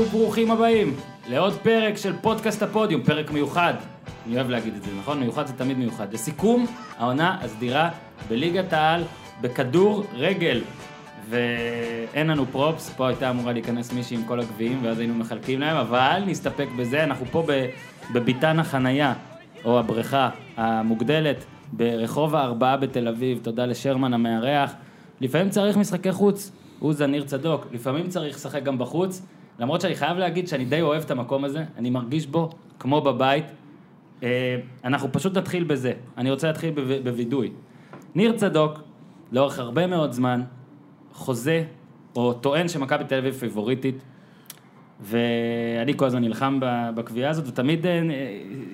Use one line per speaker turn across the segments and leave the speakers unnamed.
וברוכים הבאים לעוד פרק של פודקאסט הפודיום, פרק מיוחד. אני אוהב להגיד את זה, נכון? מיוחד זה תמיד מיוחד. לסיכום, העונה הסדירה בליגת העל בכדור רגל. ואין לנו פרופס, פה הייתה אמורה להיכנס מישהי עם כל הגביעים ואז היינו מחלקים להם, אבל נסתפק בזה, אנחנו פה ב- בביתן החנייה, או הבריכה המוגדלת, ברחוב הארבעה בתל אביב, תודה לשרמן המארח. לפעמים צריך משחקי חוץ, עוזה ניר צדוק, לפעמים צריך לשחק גם בחוץ, למרות שאני חייב להגיד שאני די אוהב את המקום הזה, אני מרגיש בו כמו בבית. אה, אנחנו פשוט נתחיל בזה, אני רוצה להתחיל בו- בווידוי. ניר צדוק, לאורך הרבה מאוד זמן, חוזה, או טוען שמכבי תל אביב פיבוריטית, ואני כל הזמן נלחם ב- בקביעה הזאת, ותמיד אה,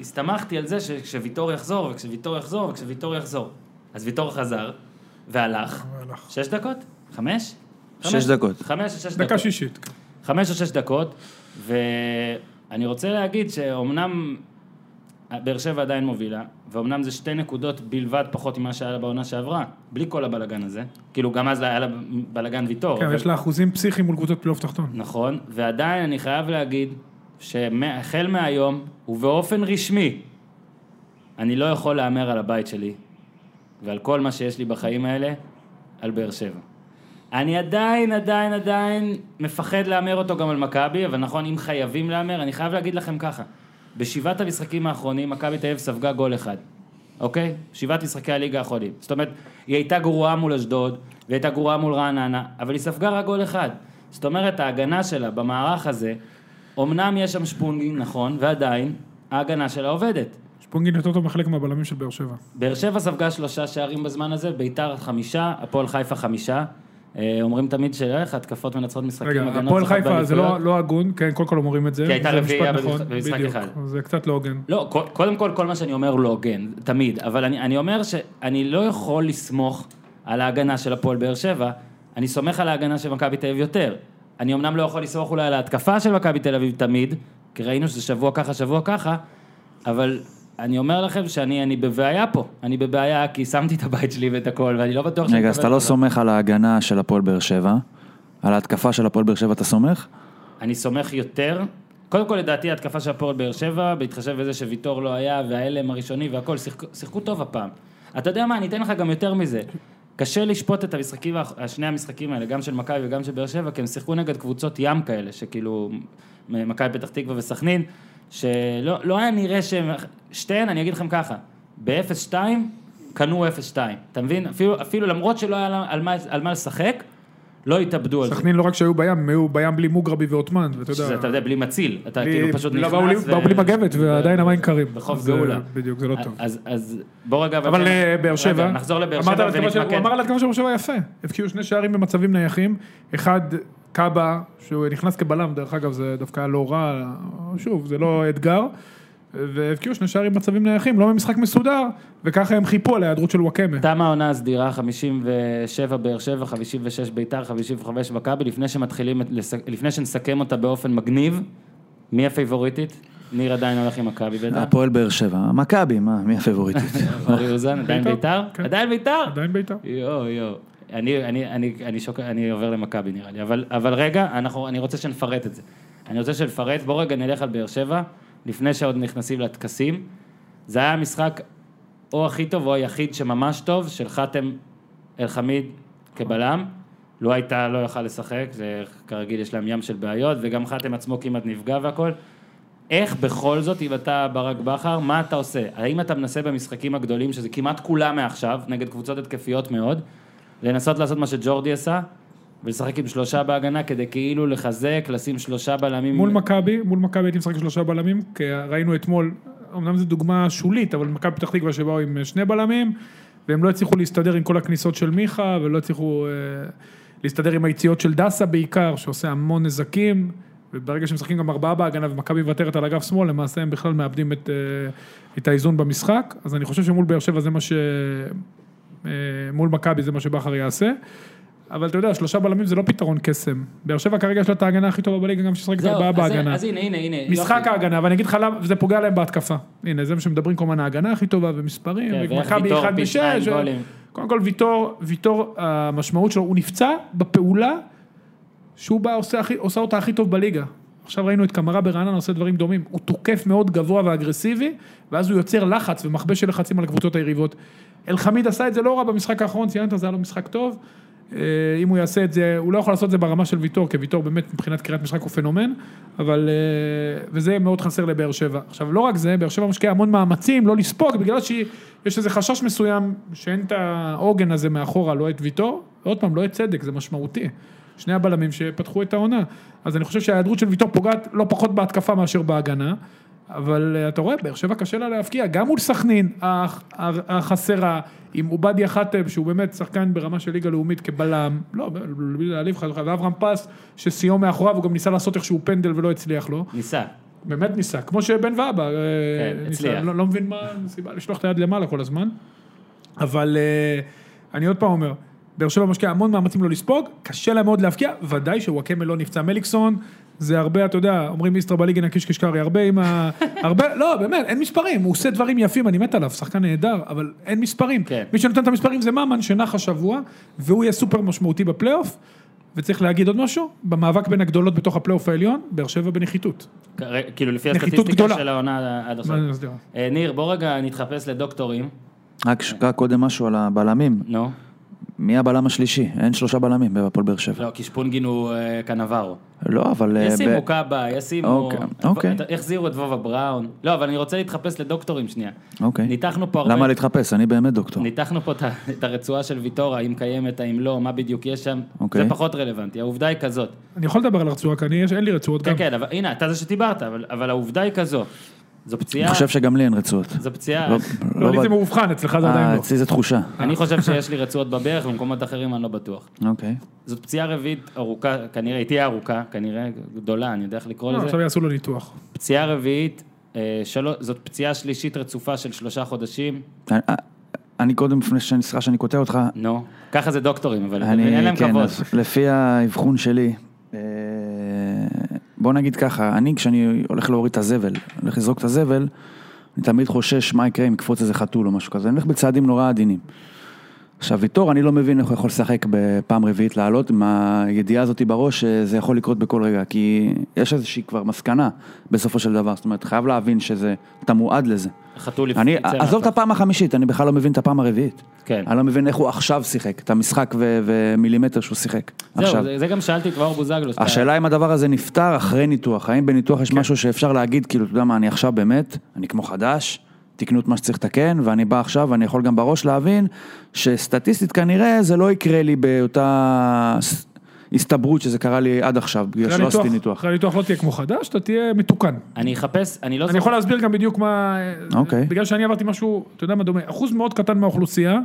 הסתמכתי על זה שכשוויטור יחזור, וכשוויטור יחזור, וכשוויטור יחזור. אז ויטור חזר, והלך.
והלך.
שש דקות? חמש?
שש
חמש-
דקות.
חמש או שש דקות.
דקה שישית. כן.
חמש או שש דקות, ואני רוצה להגיד שאומנם באר שבע עדיין מובילה, ואומנם זה שתי נקודות בלבד פחות ממה שהיה לה בעונה שעברה, בלי כל הבלגן הזה. כאילו, גם אז היה לה בלגן ויטור.
כן,
אבל-
יש לה אחוזים פסיכיים מול קבוצות פלייאוף תחתון.
נכון, ועדיין אני חייב להגיד שהחל מהיום, ובאופן רשמי, אני לא יכול להמר על הבית שלי ועל כל מה שיש לי בחיים האלה, על באר שבע. אני עדיין, עדיין, עדיין מפחד להמר אותו גם על מכבי, אבל נכון, אם חייבים להמר, אני חייב להגיד לכם ככה, בשבעת המשחקים האחרונים, מכבי תל אביב ספגה גול אחד, אוקיי? שבעת משחקי הליגה האחרונים. זאת אומרת, היא הייתה גרועה מול אשדוד, והיא הייתה גרועה מול רעננה, אבל היא ספגה רק גול אחד. זאת אומרת, ההגנה שלה במערך הזה, אמנם יש שם שפונגים, נכון, ועדיין, ההגנה שלה עובדת.
שפונגין יותר טוב מחלק מהבלמים של באר שבע.
באר שבע ספגה שלושה שערים בזמן הזה, ביתר חמישה, הפועל חיפה חמישה. אה, אומרים תמיד שאיך התקפות מנצחות משחקים,
רגע,
הגנות
הפועל
זוכות
חיפה זה לא
באליפויות.
לא הגון, כן, קודם כל אומרים את זה.
כי הייתה
זה משפט
רביעייה
נכון,
במשחק- במשחק
בדיוק.
אחד.
זה קצת לא הוגן.
לא, ק- קודם כל, כל מה שאני אומר לא הוגן, תמיד, אבל אני, אני אומר שאני לא יכול לסמוך על ההגנה של הפועל באר שבע, אני סומך על ההגנה של מכבי תל אביב יותר. אני אמנם לא יכול לסמוך אולי על ההתקפה של מכבי תל אביב תמיד, כי ראינו שזה שבוע ככה, שבוע ככה, אבל אני אומר לכם שאני אני בבעיה פה, אני בבעיה כי שמתי את הבית שלי ואת הכל, ואני לא בטוח שאני
רגע, אז
אקבל
אתה לא
את זה.
סומך על ההגנה של הפועל באר שבע, על ההתקפה של הפועל באר שבע אתה סומך?
אני סומך יותר. קודם כל, לדעתי, ההתקפה של הפועל באר שבע, בהתחשב בזה שוויטור לא היה, וההלם הראשוני והכל, שיחקו, שיחקו טוב הפעם. אתה יודע מה, אני אתן לך גם יותר מזה. קשה לשפוט את המשחקים, האח- שני המשחקים האלה, גם של מכבי וגם של באר שבע, כי הם שיחקו נגד קבוצות ים כאלה, שכאילו, מ- מכבי פתח תקווה וסכנין, שלא לא היה נראה שהם... שתיהן, אני אגיד לכם ככה, ב-0-2, קנו 0-2. אתה מבין? אפילו, אפילו למרות שלא היה לה- על מה, על מה לשחק, לא התאבדו על זה.
סכנין לא רק שהיו בים, הם היו בים בלי מוגרבי ועותמן, ואתה
שזה, אתה
יודע...
יודע, בלי מציל, אתה
בלי-
כאילו פשוט
לא,
נכנס...
באו לי-
ו-
באו בלי מגבת ועדיין המים קרים.
בחוף
זה-
גאולה.
בדיוק, זה לא טוב.
אז- אז בוא רגע...
אבל
כן,
אה, באר
רגע,
שבע,
נחזור לבאר
אמרת
שבע
על התקפה של- הוא
ונתמקד.
אמר על התקפה של באר שבע יפה, הבקיעו שני שערים במצבים נייחים, אחד קאבה, שהוא נכנס כבלם דרך אגב זה דווקא היה לא רע, שוב זה לא אתגר, והבקיעו שני שערים במצבים נייחים, לא ממשחק מסודר, וככה הם חיפו על ההיעדרות של וואקמה.
תמה העונה הסדירה, 57 באר שבע, 56 ביתר, 55 מכבי, לפני שמתחילים, את- לס- לפני שנסכם אותה באופן מגניב, מי הפייבוריטית? ניר עדיין הולך עם מכבי בטח,
הפועל באר שבע, מכבי, מה, מי הפבוריטית?
אורי אוזן, עדיין ביתר?
ביתר, כן.
עדיין ביתר?
עדיין בעיטה.
יואו, יואו. אני, אני, אני, אני, שוק... אני עובר למכבי נראה לי, אבל, אבל רגע, אנחנו, אני רוצה שנפרט את זה. אני רוצה שנפרט, בוא רגע נלך על באר שבע, לפני שעוד נכנסים לטקסים. זה היה המשחק או הכי טוב או היחיד שממש טוב, של חאתם אל-חמיד כבלם. לא הייתה, לא יכל לשחק, זה כרגיל יש להם ים של בעיות, וגם חאתם עצמו כמעט נפגע והכל. איך בכל זאת, אם אתה ברק בכר, מה אתה עושה? האם אתה מנסה במשחקים הגדולים, שזה כמעט כולם מעכשיו, נגד קבוצות התקפיות מאוד, לנסות לעשות מה שג'ורדי עשה, ולשחק עם שלושה בהגנה כדי כאילו לחזק, לשים שלושה בלמים.
מול מכבי, מול מכבי הייתי משחק עם שלושה בלמים, כי ראינו אתמול, אמנם זו דוגמה שולית, אבל מכבי פתח תקווה שבאו עם אה, שני בלמים, והם לא הצליחו להסתדר עם כל הכניסות של מיכה, ולא הצליחו אה, להסתדר עם היציאות של דסה בעיקר, שעושה המון נזקים, וברגע שמשחקים גם ארבעה בהגנה ומכבי מוותרת על אגף שמאל, למעשה הם בכלל מאבדים את, אה, את האיזון במשחק, אז אני חושב שמול באר שבע זה מה ש... אה, מול מכבי זה מה שבכר יעשה. אבל אתה יודע, שלושה בלמים זה לא פתרון קסם. באר שבע כרגע יש לה את ההגנה הכי טובה בליגה, גם ששחקת
זהו,
ארבעה
אז-
בהגנה.
אז הנה, הנה, הנה.
משחק
יופי.
ההגנה, ואני אגיד לך למה, וזה פוגע להם בהתקפה. הנה, זה מה שמדברים כל הזמן, ההגנה הכי טובה ומספרים,
כן, ואיך
ומכבי
ויטור
1
פי
ב-6.
שניים גולים.
קודם כל ויטור, ויטור, אה, המשמעות שלו, הוא נפצע בפעולה שהוא בא, עושה, הכי, עושה אותה הכי טוב בליגה. עכשיו ראינו את קמרה ברעננה עושה דברים דומים, הוא תוקף מאוד גבוה ואגרסיבי, ואז הוא יוצר לחץ ומכבש של לחצים על הקבוצות היריבות. אלחמיד עשה את זה לא רע במשחק האחרון, ציינת, זה היה לו משחק טוב. אה, אם הוא יעשה את זה, הוא לא יכול לעשות את זה ברמה של ויטור, כי ויטור באמת מבחינת קריאת משחק הוא פנומן, אבל, אה, וזה מאוד חסר לבאר שבע. עכשיו, לא רק זה, באר שבע משקיע המון מאמצים לא לספוג, בגלל שיש איזה חשש מסוים שאין את העוגן הזה מאחורה, לא את ויטור, ועוד פעם, לא את צדק, זה משמעותי. שני הבלמים שפתחו את העונה. אז אני חושב שההיעדרות של ויטור פוגעת לא פחות בהתקפה מאשר בהגנה. אבל אה, אתה רואה, באר שבע קשה לה להבקיע, גם מול סכנין הח- הר- החסרה, עם עובדיה חטב, שהוא באמת שחקן ברמה של ליגה לאומית כבלם, לא, ב- בלי להעליב חלקה, ואברהם פס, שסיום מאחוריו, הוא גם ניסה לעשות איכשהו פנדל ולא הצליח לו,
ניסה.
באמת ניסה, כמו שבן ואבא, אה,
כן,
ניסה.
הצליח.
לא, לא מבין מה הסיבה לשלוח את היד למעלה כל הזמן, אבל אה, אני עוד פעם אומר, באר שבע משקיע המון מאמצים לא לספוג, קשה להם מאוד להבקיע, ודאי שוואקמה לא נפצע מליקסון, זה הרבה, אתה יודע, אומרים איסטרה בליגה נקיש קשקרי, הרבה עם ה... הרבה, לא, באמת, אין מספרים, הוא עושה דברים יפים, אני מת עליו, שחקן נהדר, אבל אין מספרים.
כן.
מי שנותן את המספרים זה ממן, שנח השבוע, והוא יהיה סופר משמעותי בפלייאוף, וצריך להגיד עוד משהו, במאבק בין הגדולות בתוך הפלייאוף העליון, באר שבע בנחיתות.
כ- כאילו לפי
נחיתות
הסטטיסטיקה
גדולה.
של העונה עד עכשיו.
מה זה מסדירה?
אה, ניר, בוא רגע נתחפש לדוקטורים.
רק ש- רק קודם משהו על הבלמים.
נו.
מי הבלם השלישי? אין שלושה בלמים בהפועל באר שבע.
לא, כי שפונגין הוא אה, קנברו.
לא, אבל... אה, ב-
ישימו קאבה, ישימו...
אוקיי, אוקיי.
החזירו את וובה בראון. לא, אבל אני רוצה להתחפש לדוקטורים שנייה.
אוקיי.
ניתחנו פה הרבה...
למה להתחפש? אני באמת דוקטור.
ניתחנו פה את ה- את הרצועה של ויטורה, האם קיימת, האם לא, מה בדיוק יש שם.
אוקיי.
זה פחות רלוונטי, העובדה היא כזאת.
אני יכול לדבר על הרצועה, כי אני, יש- אין לי רצועות גם.
כן, כן, אבל הנה, אתה זה שדיברת, אבל אבל העובדה היא כזו. זו
אני
פציעה,
חושב שגם לי אין רצועות.
זו פציעה.
לא-
לא, לי
בד-
זה מאובחן, אצלך זה
אה,
עדיין לא.
אצלי זה תחושה.
אני חושב שיש לי רצועות בברך, במקומות אחרים אני לא בטוח.
אוקיי.
זאת פציעה רביעית ארוכה, כנראה, היא תהיה ארוכה, כנראה גדולה, אני יודע איך לקרוא
לא,
לזה.
עכשיו יעשו לו ניתוח.
פציעה רביעית, אה, שלו- זאת פציעה שלישית רצופה של שלושה חודשים.
אני- אה, אני קודם, לפני שאני סליחה שאני קוטע אותך,
נו, ככה זה דוקטורים, אבל
אני,
אין להם
כן,
כבוד.
אז לפי האבחון שלי, אה, בוא נגיד ככה, אני כשאני הולך להוריד את הזבל, הולך לזרוק את הזבל, אני תמיד חושש מה יקרה אם יקפוץ איזה חתול או משהו כזה, אני הולך בצעדים נורא עדינים. עכשיו ויטור, אני לא מבין איך הוא יכול לשחק בפעם רביעית לעלות עם הידיעה הזאת בראש שזה יכול לקרות בכל רגע, כי יש איזושהי כבר מסקנה בסופו של דבר, זאת אומרת, חייב להבין שזה, אתה מועד לזה.
חתול יפ-
אני,
יצא
עזוב את
מהפה.
הפעם החמישית, אני בכלל לא מבין את הפעם הרביעית.
כן.
אני לא מבין איך הוא עכשיו שיחק, את המשחק ו- ומילימטר שהוא שיחק.
זהו,
עכשיו. אה,
זה- זה גם שאלתי את מאור בוזגלו. שאתה-
השאלה אם הדבר הזה נפתר אחרי ניתוח, האם בניתוח
כן.
יש משהו שאפשר להגיד, כאילו, אתה יודע מה, אני עכשיו באמת, אני כמו חדש, תקנו את מה שצריך לתקן, ואני בא עכשיו, ואני יכול גם בראש להבין שסטטיסטית כנראה זה לא יקרה לי באותה ס- הסתברות שזה קרה לי עד עכשיו, בגלל
אחרי
שלא
הניתוח-
עשיתי ניתוח.
אחרי הניתוח לא תהיה כמו חדש, אתה תהיה מתוקן.
אני אחפש, אני לא
אני
זוכר.
יכול להסביר גם בדיוק מה...
אוקיי.
בגלל שאני עברתי משהו, אתה יודע מה דומה, אחוז מאוד קטן מהאוכלוסייה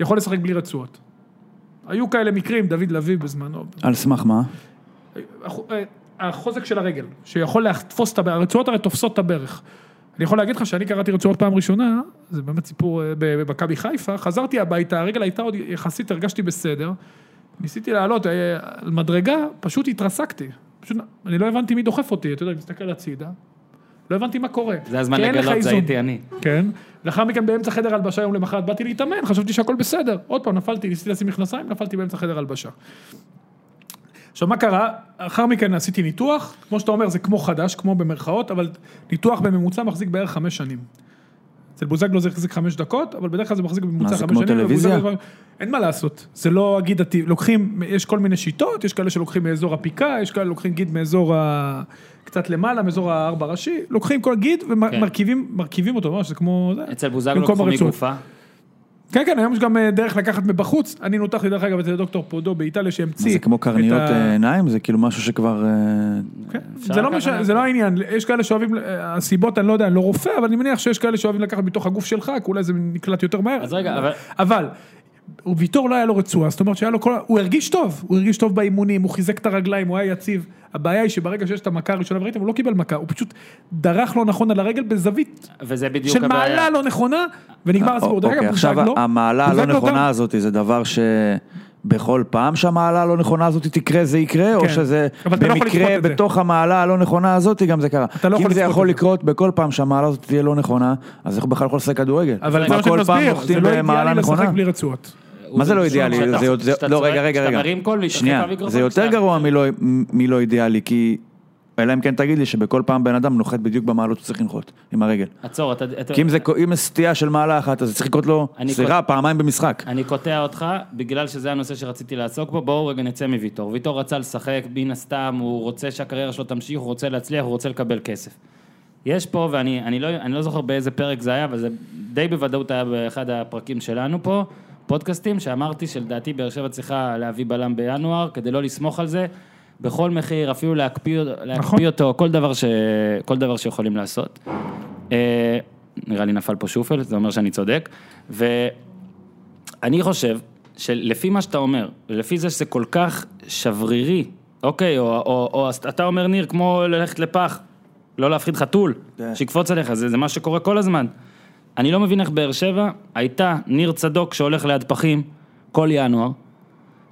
יכול לשחק בלי רצועות. היו כאלה מקרים, דוד לביא בזמנו,
על סמך מה?
הח- אה, החוזק של הרגל, שיכול לתפוס את הברך, הרצועות הרי תופסות את הברך. אני יכול להגיד לך שאני קראתי רצועות פעם ראשונה, זה באמת סיפור אה, ב- במכבי חיפה, חזרתי הביתה, הרגל הייתה עוד יחסית, הרגשתי בסדר, ניסיתי לעלות אה, על מדרגה, פשוט התרסקתי. פשוט, אני לא הבנתי מי דוחף אותי, אתה יודע, אני מסתכל הצידה, לא הבנתי מה קורה.
זה הזמן
כי אין לך
לגלות, זה
איזון.
הייתי אני.
כן. לאחר מכן באמצע חדר הלבשה יום למחרת באתי להתאמן, חשבתי שהכל בסדר. עוד פעם, נפלתי, ניסיתי לשים מכנסיים, נפלתי באמצע חדר הלבשה. עכשיו, מה קרה? לאחר מכן עשיתי ניתוח, כמו שאתה אומר, זה כמו חדש, כמו במרכאות, אבל ניתוח בממוצע מחזיק בערך חמש שנים. אצל בוזגלו זה החזיק חמש דקות, אבל בדרך כלל זה מחזיק בממוצע
מה,
חמש
זה
שנים.
כמו טלוויזיה?
ובוזגלו- אין מה לעשות, זה לא הגיד הטבעי, לוקחים, יש כל מיני שיטות, יש כאלה שלוקחים מאזור הפיקה, יש כאלה לוקחים גיד מאזור ה... קצת למעלה, מאזור הארבע ראשי, לוקחים כל גיד
כן.
ומרכיבים מרכיבים אותו, ממש, זה כמו... זה.
אצל בוזגלו
במקום
לקחו
הרצועות.
מגופה.
כן, כן, היום יש גם אה, דרך לקחת מבחוץ. אני נותחתי דרך אגב אצל דוקטור פודו באיטליה
מה,
שהמציא...
זה כמו
את
קרניות
ה-
אה, עיניים? זה כאילו משהו שכבר... אה,
כן.
אפשר
זה לא
לקחת
משנה,
מהכל.
זה לא העניין, יש כאלה שאוהבים, אה, הסיבות, אני לא יודע, אני לא רופא, אבל אני מניח שיש כאלה שאוהבים לקחת מתוך הגוף שלך, כי אולי זה נקלט יותר מהר.
אז רגע, אבל-
אבל, הוא- ויטור לא היה לו רצועה, זאת אומרת שהיה לו כל... ה- הוא הרגיש טוב, הוא הרגיש טוב באימונים, הוא חיזק את הרגליים, הוא היה יציב. הבעיה היא שברגע שיש את המכה הראשונה, וראיתם, הוא לא קיבל מכה, הוא פשוט דרך לא נכון על הרגל בזווית
וזה בדיוק
של
הבעיה.
מעלה לא נכונה, ונגמר הסיפור. דרך
אוקיי,
אגב, לא? בוזגלו-
עכשיו המעלה הלא
בוזגלו גם-
נכונה הזאת זה דבר שבכל פעם שהמעלה הלא נכונה הזאת תקרה זה יקרה, או
כן.
שזה
אבל אתה לא יכול
במקרה
לצפות את זה.
בתוך המעלה הלא נכונה הזאת גם זה קרה.
אתה לא
כי
יכול
אם זה
לצפות
יכול
את זה.
לקרות בכל פעם שהמעלה הזאת תהיה לא נכונה, אז איך הוא בכלל יכול לשחק כדורגל?
אבל זה
מה,
מה
כל
שאני
פעם
מסביר, זה
נוחתים
לא
במעלה
אידיאלי לשחק
נכונה?
בלי רצועות.
מה זה לא אידיאלי?
כשאתה-
זה- זה-
כשאתה
לא,
צועק,
רגע, רגע,
כשאתה
רגע.
מרים קול, מתרחק
שנייה,
מהמיקרופון,
זה יותר
כשאתה-
גרוע מלא- מלא אידיאלי, כי אלא אם כן תגיד לי שבכל פעם בן אדם נוחת בדיוק במעלות שהוא צריך לנחות, עם הרגל.
עצור, אתה... אתה-
כי אם זה אם סטייה של מעלה אחת, אז צריך לקרות לו
אני
סירה פעמיים במשחק.
אני קוטע אותך, בגלל שזה הנושא שרציתי לעסוק בו, בואו רגע נצא מוויטור. ויטור רצה לשחק, מן הסתם, הוא רוצה שהקריירה שלו תמשיך, הוא רוצה להצליח, הוא רוצה לקבל כסף. יש פה, ואני אני לא, אני לא זוכר באיזה פרק זה היה, אבל זה די בוודאות היה באחד הפרקים שלנו פה, פודקאסטים, שאמרתי שלדעתי באר שבע צריכה להביא בלם בינואר, כדי לא לסמוך על זה, בכל מחיר, אפילו להקפיא, להקפיא
נכון.
אותו, כל דבר, ש, כל דבר שיכולים לעשות. אה, נראה לי נפל פה שופל, זה אומר שאני צודק. ואני חושב שלפי מה שאתה אומר, לפי זה שזה כל כך שברירי, אוקיי, או, או, או אתה אומר, ניר, כמו ללכת לפח, לא להפחיד חתול,
כן.
שיקפוץ עליך, זה, זה מה שקורה כל הזמן. אני לא מבין איך באר שבע הייתה ניר צדוק שהולך ליד פחים כל ינואר.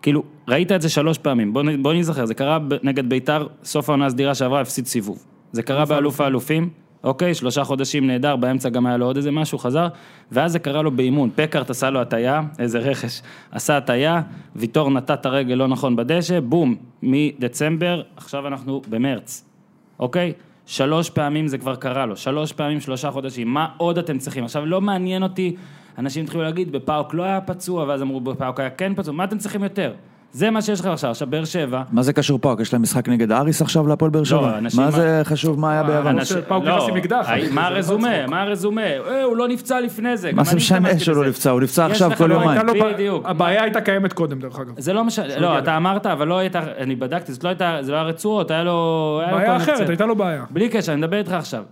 כאילו, ראית את זה שלוש פעמים, בוא, נ- בוא נזכר, זה קרה ב- נגד ביתר, סוף העונה הסדירה שעברה, הפסיד סיבוב. זה קרה באלוף האלופים, אוקיי, שלושה חודשים נהדר, באמצע גם היה לו עוד איזה משהו, חזר, ואז זה קרה לו באימון. פקארט עשה לו הטיה, איזה רכש, עשה הטיה, ויטור נטע את הרגל לא נכון בדשא, בום, מדצמבר, עכשיו אנחנו במרץ, אוקיי? שלוש פעמים זה כבר קרה לו, שלוש פעמים, שלושה חודשים, מה עוד אתם צריכים? עכשיו, לא מעניין אותי, אנשים התחילו להגיד, בפאוק לא היה פצוע, ואז אמרו, בפאוק היה כן פצוע, מה אתם צריכים יותר? זה מה שיש לך עכשיו, עכשיו, באר שבע,
מה זה קשור פאוק? יש להם משחק נגד אריס עכשיו להפועל באר שבע?
לא, אנשים- אה,
מה זה חשוב מה היה ביוון?
אנשים- פאוק נכנס עם אקדח.
לא. היי, מה
זה לא
הרזומה? מה הרזומה? אה, הוא לא נפצע לפני זה.
מה זה משנה שהוא לא נפצע? הוא נפצע עכשיו כל
לא-
יומיים.
הייתה לו ב-
בדיוק.
הבעיה הייתה קיימת קודם, דרך אגב.
זה לא משנה, לא, אתה אמרת, אבל לא הייתה, אני בדקתי, זאת לא הייתה, זה לא היה רצועות, היה לו... היה לו
בעיה
כל מיני
אחרת,
פציעות.
הייתה לו בעיה.
בלי קשר, אני מדבר איתך עכשיו.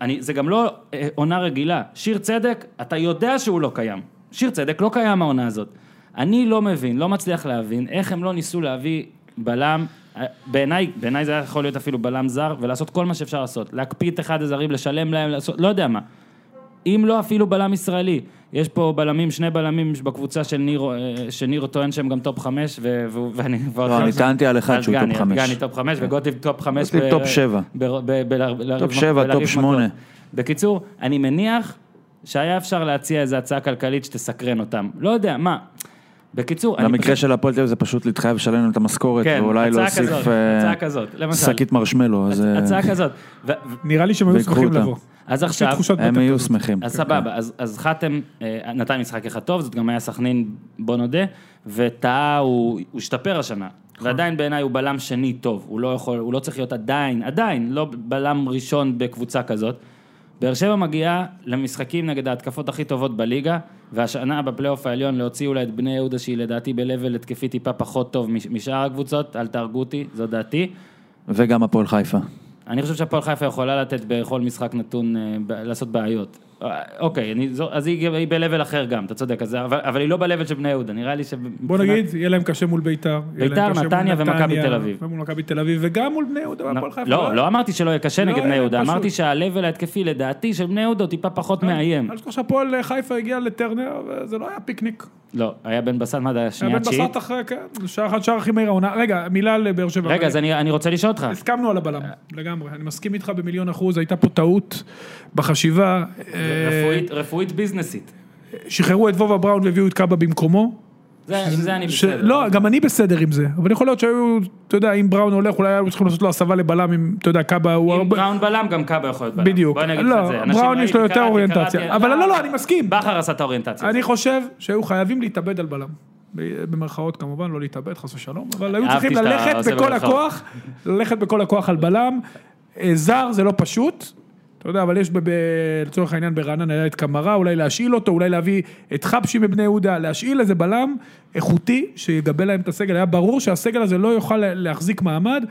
אני, זה גם לא אה, עונה רגילה. שיר צדק, אתה יודע שהוא לא קיים. שיר צדק לא קיים העונה הזאת. אני לא מבין, לא מצליח להבין, איך הם לא ניסו להביא בלם, אה, בעיניי, בעיניי זה היה יכול להיות אפילו בלם זר, ולעשות כל מה שאפשר לעשות. להקפיא את אחד הזרים, לשלם להם, לעשות, לא יודע מה. אם לא אפילו בלם ישראלי. יש פה בלמים, שני בלמים בקבוצה של נירו, אה, שניר טוען שהם גם טופ חמש, ו- והוא- ואני...
לא, אני טענתי על אחד שהוא
אז
טופ
גני,
חמש.
גני טופ חמש וגוטליב טופ חמש.
כן. גוטליב
ב-
טופ שבע.
ב- ב- ב- ב-
טופ
בלריב-
שבע,
בלריב
טופ
מכות.
שמונה.
בקיצור, אני מניח שהיה אפשר להציע איזו הצעה כלכלית שתסקרן אותם. לא יודע, מה. בקיצור, אני
במקרה
פשוט-
של הפועל תל אביב זה פשוט להתחייב לשלם להם את המשכורת,
כן,
ואולי
הצעה
להוסיף
כזאת,
אה,
הצעה כזאת, למשל.
שקית מרשמלו, אז אה,
הצעה כזאת. ו- ו-
נראה לי שהם היו
ויקחו
שמחים
אותם.
לבוא.
אז
יש לי
עכשיו,
תחושת
הם
בטן
יהיו
כזאת.
שמחים.
אז סבבה, אז- אז חתם אה, נתן משחק אחד טוב, זאת גם היה סכנין, בוא נודה, וטעה הוא הוא השתפר השנה. ועדיין בעיניי הוא בלם שני טוב, הוא לא יכול, הוא לא צריך להיות עדיין, עדיין, לא בלם ראשון בקבוצה כזאת. באר שבע מגיעה למשחקים נגד ההתקפות הכי טובות בליגה, והשנה בפלייאוף העליון להוציא אולי את בני יהודה, שהיא לדעתי ב-level התקפי טיפה פחות טוב מש- משאר הקבוצות, אל תהרגו אותי, זו דעתי.
כן. וגם הפועל חיפה.
אני חושב שהפועל חיפה יכולה לתת בכל משחק נתון, אה, ב- לעשות בעיות. אה, אוקיי, אני, זו, אז היא, היא ב-level אחר גם, אתה צודק, אז, אבל, אבל היא לא ב-level של בני יהודה, נראה לי שמבחינת...
בוא נגיד, יהיה להם קשה מול ביתר. יהיה להם
ביתר,
קשה מול
נתניה ומכבי תל אביב.
ומול מכבי תל אביב, וגם מול בני יהודה והפועל חיפה.
לא, לא אמרתי שלא יהיה קשה
לא,
נגד בני
אה,
יהודה,
פשוט. אה,
אמרתי שה-level ההתקפי לדעתי של בני יהודה הוא טיפה פחות מאיים.
אל תשכח שהפועל חיפה הגיע לטרנר, וזה לא היה פיקניק.
לא, היה בן בסט, מה זה היה
היה
שנייה
בן
תשיעית?
בסט אחרי, כן, שער אחד, שער הכי מהיר העונה. רגע, מילה לבאר שבע.
רגע, אז אני, אני רוצה לשאול אותך.
הסכמנו על הבלם, לגמרי. אני מסכים איתך במיליון אחוז, הייתה פה טעות בחשיבה. אה,
רפואית, רפואית ביזנסית.
שחררו את וובה בראון והביאו את קאבה במקומו.
זה, עם זה אני
ש-
בסדר. אוקיי.
לא, גם אני בסדר עם זה, אבל יכול להיות שהיו, אתה יודע, אם בראון הולך, אולי היו צריכים לעשות לו הסבה לבלם, אם, אתה יודע, קאבה הוא...
אם
הרבה-
בראון בלם, גם קאבה יכול להיות בלם.
בדיוק.
בוא אני אגיד לך
לא,
את זה. אנשים
בראון יש לו
ראיתי,
יותר
קראתי,
אוריינטציה.
קראתי,
אבל לא, לא, אני מסכים.
בכר עשה את האוריינטציה.
אני חושב שהיו חייבים להתאבד על בלם. ב- במרכאות כמובן, לא להתאבד, חס ושלום, אבל היו
אהבתי
צריכים
שאתה
ללכת
עושה
בכל
במרכאות.
הכוח, ללכת בכל הכוח על בלם. אה, זר זה לא פשוט, אתה יודע, אבל יש ב- ב- לצורך העניין ברעננה היה את קמרה, אולי להשאיל אותו, אולי להביא את חבשי מבני יהודה, להשאיל איזה בלם איכותי שיגבה להם את הסגל. היה ברור שהסגל הזה לא יוכל לה- להחזיק מעמד,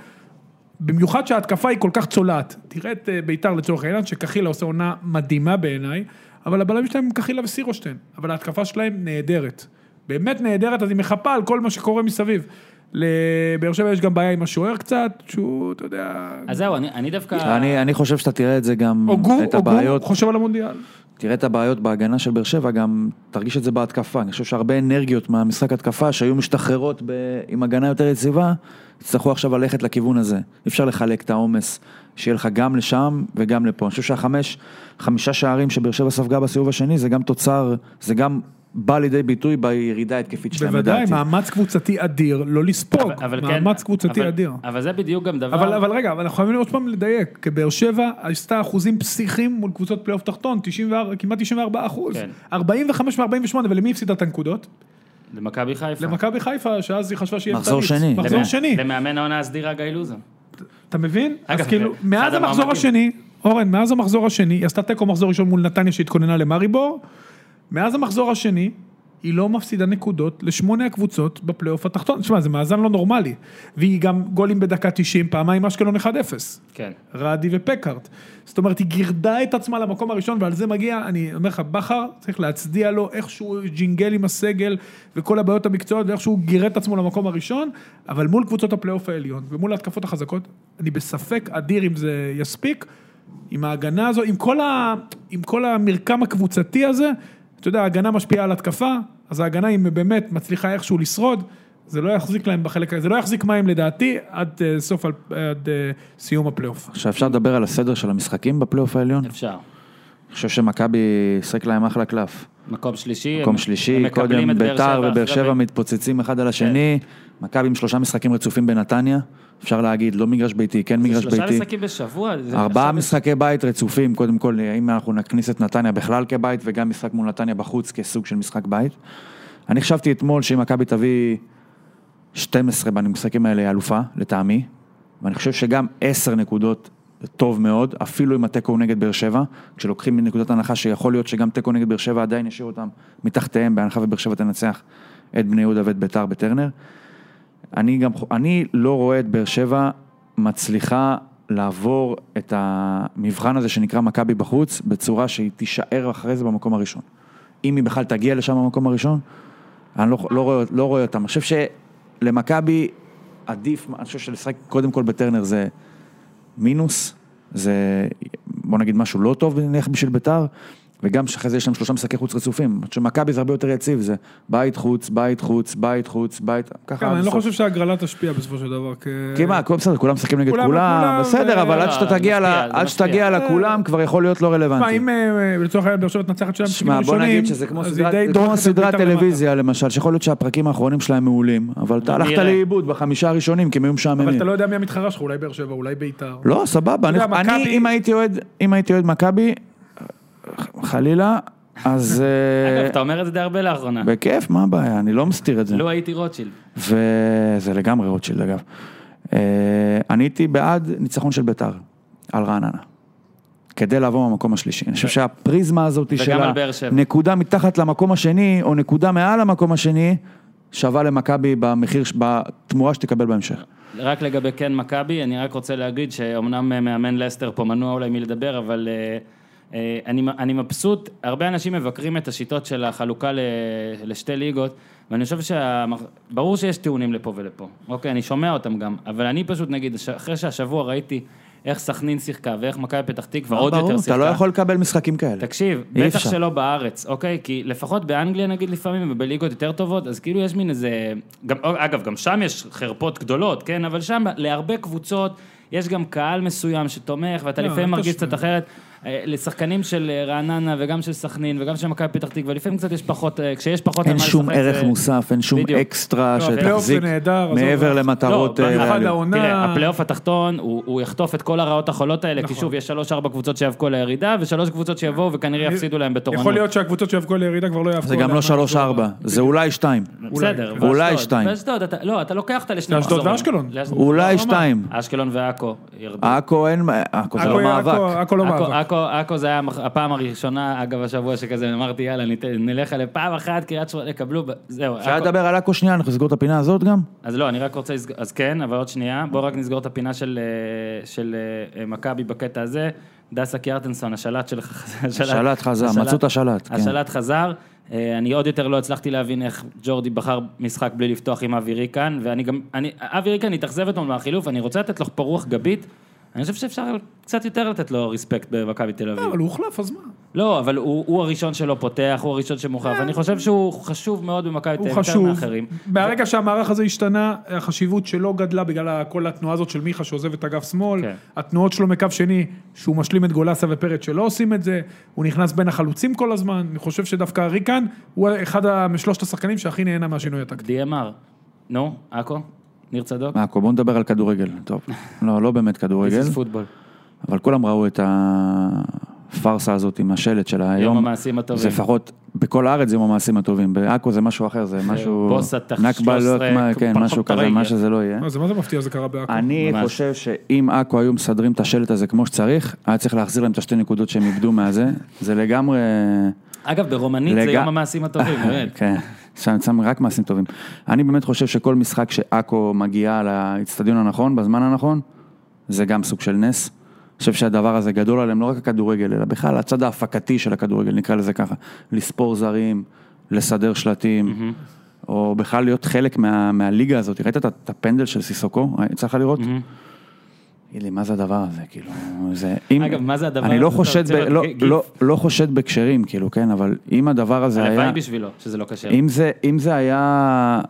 במיוחד שההתקפה היא כל כך צולעת. תראה את אה, ביתר לצורך העניין, שקחילה עושה עונה מדהימה בעיניי, אבל הבלמים שלהם הם קחילה וסירושטיין, אבל ההתקפה שלהם נהדרת. באמת נהדרת, אז היא מחפה על כל מה שקורה מסביב. לבאר שבע יש גם בעיה עם השוער קצת, שהוא, אתה יודע...
אז זהו, אני, אני דווקא...
אני אני חושב שאתה תראה את זה גם,
הוגו,
את
הוגו,
הבעיות,
חושב על המונדיאל.
תראה את הבעיות בהגנה של באר שבע, גם תרגיש את זה בהתקפה. אני חושב שהרבה אנרגיות מהמשחק התקפה שהיו משתחררות ב... עם הגנה יותר יציבה, יצטרכו עכשיו ללכת לכיוון הזה. אי אפשר לחלק את העומס, שיהיה לך גם לשם וגם לפה. אני חושב שהחמש, חמישה שערים שבאר שבע ספגה בסיבוב השני, זה גם תוצר, זה גם בא לידי ביטוי בירידה ההתקפית שלהם,
בוודאי,
לדעתי.
מאמץ קבוצתי אדיר, לא לספוג,
אבל- אבל כן,
מאמץ קבוצתי
אבל-
אדיר.
אבל זה בדיוק גם דבר...
אבל, אבל רגע, אבל אנחנו חייבים עוד פעם לדייק, כי באר שבע עשתה אחוזים פסיכיים מול קבוצות פלייאוף תחתון, 94, כמעט 94 אחוז,
כן. אה.
45 מ-48, ולמי הפסידה את הנקודות?
למכבי חיפה.
למכבי חיפה, שאז היא חשבה שהיא
מחזור
הפסדית.
שני.
מחזור
למא-
שני,
למאמן העונה הסדירה גיא לוזון.
אתה מבין?
אגב,
אז כאילו,
אחד
מאז המחזור
המאבקים.
השני, אורן, מאז המחזור השני, היא עשתה תיקו מחזור ראשון מול נתניה שהתכוננה למריבור, מאז המחזור השני, היא לא מפסידה נקודות לשמונה הקבוצות בפלייאוף התחתון. תשמע, זה מאזן לא נורמלי. והיא גם גולים בדקה 90, פעמיים אשקלון 1-0.
כן.
רדי ופקארט. זאת אומרת, היא גירדה את עצמה למקום הראשון, ועל זה מגיע, אני אומר לך, בכר, צריך להצדיע לו איך שהוא ג'ינגל עם הסגל, וכל הבעיות המקצועיות, ואיך שהוא גירד את עצמו למקום הראשון, אבל מול קבוצות הפלייאוף העליון, ומול ההתקפות החזקות, אני בספק אדיר אם זה יספיק, עם ההגנה הזו, עם כל, ה... עם כל המרקם הקבוצתי הזה, אתה יודע, ההגנה משפיעה על התקפה, אז ההגנה, אם באמת מצליחה איכשהו לשרוד, זה לא יחזיק להם בחלק, זה לא יחזיק מים לדעתי עד אה, סוף, אל- עד אה, סיום הפלייאוף.
עכשיו אפשר לדבר על הסדר של המשחקים בפלייאוף העליון? אני
אפשר.
חושב שמכבי שחק להם אחלה קלף.
מקום שלישי.
מקום
הם- הם
שלישי,
מקבלים
קודם
את באר
ביתר
שבע
ובאר
אחרי
שבע
ב- כן.
מתפוצצים אחד על השני, מכבי עם שלושה משחקים רצופים בנתניה, אפשר להגיד, לא מגרש ביתי, כן מגרש
שלושה
ביתי.
משחקים בשבוע. זה
ארבעה
עכשיו-
משחקי בית רצופים, קודם כל, אם אנחנו נכניס את נתניה בכלל כבית, וגם משחק מול נתניה בחוץ כסוג של משחק בית. אני חשבתי אתמול שאם מכבי תביא 12 במשחקים האלה, היא אלופה, לטעמי, ואני חושב שגם 10 נקודות זה טוב מאוד, אפילו עם התיקו נגד באר שבע, כשלוקחים מנקודת הנחה שיכול להיות שגם תיקו נגד באר שבע עדיין ישאיר אותם מתחתיהם, בהנחה ובאר שבע תנצח את בני יהודה ואת ביתר בטרנר. אני גם, חו- אני לא רואה את באר שבע מצליחה לעבור את המבחן הזה שנקרא מכבי בחוץ, בצורה שהיא תישאר אחרי זה במקום הראשון. אם היא בכלל תגיע לשם במקום הראשון, אני לא, לא, רואה, לא רואה אותם. אני חושב שלמכבי עדיף, אני חושב שלשחק קודם כל בטרנר זה מינוס, זה בוא נגיד משהו לא טוב נניח בשביל ביתר, וגם שאחרי זה יש להם שלושה משחקי חוץ רצופים. שמכבי זה הרבה יותר יציב, זה בית חוץ, בית חוץ, בית חוץ, בית, ככה
כן,
עד
אני לא
הסוף.
חושב שההגרלה תשפיע בסופו של דבר. כ-
כי כן, מה, הכל בסדר, כולם משחקים נגד
כולם- כולם,
כולם,
אה,
בסדר, אבל עד
לא,
שאתה
זה
תגיע ל-
מפתיע, זה
עד שתגיע
מפתיע.
לקולם, כבר יכול להיות לא
תשמע,
רלוונטי.
אם אה, לצורך העניין באר שבע תנצחת שני המשחקים
שמע, בוא נגיד שזה כמו
אז היא
סדרת-
די
זה כמו
דוחקת את
סדרת
בית"ר למטה.
טלוויזיה למשל, שיכול להיות שהפרקים האחרונים שלהם מעולים, אבל אתה הלכת
נראה.
לאיבוד בחמישה הראשונים כי הם היו
אבל
משעממים.
אתה לא יודע מי המתחרה שלך, אולי באר שבע, אולי ביתר.
לא, סבבה,
אתה יודע,
אני-
מכבי-
אני, אם הייתי אוהד, אם הייתי אוהד מכבי, חלילה, אז אה,
אגב, אתה אומר את זה די הרבה לאחרונה.
בכיף, מה הבעיה, אני לא מסתיר את זה.
לו הייתי רוטשילד.
וזה לגמרי רוטשילד אגב. אה, אני הייתי בעד ניצחון של ביתר על רעננה. כדי לעבור מהמקום השלישי. אני חושב שהפריזמה הזאת של
על באר שבע.
הנקודה מתחת למקום השני, או נקודה מעל המקום השני, שווה למכבי במחיר, ש- בתמורה שתקבל בהמשך.
רק לגבי כן מכבי, אני רק רוצה להגיד שאומנם אה, מאמן לסטר פה מנוע אולי מלדבר, אבל אה, אה, אני, אני מבסוט, הרבה אנשים מבקרים את השיטות של החלוקה ל, לשתי ליגות, ואני חושב שה... ברור שיש טיעונים לפה ולפה, אוקיי, אני שומע אותם גם, אבל אני פשוט נגיד, ש- אחרי שהשבוע ראיתי איך סכנין שיחקה ואיך מכבי פתח תקווה עוד יותר
ברור,
שיחקה.
אתה לא יכול לקבל משחקים כאלה.
תקשיב,
אוקיי. אי
בטח
אפשר.
שלא בארץ, אוקיי? כי לפחות באנגליה נגיד לפעמים, ובליגות יותר טובות, אז כאילו יש מין איזה... גם, אוקיי, אגב, גם שם יש חרפות גדולות, כן? אבל שם להרבה קבוצות יש גם קהל מסוים שתומך, ואתה
לא,
לפעמים
אל
מרגיש
תשווה.
קצת אחרת. אה, לשחקנים של אה, רעננה וגם של סכנין וגם של מכבי פתח תקווה, לפעמים קצת יש פחות, אה, כשיש פחות... על
אין
מה
שום
לשחק, אה,
ערך
זה-
מוסף, אין שום
בדיוק.
אקסטרה
לא, הפלייאוף זה
שתחזיק
נהדר, עזוב,
מעבר
לא,
למטרות
במיוחד
אה, ריאליות.
העונה-
תראה, הפלייאוף התחתון, הוא, הוא יחטוף את כל הרעות החולות האלה, כי
נכון.
שוב, יש שלוש-ארבע קבוצות שיאבקו לירידה, ושלוש קבוצות שיבואו וכנראה יפסידו להם בתורנות.
יכול להיות שהקבוצות שיאבקו לירידה כבר לא יאבקו.
זה גם
עליהם
לא שלוש ארבע, זה אולי שתיים.
בסדר,
אולי
ואשדוד.
שתיים.
ואשדוד, אתה- לא, אתה לוקח אותה לשני
לאשדוד
מחזורים.
ואשקלון.
לאשדוד.
אולי
לא
שתיים.
אשקלון ועכו ירדו.
עכו אין, עכו זה
עכו-
לא מאבק.
עכו- עכו לא
עכו-
מאבק.
עכו- עכו זה היה המח- הפעם הראשונה, אגב, השבוע שכזה, אמרתי, יאללה, נת- נלך עליהם פעם אחת, קריית שמונה, יקבלו, ב- זהו.
אפשר
עכו.
לדבר על עכו שנייה, אנחנו נסגור את הפינה הזאת גם?
אז לא, אני רק רוצה, לסג- אז כן, אבל עוד שנייה, בואו רק נסגור את הפינה של, אה, של אה, מכבי בקטע הזה. דסה קיארטנסון, השלט שלך,
השלט חזר, מצאו את השלט, כן.
השלט חזר. אה, אני עוד יותר לא הצלחתי להבין איך ג'ורדי בחר משחק בלי לפתוח עם אבי ריקן, ואני גם, אני, אבי ריקן התאכזב אתמול מהחילוף, אני רוצה לתת לו פה רוח גבית, אני חושב שאפשר קצת יותר לתת לו רספקט במכבי תל אביב.
לא, אבל הוא הוחלף, אז מה?
לא, אבל הוא, הוא הראשון שלא פותח, הוא הראשון
אה.
שמוכר, ואני חושב שהוא חשוב מאוד במכבי תל
הוא
אביב, יותר
חשוב.
מאחרים.
ברגע שהמערך הזה השתנה, החשיבות שלו גדלה בגלל ה- כל התנועה הזאת של מיכה שעוזב את אגף שמאל,
כן.
התנועות שלו מקו שני, שהוא משלים את גולסה ופרץ שלא עושים את זה, הוא נכנס בין החלוצים כל הזמן, אני חושב שדווקא ריקן הוא אחד ה- משלושת השחקנים שהכי נהנה מהשינוי הטקטי.
DMR. נו, עכו, ניר צדוק,
מעכו, בואו נדבר על כדורגל. טוב, לא, לא באמת
This
כדורגל,
is football.
אבל כולם ראו את הפארסה הזאת עם השלט שלה היום.
יום המעשים הטובים.
זה לפחות, בכל הארץ זה יום המעשים הטובים, בעכו זה משהו אחר, זה משהו...
בוסה תח-
נכבה, לא יודעת מה,
13,
כן, משהו כזה,
פרפטריה.
מה שזה לא יהיה.
מה זה מה זה מפתיע זה קרה בעכו.
אני
ממש.
חושב שאם עכו היו מסדרים את השלט הזה כמו שצריך, היה צריך להחזיר להם את השתי נקודות שהם איבדו מהזה. זה לגמרי...
אגב, ברומנית זה
לג-
יום המעשים הטובים, באמת.
כן, שם, שם רק מעשים טובים. אני באמת חושב שכל משחק שעכו מגיעה לאצטדיון הנכון, בזמן הנכון, זה גם סוג של נס. אני חושב שהדבר הזה גדול עליהם, לא רק הכדורגל, אלא בכלל הצד ההפקתי של הכדורגל, נקרא לזה ככה. לספור זרים, לסדר שלטים, או בכלל להיות חלק מה, מהליגה הזאת. ראית את ה- את הפנדל של סיסוקו? יצא לך לראות? תגיד לי, מה זה הדבר הזה? כאילו, זה... אם-
אגב, מה זה הדבר
אני לא
הזה? אתה
חושד,
רוצה
ב-
להיות
לא-
גיף?
לא- לא חושד בקשרים, כאילו, כן, אבל אם הדבר הזה היה...
הלוואי בשבילו, שזה לא קשה.
אם זה, אם זה היה...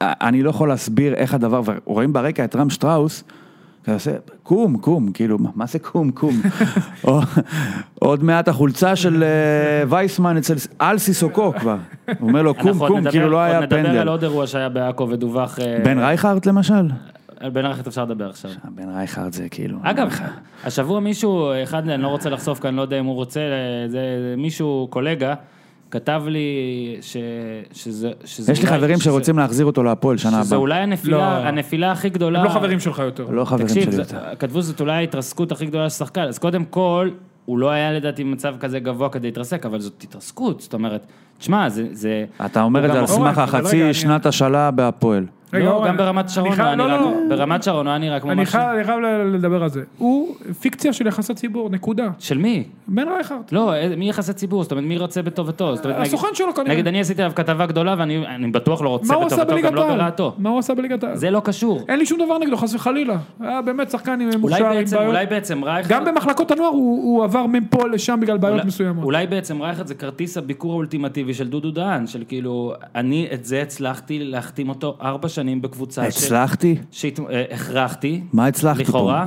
אני לא יכול להסביר איך הדבר, ורואים ברקע את רם שטראוס, אתה עושה, קום, קום, כאילו, מה- מה זה קום, קום? או, עוד מעט החולצה של אה, וייסמן אצל, על סיסוקו כבר. הוא אומר לו, קום,
אנחנו עוד
קום,
נדבר-
כאילו לא היה
עוד נדבר על
פנדל.
עוד אירוע שהיה בעכו ודווח... אה,
בן רייכרד למשל?
על בן ערכת אפשר לדבר עכשיו.
בן רייכרד זה כאילו...
אגב, השבוע מישהו, אחד, אני לא רוצה לחשוף כאן, לא יודע אם הוא רוצה, אה, זה זה מישהו, קולגה, כתב לי ש- שזה... שזה
יש לי
אולי-
חברים
שזה-
שרוצים להחזיר אותו להפועל שנה
שזה
הבאה.
אולי הנפילה,
לא.
הנפילה הכי גדולה.
הם לא חברים שלך יותר.
לא חברים
תקשיב,
שלי
זה-
יותר.
כתבו זאת אולי ההתרסקות הכי גדולה של שחקן, אז קודם כל, הוא לא היה לדעתי במצב כזה גבוה כדי להתרסק, אבל זאת התרסקות, זאת אומרת, תשמע, זה- זה...
אתה אומר
הוא
את זה
גם-
על
אורן,
סמך
אבל רגע,
החצי
אני-
שנת השאלה בהפועל.
רגע,
לא,
אורן,
גם ברמת
אני
שרון הוא
חייב-
היה
לא,
נראה
לא,
כמו- ברמת שרון הוא היה נראה כמו
אני
משהו...
חייב אני חייב לדבר על זה. הוא פיקציה של יחס הציבור, נקודה.
של מי?
בן רייכרד.
לא, איזה- מי יחסי ציבור? זאת אומרת, מי רוצה בטובתו? זאת אומרת, נגיד-
הסוכן שלו כנראה.
נגיד, אני עשיתי עליו כתבה גדולה, ואני אני בטוח לא
מה
רוצה
הוא עשה
בטובתו,
בליגת
גם לא
העל?
ברעתו.
מה הוא עשה בליגת העל?
זה לא קשור.
אין לי שום דבר נגדו, חס וחלילה. היה באמת שחקן עם מוכשר,
אולי
עם בעיות.
בעצם, אולי בעצם רייכרד...
גם במחלקות הנוער הוא, הוא עבר מפה לשם בגלל בעיות
אולי-
מסוימות.
אולי בעצם רייכרד זה כרטיס הביקור האולטימטיבי של דודו דהן, של כאילו, אני את זה הצלחתי להחתים אותו ארבע שנים בקבוצה ש-
הצלחתי?
שהת- אה, הכרחתי.
מה הצלחתי פה?
לכאורה.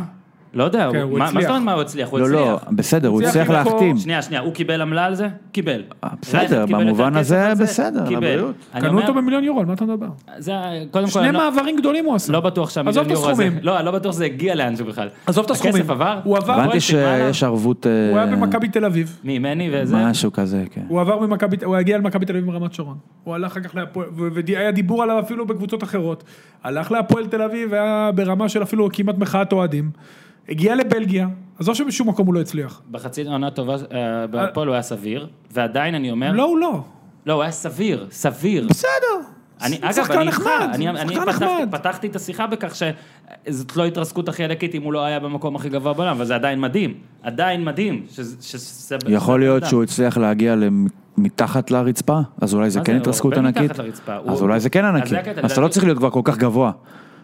לא יודע,
כן,
הוא-
הוא
מה מה
הצליח.
זאת אומרת מה הוא הצליח? הוא
לא, לא,
הצליח.
בסדר, הוא
הצליח
הצליח
למכור-
להחתים.
שנייה, שנייה, הוא קיבל עמלה על זה? קיבל.
אה, בסדר,
רייכרד קיבל
במובן
יותר כסף
הזה
על זה?
בסדר,
קיבל.
לבריאות.
אני
קנו
אומר,
אותו במיליון יורו, על מה אתה מדבר?
זה, קודם כל,
שני
אני לא-
מעברים גדולים הוא עשה.
לא בטוח
עזוב
שהמיליון
את
יורו הזה,
הסכומים.
לא, אני לא בטוח שזה הגיע לאנשהו בכלל.
עזוב את הסכומים.
הכסף עבר?
הוא עבר,
הבנתי
הפרויקטים, הלאה.
שיש ערבות...
הוא היה
אה,
במכבי תל אביב.
ממני וזה.
משהו כזה, כן.
הוא עבר ממכבי, הוא הגיע למכבי תל אביב מרמת שרון. הוא הלך אחר כך להפועל, והיה דיבור עליו אפילו בקבוצות אחרות. הלך להפועל תל אביב, היה ברמה של אפילו כמעט מחאת אוהדים. הגיע לבלגיה, עזוב שבשום מקום הוא לא הצליח.
בחצי עונה טובה, אה, בהפועל הוא היה סביר, ועדיין אני אומר,
לא, הוא לא.
לא, הוא היה סביר, סביר.
בסדר.
אני, אגב,
שחקן
אני איתך,
נחמד,
אני, אני
שחקן
פתחתי,
נחמד.
פתחתי את השיחה בכך שזאת לא התרסקות הכי ענקית אם הוא לא היה במקום הכי גבוה בעולם, אבל זה עדיין מדהים, עדיין מדהים. שזה- שזה-
יכול
שזה
להיות
אדם.
שהוא הצליח להגיע למ- מתחת לרצפה, אז אולי זה
מה
כן
זה?
התרסקות
הוא הרבה
ענקית?
מתחת לרצפה. הוא-
אז אולי זה כן
אז
ענקי.
זה הקטע,
אז אתה לא
לדעתי-
צריך להיות כבר כל כך גבוה.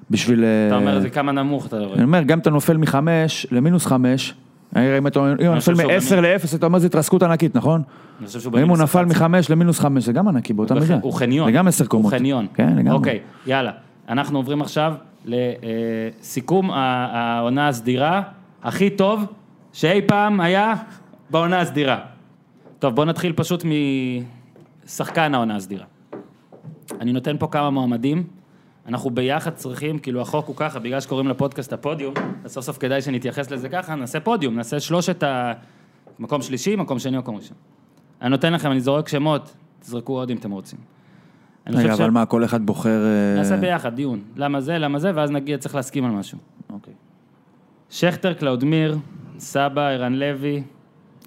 בשביל...
אתה אומר,
אה,
זה כמה נמוך אתה רואה.
אני אומר, גם אתה נופל מחמש למינוס חמש, אה, אם אתה אם אתה
חושב
נופל
שהוא
מעשר לאפס, אתה אומר, זה התרסקות ענקית, נכון?
אני חושב שהוא
ואם הוא
במינוס
נפל
אחד.
מחמש למינוס חמש, זה גם ענקי באותה
הוא
מידה.
בח- הוא חניון.
זה גם עשר קומות.
הוא חניון.
כן, לגמרי.
אוקיי, יאללה. אנחנו עוברים עכשיו לסיכום העונה הסדירה, הכי טוב שאי פעם היה בעונה הסדירה. טוב, בואו נתחיל פשוט משחקן העונה הסדירה. אני נותן פה כמה מועמדים. אנחנו ביחד צריכים, כאילו החוק הוא ככה, בגלל שקוראים לפודקאסט הפודיום, אז סוף סוף כדאי שנתייחס לזה ככה, נעשה פודיום, נעשה שלושת ה... מקום שלישי, מקום שני, מקום ראשון. אני נותן לכם, אני זורק שמות, תזרקו עוד אם אתם רוצים. אני
רגע,
חושב
אבל מה, כל אחד בוחר... אה,
שנעשה ביחד דיון, למה זה, למה זה, ואז נגיע, צריך להסכים על משהו.
אוקיי.
שכטר, קלאודמיר, סבא, ערן לוי,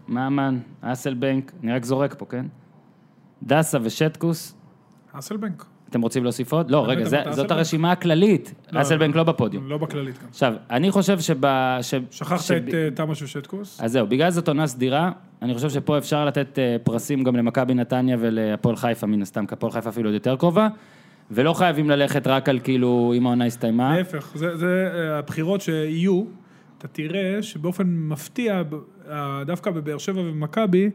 ממן, אסלבנק, אני רק זורק פה, כן? דסה ושטקוס,
אסלבנק.
אתם רוצים להוסיף עוד? לא, רגע,
אמרת
זה-
אסלבנק?
זאת הרשימה הכללית.
לא,
אסלבנק לא בפודיום.
לא בכללית גם.
עכשיו, אני חושב שב... ש-
שכחת
שב-
את אה, תמה שושטקוס?
אז זהו, בגלל זאת עונה סדירה, אני חושב שפה אפשר לתת אה, פרסים גם למכבי נתניה ולהפועל חיפה מן הסתם, כי הפועל חיפה אפילו עוד יותר קרובה, ולא חייבים ללכת רק על כאילו, אם העונה הסתיימה.
להפך, זה, זה אה, הבחירות שיהיו, אתה תראה שבאופן מפתיע, ב- אה, דווקא בבאר שבע ובמכבי,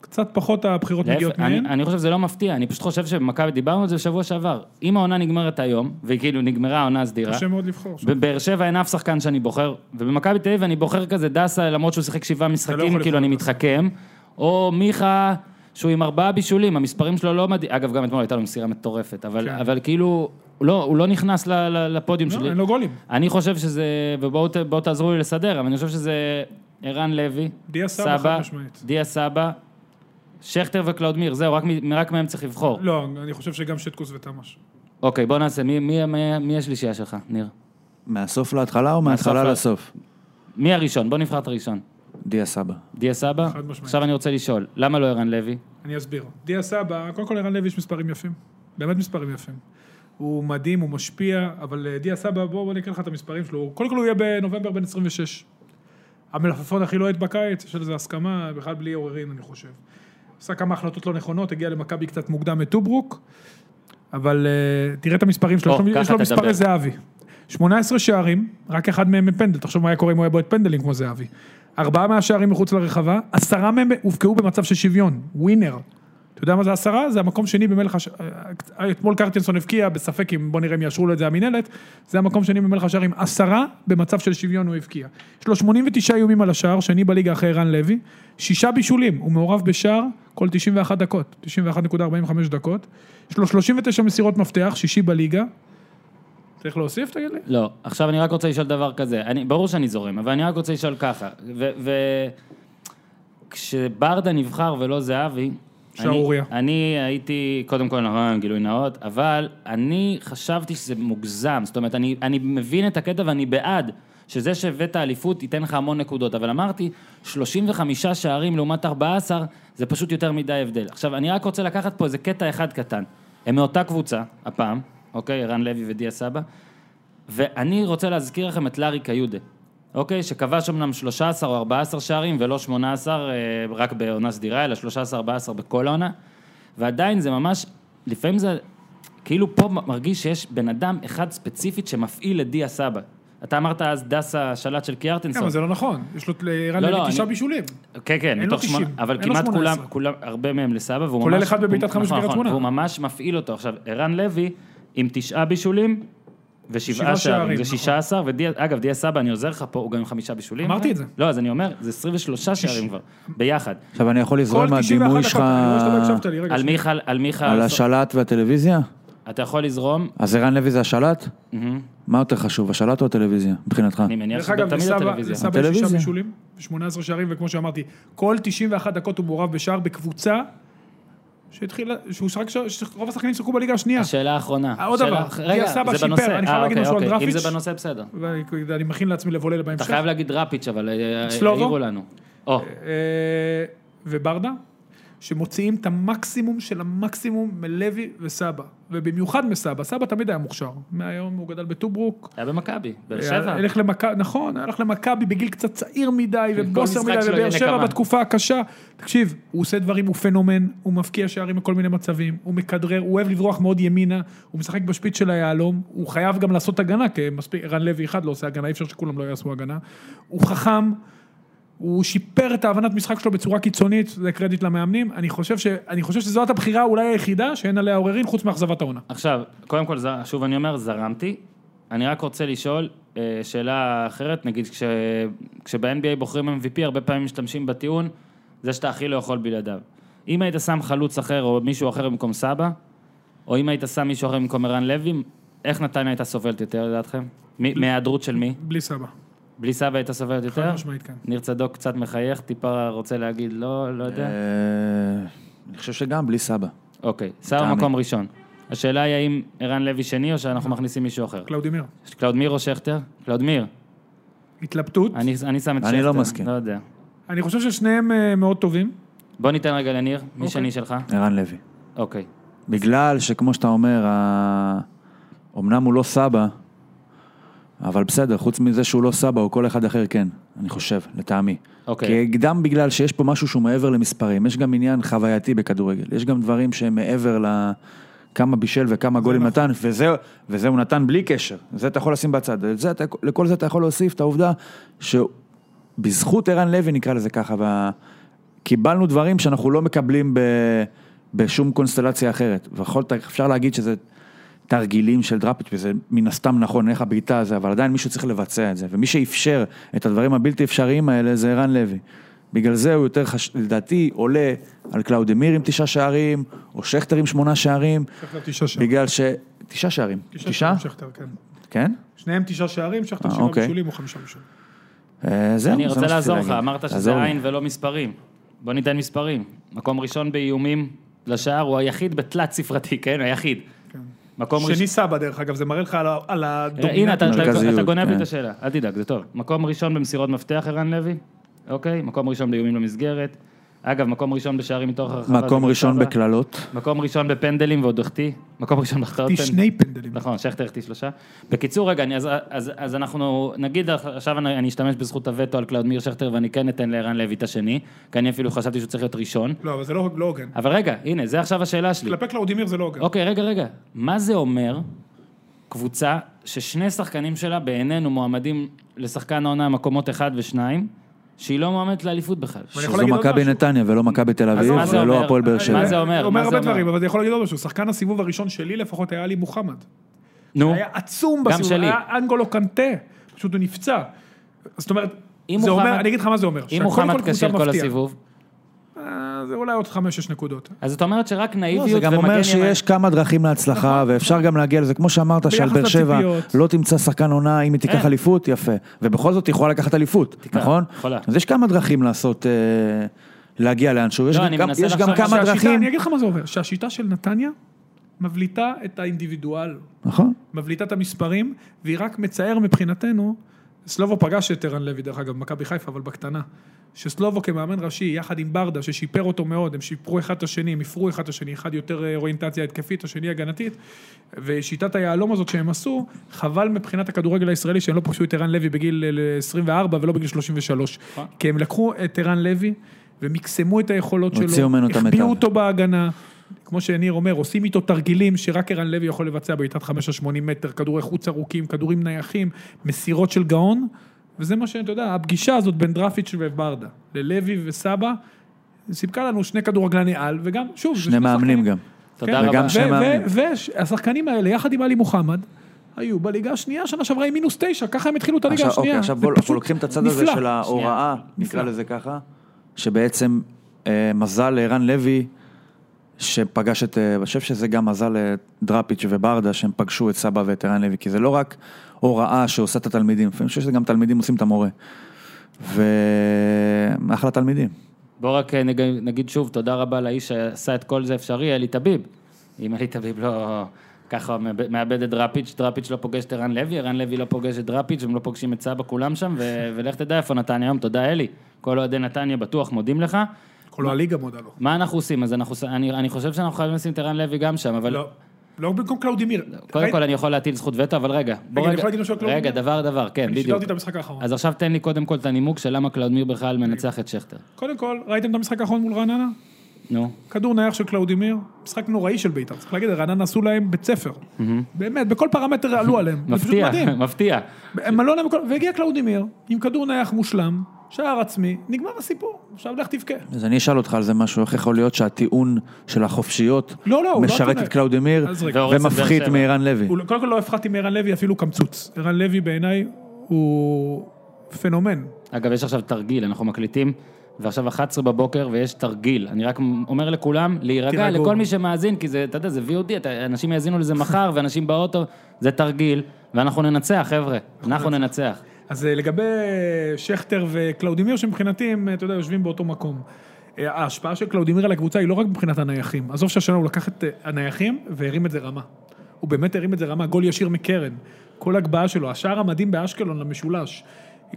קצת פחות הבחירות מגיעות
להפך, אני,
מהן.
אני חושב שזה לא מפתיע, אני פשוט חושב שבמכבי, דיברנו על זה בשבוע שעבר. אם העונה נגמרת היום, וכאילו נגמרה העונה הסדירה,
קשה מאוד לבחור. עכשיו.
בבאר שבע אין אף שחקן שאני בוחר, ובמכבי תל אביב אני בוחר כזה דסה, למרות שהוא שיחק שבעה
אתה לא
משחקים,
יכול
כאילו אני
לבחור
מתחכם, או מיכה, שהוא עם ארבעה בישולים, המספרים שלו לא מדהים, אגב, גם אתמול הייתה לו מסירה מטורפת, אבל,
כן.
אבל כאילו, לא, הוא לא נכנס ל- ל- לפודיום
לא,
שלי.
אין לו גולים.
אני חושב שזה, ובואו ת- בואו תעזרו לי לסדר, אבל אני חושב שזה ערן לוי,
דיה סבא, חד משמעית.
דיה סבא, שכטר וקלאודמיר, זהו, רק, מ- רק מהם צריך לבחור.
לא, אני חושב שגם שטקוס ותמ"ש.
אוקיי, בוא נעשה, מי, מי, מי, מי השלישייה שלך, ניר?
מהסוף להתחלה או מההתחלה
מהסוף
לסוף?
מי הראשון? בוא נבחר את הראשון.
דיה סבא.
דיה סבא?
חד משמעית.
עכשיו אני רוצה לשאול, למה לא ערן לוי?
אני אסביר. דיה סבא, קודם כל ערן לוי יש מספרים יפים. באמת מספרים יפים. הוא מדהים, הוא משפיע, אבל אה, דיה סבא, בוא, בוא אני אקריא לך את המספרים שלו. הוא- קודם כל הוא יהיה בנובמבר בן 26. המלפפון הכי לוהט בקיץ, יש על זה הסכמה, בכלל בלי עוררין, אני חושב. עשה כמה החלטות לא נכונות, הגיע למכבי קצת מוקדם מטוברוק, אבל אה, תראה את המספרים שלו,
או,
יש לו-
ככה
יש לו
תדבר.
מספרי זהבי. 18 שערים, רק אחד מהם מפנדל, תחשוב מה היה קורה אם הוא היה בועט פנדלים כמו זהבי. ארבעה מהשערים מחוץ לרחבה, עשרה מהם הובקעו במצב של שוויון, ווינר. אתה יודע מה זה עשרה? זה המקום שני במלך השערים, אתמול קרטינסון הבקיע, בספק אם בוא נראה אם יאשרו לו את זה המינהלת, זה המקום שני במלך השערים, עשרה במצב של שוויון הוא הבקיע. יש לו 89 איומים על השער, שני בליגה אחרי ערן לוי, שישה בישולים, הוא מעורב בשער כל 91 דקות, 91.45 דקות, יש לו 39 מסירות מפתח, שישי בליגה, צריך להוסיף תגיד לי?
לא. עכשיו אני רק רוצה לשאול דבר כזה, אני, ברור שאני זורם, אבל אני רק רוצה לשאול ככה, ו... ו... כשברדה נבחר ולא זהבי,
שערורייה.
אני, אני הייתי, קודם כל, נכון, גילוי נאות, אבל אני חשבתי שזה מוגזם, זאת אומרת, אני, אני מבין את הקטע ואני בעד שזה שהבאת אליפות ייתן לך המון נקודות, אבל אמרתי, 35 שערים לעומת 14, זה פשוט יותר מדי הבדל. עכשיו, אני רק רוצה לקחת פה איזה קטע אחד קטן. הם מאותה קבוצה, הפעם, אוקיי, ערן לוי ודיה סבא, ואני רוצה להזכיר לכם את לארי קיודה, אוקיי? שכבש אמנם 13 או 14 שערים ולא 18 אה, רק בעונה סדירה, אלא 13-14 בכל העונה, ועדיין זה ממש, לפעמים זה, כאילו פה מרגיש שיש בן אדם אחד ספציפית שמפעיל את דיה סבא. אתה אמרת אז דסה שלט של
כן,
קיארטנסון.
אבל זה לא נכון, יש לו לערן
לא,
לוי
לא,
תשעה
אני-
בישולים.
כן, כן,
אין לו
מתוך
90,
שמונה, אבל
אין לו
כמעט כולם,
18.
כולם, הרבה מהם לסבא, והוא
כולל
ממש...
אחד בבעיטת
הוא-
חמש
נכון,
בקריית
נכון,
שמונה.
והוא ממש מפעיל אותו. עכשיו, ערן לוי עם תשעה בישולים ושבעה
שבעה
שערים,
שערים,
זה
נכון.
16, ודיה, אגב, דיה סבא, אני עוזר לך פה, הוא גם עם חמישה בישולים.
אמרתי את זה.
לא, אז אני אומר, זה 23 שערים כבר, ביחד.
עכשיו אני יכול
לא
לזרום
כל 91
מהדימוי
דקות,
שלך
אני רואה שאתה לא הקשבת לי, רגע,
על
שנייה.
מיכל, על מיכל,
על השלט והטלוויזיה?
אתה יכול לזרום,
אז ערן לוי זה השלט?
מהמם.
מה יותר חשוב, השלט או הטלוויזיה, מבחינתך?
אני מניח
דרך
שזה
אגב,
תמיד
לסבא
הטלוויזיה.
לסבא יש שישה
הטלוויזיה.
בישולים, 18 שערים, וכמו שאמרתי, כל 91 דקות הוא מעורב בשער בקבוצה שהתחילה, שהוא שחק, שרוב השחקנים שיחקו בליגה השנייה.
השאלה האחרונה.
אה, עוד
שאלה-
דבר, דיה
רגע,
סבא
זה
שיפר,
בנושא.
אני חייב
אה,
להגיד
אוקיי,
משהו על
אוקיי, אם
דראפיץ'.
זה בנושא, בסדר.
ואני אני מכין לעצמי לבולל
אתה
בהמשך.
חייב להגיד דראפיץ', אבל אה,
סלובו?
העירו לנו. או,
אה, וברדה, שמוציאים את המקסימום של המקסימום מלוי וסבא, ובמיוחד מסבא, סבא תמיד היה מוכשר, מהיום הוא גדל בטוברוק.
היה במכבי,
אה,
באר שבע.
היה- הלך למכבי, נכון, הלך למכבי בגיל קצת צעיר מדי,
כן, כל
ובוסר
משחק
מדי,
שלו
ובאר
יהיה
שבע
נקמה.
בתקופה הקשה. תקשיב, הוא עושה דברים, הוא פנומן, הוא מבקיע שערים בכל מיני מצבים, הוא מכדרר, הוא אוהב לברוח מאוד ימינה, הוא משחק בשפיץ של היהלום, הוא חייב גם לעשות הגנה, כי מספיק, רן לוי אחד לא עושה הגנה, אי אפשר שכולם לא יעשו הגנה. הוא חכם, הוא שיפר את ההבנת משחק שלו בצורה קיצונית, זה קרדיט למאמנים. אני חושב, ש... אני חושב שזאת הבחירה אולי היחידה שאין עליה עוררין, חוץ מאכזבת העונה.
עכשיו, קודם כל, ז- שוב אני אומר, זרמתי. אני רק רוצה לשאול אה, שאלה אחרת, נגיד, כש, כשב-NBA בוחרים MVP, הרבה פעמים משתמשים בטיעון, זה שאתה הכי לא יכול בלעדיו. אם היית שם חלוץ אחר או מישהו אחר במקום סבא, או אם היית שם מישהו אחר במקום ערן לוי, איך נתניה הייתה סובלת יותר, לדעתכם? מ- מהיעדרות של מי?
בלי סבא,
בלי סבא הייתה סובלת
חד
יותר?
משמעית כן.
ניר צדוק קצת מחייך, טיפה רוצה להגיד לא, לא יודע.
אה, אני חושב שגם בלי סבא.
אוקיי, סבא
תאמין.
מקום ראשון. השאלה היא האם ערן לוי שני או שאנחנו מכניסים מישהו אחר?
קלאודימיר,
יש קלאודמיר או שכטר? קלאודמיר.
התלבטות.
אני, אני שם את שכטר.
אני לא מסכים.
לא יודע.
אני חושב ששניהם אה, מאוד טובים.
בוא ניתן רגע לניר, מי
אוקיי.
שני שלך?
ערן לוי.
אוקיי.
בגלל שכמו שאתה אומר, ה- אמנם הוא לא סבא, אבל בסדר, חוץ מזה שהוא לא סבא, או כל אחד אחר כן, אני חושב, לטעמי.
אוקיי.
כי גם בגלל שיש פה משהו שהוא מעבר למספרים, יש גם עניין חווייתי בכדורגל, יש גם דברים שהם מעבר ל... כמה בישל וכמה גולים נתן, וזה, וזה הוא נתן בלי קשר, זה אתה יכול לשים בצד, את זה, אתה, לכל זה אתה יכול להוסיף את העובדה שהוא בזכות ערן לוי נקרא לזה ככה, וה... קיבלנו דברים שאנחנו לא מקבלים ב... בשום קונסטלציה אחרת. ויכולת, אפשר להגיד שזה תרגילים של דראפיץ', וזה מן הסתם נכון, אין לך בעיטה הזה, אבל עדיין מישהו צריך לבצע את זה. ומי שאפשר את הדברים הבלתי אפשריים האלה זה ערן לוי. בגלל זה הוא יותר, חש... לדעתי, עולה על קלאודמיר עם תשעה שערים, או שכטר עם שמונה שערים,
שכטר תשעה שערים.
בגלל ש... תשעה שערים. תשעה?
שערים, שכטר, כן.
כן?
שניהם תשעה שערים, שכטר
אה,
שבעה
אוקיי.
בישולים או חמישה בישולים.
אה, זהו,
אני
זה
רוצה
מה שרציתי
לעזור לך,
להגיד.
אמרת
לעזור
שזה
לי.
עין ולא מספרים. בוא ניתן מספרים. מקום ראשון באיומים לשער, הוא היחיד בתלת ספרתי, כן? היחיד. מקום ראשון... אה,
שני סבא, דרך אגב, זה מראה לך על ה- על
הנה, אתה-
הדומיננטיות.
אתה אתה
מרכזיות,
גונב לי את
כן.
השאלה, אל תדאג, זה טוב. מקום ראשון במסירות מפתח, ערן לוי? אוקיי, מקום ראשון באיומים למסגרת. אגב, מקום ראשון בשערים מתוך הרחבה. זה
מקום
כפר
ראשון
סבא.
בקללות.
מקום ראשון בפנדלים ועוד החטיא. מקום ראשון בהחטאות
החטיא שני פנדלים.
נכון, שכטר החטיא שלושה. בקיצור, רגע, אני, אז, אז, אז אנחנו, נגיד עכשיו אני, אני אשתמש בזכות הווטו על קלאודמיר שכטר ואני כן אתן לערן לוי את השני, כי אני אפילו חשבתי שהוא צריך להיות ראשון.
לא, אבל זה לא לא הוגן.
אבל רגע, הנה, זה עכשיו השאלה שלי.
כלפי קלאודימיר זה לא הוגן.
אוקיי, רגע, רגע. מה זה אומר קבוצה ששני שחקנים שלה בעינינו מועמדים לשחקן העונה מקומות אחד ושניים, שהיא לא מועמדת לאליפות בכלל?
ואני יכול
שזו
להגיד עוד
מכבי
משהו.
נתניה ולא מכבי תל אביב
מה זה אומר?
ולא הפועל באר שבע.
מה זה אומר?
אומר
מה זה
הרבה
אומר?
דברים, אבל אני יכול להגיד עוד משהו. שחקן הסיבוב הראשון שלי לפחות היה לי מוחמד.
נו,
היה עצום
גם
בסיבוב,
שלי.
היה אנגולו קנטה, פשוט הוא נפצע. זאת אומרת,
אם
זה
מוחמד-
אומר, אני אגיד לך מה זה אומר.
אם
שהקודם כל
מוחמד
קבוצה
כשיר כל
מפתיעה.
הסיבוב,
אה, זה אולי עוד חמש-שש נקודות.
אז זאת אומרת שרק
לא, זה
נאיביות
גם אומר
ומגן
שיש כמה דרכים להצלחה,
נכון,
ואפשר גם להגיע לזה. כמו שאמרת, שעל באר שבע
לציפיות.
לא תמצא שחקן עונה אם היא
אין.
תיקח אליפות, יפה. ובכל זאת היא יכולה לקחת אליפות,
תיקח,
נכון?
יכולה.
אז יש כמה דרכים לעשות, אה, להגיע לאנשהו. יש
לא,
גם
אני
כמה-
מנסה
יש גם
לחשוב
כמה
שהשיטה-
דרכים.
אני אגיד לך מה זה אומר, שהשיטה של נתניה מבליטה את האינדיבידואל,
נכון.
מבליטה את המספרים, והיא רק מצער מבחינתנו, סלובו פגש את ערן לוי, דרך אגב, במכבי חיפה, אבל בקטנה. שסלובו כמאמן ראשי, יחד עם ברדה, ששיפר אותו מאוד, הם שיפרו אחד את השני, הם הפרו אחד את השני, אחד יותר אה, אוריינטציה התקפית, השני הגנתית, ושיטת היהלום הזאת שהם עשו, חבל מבחינת הכדורגל הישראלי שהם לא פגשו את ערן לוי בגיל אה, 24 ולא בגיל 33. כי הם לקחו את ערן לוי ומקסמו את היכולות שלו,
הוציאו ממנו את
החביאו
המיטב.
אותו בהגנה, כמו שניר אומר, עושים איתו תרגילים שרק ערן לוי יכול לבצע בעיטת 5-80 מטר, כדורי חוץ ארוכים, כדורים נייחים, מסירות של גאון, וזה מה שאתה יודע, הפגישה הזאת בין דרפיץ' וברדה, ללוי וסבא, סיפקה לנו שני כדורגלני על, וגם, שוב, זה
שני מאמנים
שחקנים.
גם.
תודה
כן,
רבה.
וגם שני
ו- ו-
מאמנים.
והשחקנים האלה, יחד עם עלי מוחמד, היו בליגה השנייה, שנה שעברה עם מינוס תשע, ככה הם התחילו את הליגה
עכשיו,
השנייה.
אוקיי, עכשיו
זה
בואו,
פשוט
אנחנו לוקחים את הצד הזה
נפלא.
של ההוראה, נקרא
נפלא.
לזה ככה, שבעצם אה, מזל לערן לוי, שפגש את, אה, אני חושב שזה גם מזל לדראפיץ' וברדה, שהם פגשו את סבא ואת ערן לוי, כי זה לא רק הוראה שעושה את התלמידים, לפעמים אני חושב שזה גם תלמידים עושים את המורה. ואחלה תלמידים.
בוא רק אה, נג- נגיד שוב, תודה רבה לאיש שעשה את כל זה אפשרי, אלי טביב. אם אלי טביב לא... ככה הוא מאבד- מאבד את דראפיץ', דראפיץ' לא פוגש את ערן לוי, ערן לוי לא פוגש את דראפיץ', הם לא פוגשים את סבא כולם שם, ו- ולך תדע איפה נתניה היום, תודה אלי. כל אוהדי נתניה בטוח מודים לך.
כל הליגה מודה לו.
מה אנחנו עושים? אז אנחנו, ש- אני, אני חושב שאנחנו חייבים לשים את ערן לוי גם שם, אבל...
לא, לא במקום קלאודימיר.
קודם
ראית?
כל אני יכול להטיל זכות וטו, אבל רגע. בוא
אני יכול להגיד משהו על קלאודמיר?
רגע, דבר דבר, כן,
אני
בדיוק.
שידרתי את המשחק האחרון.
אז עכשיו תן לי קודם כל את הנימוק של למה קלאודמיר בכלל מנצח את שכטר.
קודם כל, ראיתם את המשחק האחרון מול רעננה?
נו.
כדור נייח של קלאודימיר, משחק נוראי של בית"ר. צריך להגיד, רעננה עשו להם בית ספר. באמת, בכל פרמטר עלו עליהם. זה פשוט
מפתיע,
מדהים.
מפתיע.
הם עלו עליהם, בכל- והגיע קלאודימיר עם כדור נייח מושלם, שער עצמי, נגמר הסיפור. עכשיו לך תבכה.
אז אני אשאל אותך על זה משהו, איך יכול להיות שהטיעון של החופשיות
לא, לא, הוא לא
משרת
צודק.
את קלאודמיר
אז רגע.
והורס את באר
ומפחית
שבע.
מערן לוי?
הוא לא- קודם כל לא הפחדתי מערן לוי אפילו קמצוץ. ערן לוי בעיניי הוא פנומן.
אגב, יש עכשיו תרגיל, אנחנו מקליטים, ועכשיו 11 בבוקר ויש תרגיל. אני רק אומר לכולם, להירגע,
תירגעו.
לכל מי שמאזין, כי זה, אתה יודע, זה VOD, אתה- אנשים יאזינו לזה מחר, ואנשים באוטו, זה תרגיל, ואנחנו ננצח, חבר'ה, אנחנו ננצח.
אז אה, לגבי שכטר וקלאודימיר, שמבחינתי הם, אה, אתה יודע, יושבים באותו מקום. אה, ההשפעה של קלאודימיר על הקבוצה היא לא רק מבחינת הנייחים. עזוב שהשנה הוא לקח את אה, הנייחים והרים את זה רמה. הוא באמת הרים את זה רמה, גול ישיר מקרן. כל הגבהה שלו, השער המדהים באשקלון למשולש.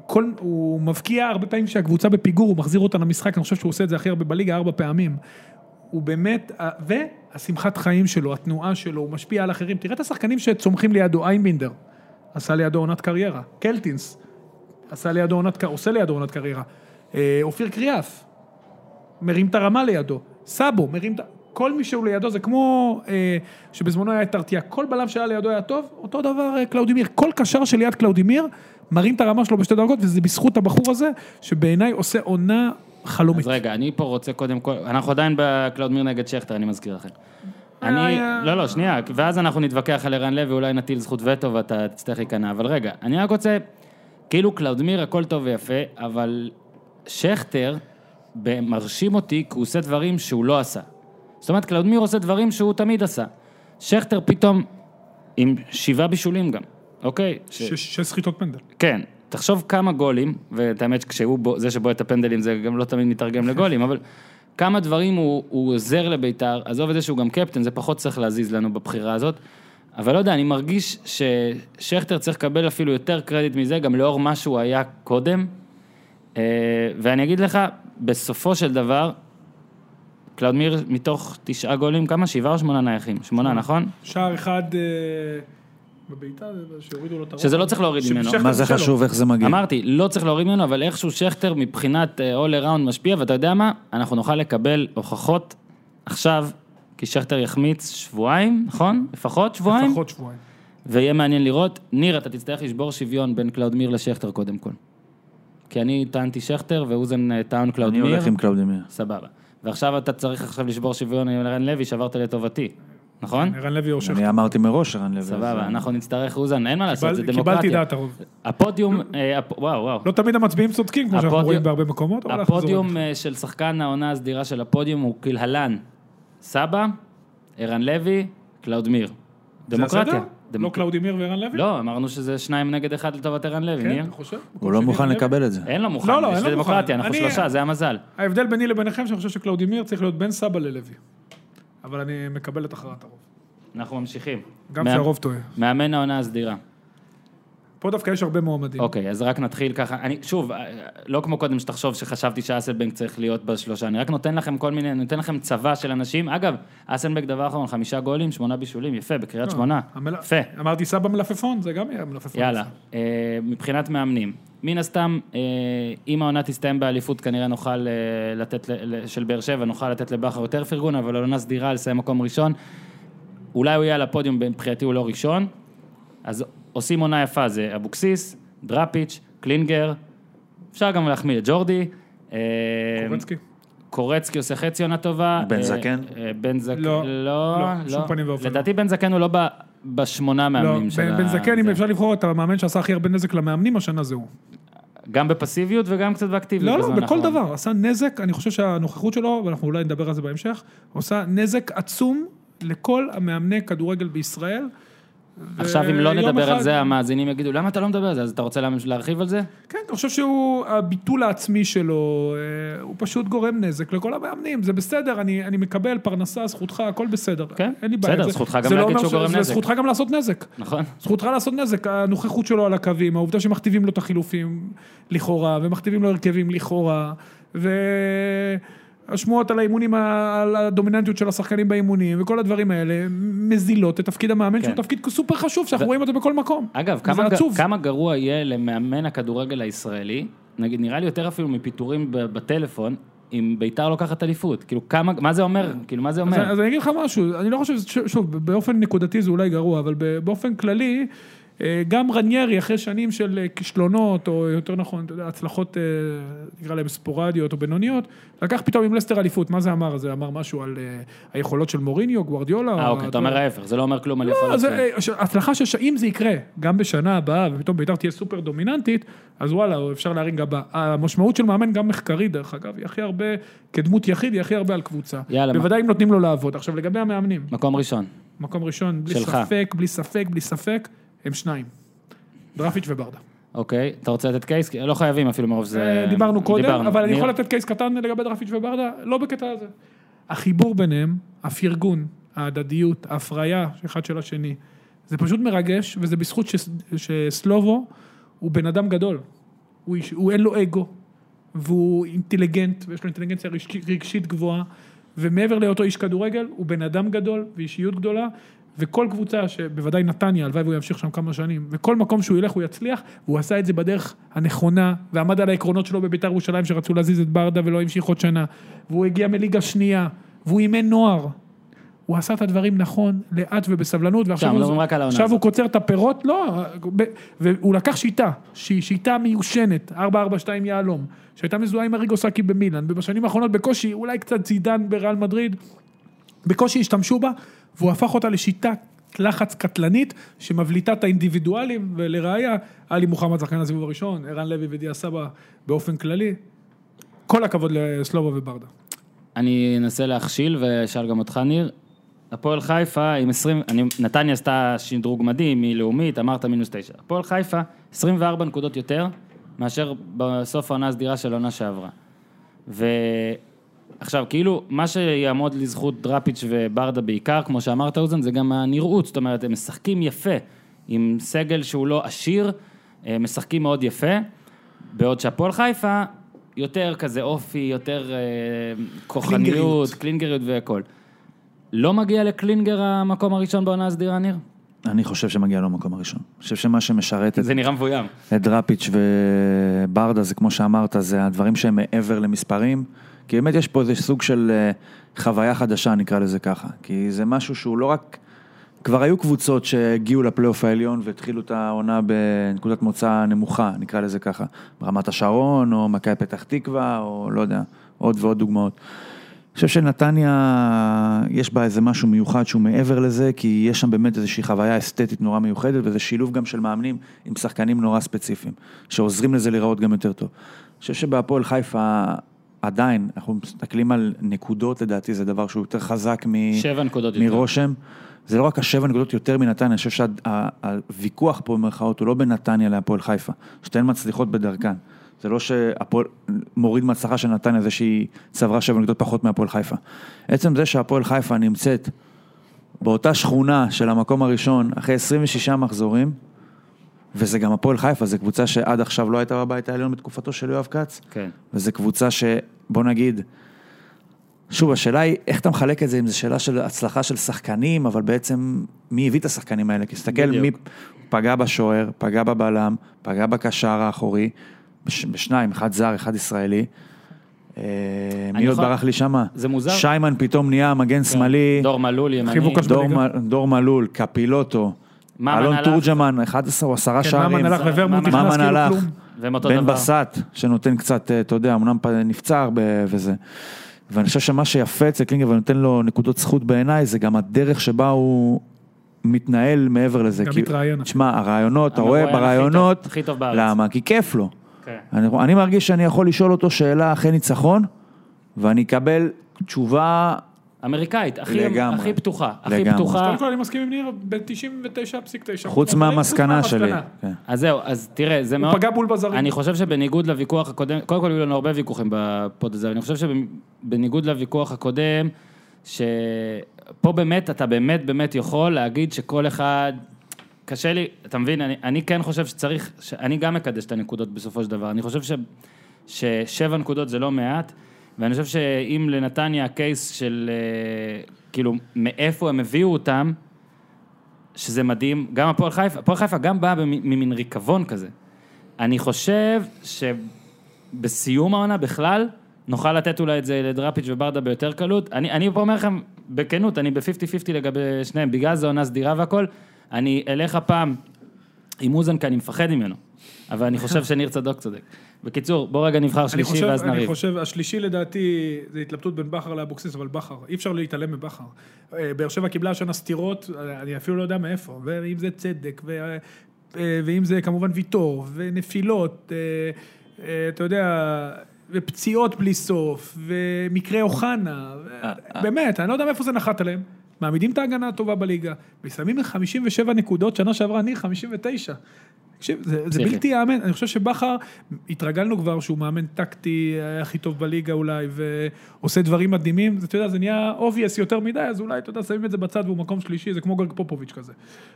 כל, הוא מבקיע הרבה פעמים שהקבוצה בפיגור, הוא מחזיר אותה למשחק, אני חושב שהוא עושה את זה הכי הרבה בליגה, ארבע פעמים. הוא באמת, ה- והשמחת חיים שלו, התנועה שלו, הוא משפיע על אחרים. תראה את השחקנים שצומחים לידו, איינבינדר, עשה לידו עונת קריירה, קלטינס, עשה לידו עונת, ק- עושה לידו עונת קריירה, אה, אופיר קריאף, מרים את הרמה לידו, סאבו, מרים את... כל מי שהוא לידו, זה כמו אה, שבזמנו היה את ארטיה, כל בלם שהיה לידו היה טוב, אותו דבר אה, קלאודימיר. כל קשר שליד קלאודימיר, מרים את הרמה שלו בשתי דרגות, וזה בזכות הבחור הזה, שבעיניי עושה עונה חלומית.
אז רגע, אני פה רוצה קודם כל, אנחנו עדיין בקלאודמיר נגד שכטר, אני מזכיר לכם. אני,
אה,
לא, לא, שנייה, ואז אנחנו נתווכח על ערן לוי, אולי נטיל זכות וטו ואתה תצטרך להיכנע, אבל רגע, אני רק רוצה, כאילו קלאודמיר הכל טוב ויפה, אבל שכטר ב- מרשים אותי כי הוא עושה דברים שהוא לא עשה. זאת אומרת, קלאודמיר עושה דברים שהוא תמיד עשה. שכטר פתאום עם שבעה בישולים גם, אוקיי? ש-
ש- שש סחיטות פנדל.
כן, תחשוב כמה גולים, ואת האמת שכשהוא, בו- זה שבועט את הפנדלים זה גם לא תמיד מתרגם לגולים, אבל כמה דברים הוא, הוא עוזר לביתר, עזוב את זה שהוא גם קפטן, זה פחות צריך להזיז לנו בבחירה הזאת, אבל לא יודע, אני מרגיש ששכטר צריך לקבל אפילו יותר קרדיט מזה, גם לאור מה שהוא היה קודם, אה, ואני אגיד לך, בסופו של דבר, קלאודמיר מתוך תשעה גולים, כמה? שבעה או שמונה נייחים? שמונה, נכון?
שער אחד אה, בבעיטה, זה שהורידו לו את הראש.
שזה לא צריך להוריד ממנו.
שבשכטר
מה זה
שלו.
חשוב, איך זה מגיע?
אמרתי, לא צריך להוריד ממנו, אבל איכשהו שכטר מבחינת אה, all around משפיע, ואתה יודע מה? אנחנו נוכל לקבל הוכחות עכשיו, כי שכטר יחמיץ שבועיים, נכון? לפחות שבועיים?
לפחות שבועיים.
ויהיה מעניין לראות. ניר, אתה תצטרך לשבור שוויון בין קלאודמיר לשכטר קודם כל. כי אני טענתי שכטר ואוזן אה, טען
אני
קלאודמיר.
הולך עם קלאודמיר.
סבבה. ועכשיו אתה צריך עכשיו לשבור שוויון עם ערן לוי, שברת לטובתי, נכון?
ערן לוי או שכטר.
אני אמרתי מראש, ערן לוי. אז- אה,
סבבה, נכון. אנחנו נצטרך, אוזן, אין מה לעשות, זה
קיבל- קיבלתי
דמוקרטיה.
דעת הרוב.
הפודיום, אה, הפ- וואו, וואו.
לא תמיד המצביעים צודקים, כמו שאנחנו
הפודיום-
רואים בהרבה מקומות, אבל אנחנו זורמים.
הפודיום אה, של שחקן העונה הסדירה של הפודיום הוא כלהלן. סבא, ערן לוי, קלאודמיר.
זה
דמוקרטיה.
הסדר?
דמוק-
לא קלאודימיר וערן לוי?
לא, אמרנו שזה שניים נגד אחד לטובת ערן לוי,
כן,
ניר.
אתה חושב?
הוא לא מוכן לקבל את זה.
אין לו מוכן,
לא, לא,
יש
אין לו
דמוקרטיה,
מוכן.
אנחנו
אני-
שלושה, זה המזל.
ההבדל ביני לביניכם, שאני חושב שקלאודימיר צריך להיות בין סבא ללוי. אבל אני מקבל את הכרעת הרוב.
אנחנו ממשיכים.
גם
מאמן-
כשהרוב טועה.
מאמן העונה הסדירה.
פה דווקא יש הרבה מועמדים.
אוקיי, אז רק נתחיל ככה. אני, שוב, אה, לא כמו קודם שתחשוב שחשבתי שאסלבנק צריך להיות בשלושה. אני רק נותן לכם כל מיני, נותן לכם צבא של אנשים. אגב, אסלבנק דבר אחרון, חמישה גולים, שמונה בישולים, יפה, בקריית שמונה.
אה, המל-
יפה.
אמרתי סבא מלפפון, זה גם יהיה מלפפון.
יאללה, אה, מבחינת מאמנים. מן הסתם, אה, אם העונה תסתיים באליפות, כנראה נוכל אה, לתת, ל- ל- של באר שבע, נוכל לתת לבכר יותר פרגון, אבל העונה סדירה, לסיים מקום ראשון. אולי הוא יהיה על הפודיום, מבחינתי הוא לא ראשון. אז עושים עונה יפה, זה אבוקסיס, דראפיץ', קלינגר, אפשר גם להחמיא לג'ורדי. אה,
קורצקי.
קורצקי עושה חצי עונה טובה.
בן
אה,
זקן?
אה, בן זקן,
לא,
לא,
לא, בשום פנים ואופן לא.
לדעתי בן זקן הוא לא ב- בשמונה
לא,
מאמנים של
בן- בן
ה-
זקן, אם
זה.
אפשר לבחור את המאמן שעשה הכי הרבה נזק למאמנים, השנה זה הוא.
גם בפסיביות וגם קצת באקטיביות.
לא, לא,
בזמן
בכל
האחרון.
דבר. עשה נזק, אני חושב שהנוכחות שלו, ואנחנו אולי נדבר על זה בהמשך, עושה נזק עצום לכל המאמני כדורגל בישראל.
עכשיו, אם לא
ויום
נדבר על
אחד-
זה, המאזינים יגידו, למה אתה לא מדבר על זה? אז אתה רוצה למה- להרחיב על זה?
כן, אני חושב שהוא, הביטול העצמי שלו, אה, הוא פשוט גורם נזק לכל המאמנים, זה בסדר, אני, אני מקבל פרנסה, זכותך, הכל בסדר.
כן,
אין לי בעיה.
בסדר,
זה-
זכותך גם
זה לא
להגיד
אומר
שהוא
ש-
גורם
זה
נזק.
זכותך גם לעשות נזק.
נכון?
זכותך לעשות נזק, הנוכחות שלו על הקווים, העובדה שמכתיבים לו את החילופים לכאורה, ומכתיבים לו הרכבים לכאורה, והשמועות על האימונים, ה- על הדומיננטיות של השחקנים באימונים, וכל הדברים האלה, מזילות את תפקיד המאמן,
כן.
שהוא תפקיד סופר חשוב, שאנחנו
ו-
רואים אותו בכל מקום.
אגב,
זה
כמה, ג...
עצוב.
כמה גרוע יהיה למאמן הכדורגל הישראלי, נגיד, נראה לי יותר אפילו מפיטורים ב- בטלפון, אם ביתר לוקחת אליפות. כאילו, כמה, מה זה אומר? כאילו, מה זה
אה, אז,
אומר?
אז אני אגיד לך משהו, אני לא חושב, ש- שוב, באופן נקודתי זה אולי גרוע, אבל ב- באופן כללי, אה, גם רניירי אחרי שנים של אה, כישלונות, או יותר נכון, אתה יודע, הצלחות, אה, נקרא להן ספורדיות או בינוניות, לקח פתאום עם לסטר אליפות, מה זה אמר? זה אמר משהו על אה, היכולות של מוריניו, גוורדיולה.
אה, אוקיי, אתה אומר ההפך, זה לא אומר כלום על יכולת.
לא,
שלו.
זה, אה, ש- הצלחה של אם זה יקרה, גם בשנה הבאה, ופתאום בית"ר תהיה סופר דומיננטית, אז וואלה, אפשר להרים גבה. המשמעות של מאמן, גם מחקרי דרך אגב, היא הכי הרבה, כדמות יחיד, היא הכי הרבה על קבוצה.
יאללה, מה-
בוודאי אם נותנים לו לעבוד. עכשיו, לגבי המאמנים,
מקום ראשון.
מקום ראשון, בלי
שלך.
ספק, בלי ספק, בלי ספק, הם שניים. דרפיץ' וברדה.
אוקיי, אתה רוצה לתת קייס? כי לא חייבים אפילו מרוב שזה...
אה, דיברנו קודם,
דיברנו.
אבל אני
ניר?
יכול לתת קייס קטן לגבי דרפיץ' וברדה, לא בקטע הזה. החיבור ביניהם, הפרגון, ההדדיות, ההפריה אחד של השני, זה פשוט מרגש, וזה בזכות שס- שסלובו הוא בן אדם גדול. הוא, איש, הוא אין לו אגו, והוא אינטליגנט, ויש לו אינטליגנציה רגשית, רגשית גבוהה, ומעבר להיותו איש כדורגל, הוא בן אדם גדול ואישיות גדולה, וכל קבוצה, שבוודאי נתניה, הלוואי והוא ימשיך שם כמה שנים, וכל מקום שהוא ילך הוא יצליח, והוא עשה את זה בדרך הנכונה, ועמד על העקרונות שלו בביתר ירושלים, שרצו להזיז את ברדה ולא המשיך עוד שנה, והוא הגיע מליגה שנייה, והוא אימן נוער. הוא עשה את הדברים נכון, לאט ובסבלנות, ועכשיו
שם,
הוא,
לא, מדברים רק על העונה
עכשיו הוא
הזאת.
קוצר את הפירות, לא, ב- והוא לקח שיטה, שהיא שיטה מיושנת, 442 יהלום, שהייתה מזוהה עם אריגו סאקי במילאן, ובשנים האחרונות בקושי, אולי קצת זידן בריאל מדריד, בקושי השתמשו בה, והוא הפך אותה לשיטת לחץ קטלנית שמבליטה את האינדיבידואלים, ולראיה, עלי מוחמד שחקן הסיבוב הראשון, ערן לוי ודיה סבא באופן כללי. כל הכבוד לסלובה וברדה.
אני אנסה להכשיל ואשאל גם אותך, ניר. הפועל חיפה עם 20, אני, נתניה עשתה שדרוג מדהים, היא לאומית, אמרת מינוס 9. הפועל חיפה, 24 נקודות יותר מאשר בסוף העונה הסדירה של העונה שעברה. ועכשיו, כאילו, מה שיעמוד לזכות דראפיץ' וברדה בעיקר, כמו שאמרת, אוזן, זה גם הנראות. זאת אומרת, הם משחקים יפה, עם סגל שהוא לא עשיר, הם משחקים מאוד יפה, בעוד שהפועל חיפה, יותר כזה אופי, יותר אה, כוחניות,
קלינגריות.
קלינגריות והכול. לא מגיע לקלינגר המקום הראשון בעונה הסדירה, ניר?
אני חושב שמגיע לו המקום הראשון. אני חושב שמה שמשרת את
זה נראה מבוים.
את דראפיץ' וברדה, זה כמו שאמרת, זה הדברים שהם מעבר למספרים. כי באמת יש פה איזה סוג של אה, חוויה חדשה, נקרא לזה ככה. כי זה משהו שהוא לא רק... כבר היו קבוצות שהגיעו לפלייאוף העליון והתחילו את העונה בנקודת מוצא נמוכה, נקרא לזה ככה. ברמת השרון, או מכבי פתח תקווה, או לא יודע, עוד ועוד דוגמאות. אני חושב שנתניה, יש בה איזה משהו מיוחד שהוא מעבר לזה, כי יש שם באמת איזושהי חוויה אסתטית נורא מיוחדת, וזה שילוב גם של מאמנים עם שחקנים נורא ספציפיים, שעוזרים לזה להיראות גם יותר טוב. אני חושב שבהפועל חיפה עדיין, אנחנו מסתכלים על נקודות, לדעתי זה דבר שהוא יותר חזק מ...
שבע נקודות יותר.
מרושם. זה לא רק השבע נקודות יותר מנתניה, אני חושב שהוויכוח פה במרכאות הוא לא בין נתניה להפועל חיפה. שתיהן מצליחות בדרכן. זה לא שהפועל מוריד מהצלחה של נתניה זה שהיא צברה שבע נקודות פחות מהפועל חיפה. עצם זה שהפועל חיפה נמצאת באותה שכונה של המקום הראשון אחרי 26 מחזורים, וזה גם הפועל חיפה, זו קבוצה שעד עכשיו לא הייתה בבית העליון בתקופתו של יואב כץ.
כן.
וזו קבוצה שבוא נגיד, שוב השאלה היא איך אתה מחלק את זה, אם זו שאלה של הצלחה של שחקנים, אבל בעצם מי הביא את השחקנים האלה? כי תסתכל מי
בדיוק.
פגע בשוער, פגע בבלם, פגע בקשר האחורי, בש, בשניים, אחד זר, אחד ישראלי. אה,
אני
מי עוד
יכול-
ברח לי שמה?
זה מוזר. כן.
שיימן פתאום נהיה מגן שמאלי,
דור מלול, ימני.
חיבוק הש-
דור,
בליגה.
מ- דור מלול, קפילוטו,
ממן
אלון
הלך.
תורג'מן, 11 או 10
כן,
שערים.
ממן הלך
זה-
וורמוט
ממן
נכנס
ממן
כאילו
הלך.
כלום.
והם אותו דבר.
בן בסט, שנותן קצת, אה, אתה יודע, אמנם פ- נפצע הרבה וזה. ואני חושב שמה שיפה אצל קלינגר ונותן לו נקודות זכות בעיניי, זה גם הדרך שבה הוא מתנהל מעבר לזה.
גם
כי-
מתראיין.
תשמע, הרעיונות, אתה
המרואיין
רואה
הכי טוב-
ברעיונות,
הכי טוב בארץ.
למה? כי כיף לו.
כן.
אני, אני מרגיש שאני יכול לשאול אותו שאלה אחרי ניצחון, ואני אקבל תשובה,
אמריקאית, הכי-
לגמרי.
הכי פתוחה. הכי
לגמרי.
אז
פתוחה.
קודם כל אני מסכים עם ניר ב-99.9.
חוץ מהמסקנה שלי. כן.
אז זהו, אז תראה, זה מאוד...
הוא פגע בול בזרים.
אני חושב שבניגוד לוויכוח הקודם, קודם כל היו לנו הרבה ויכוחים בפוד הזה, אבל אני חושב שבניגוד לוויכוח הקודם, שפה באמת, אתה באמת באמת יכול להגיד שכל אחד... קשה לי, אתה מבין, אני, אני כן חושב שצריך, ש- אני גם מקדש את הנקודות בסופו של דבר, אני חושב ש, ששבע נקודות זה לא מעט, ואני חושב שאם לנתניה הקייס של, אה, כאילו, מאיפה הם הביאו אותם, שזה מדהים, גם הפועל חיפה, הפועל חיפה גם באה במ- ממין ריקבון כזה. אני חושב שבסיום העונה בכלל, נוכל לתת אולי את זה לדראפיץ' וברדה ביותר קלות. אני, אני פה אומר לכם, בכנות, אני ב-50-50 לגבי שניהם, בגלל זו עונה סדירה והכל, אני אלך הפעם עם אוזן כי אני מפחד ממנו, אבל אני חושב שניר צדוק צודק. בקיצור, בוא רגע נבחר
אני
שלישי
חושב,
ואז
אני
נריב.
חושב, השלישי לדעתי זה התלבטות בין בכר לאבוקסיס, אבל בכר, אי אפשר להתעלם מבכר. אה, באר שבע קיבלה השנה סטירות, אה, אני אפילו לא יודע מאיפה, ואם זה צדק, ו- אה, אה, ואם זה כמובן ויטור, ונפילות, אה, אה, אתה יודע, ופציעות בלי סוף, ומקרה אוחנה,
אה,
ו- באמת, אני לא יודע מאיפה זה נחת עליהם. מעמידים את ההגנה הטובה בליגה, ושמים לך 57 נקודות, שנה שעברה אני 59. תקשיב, זה, זה
פסיכי.
בלתי יאמן, אני חושב שבכר, התרגלנו כבר שהוא מאמן טקטי אה, הכי טוב בליגה אולי, ועושה דברים מדהימים, אתה יודע, זה נהיה obvious יותר מדי, אז אולי, אתה יודע, שמים את זה בצד והוא מקום שלישי, זה כמו גג פופוביץ' כזה.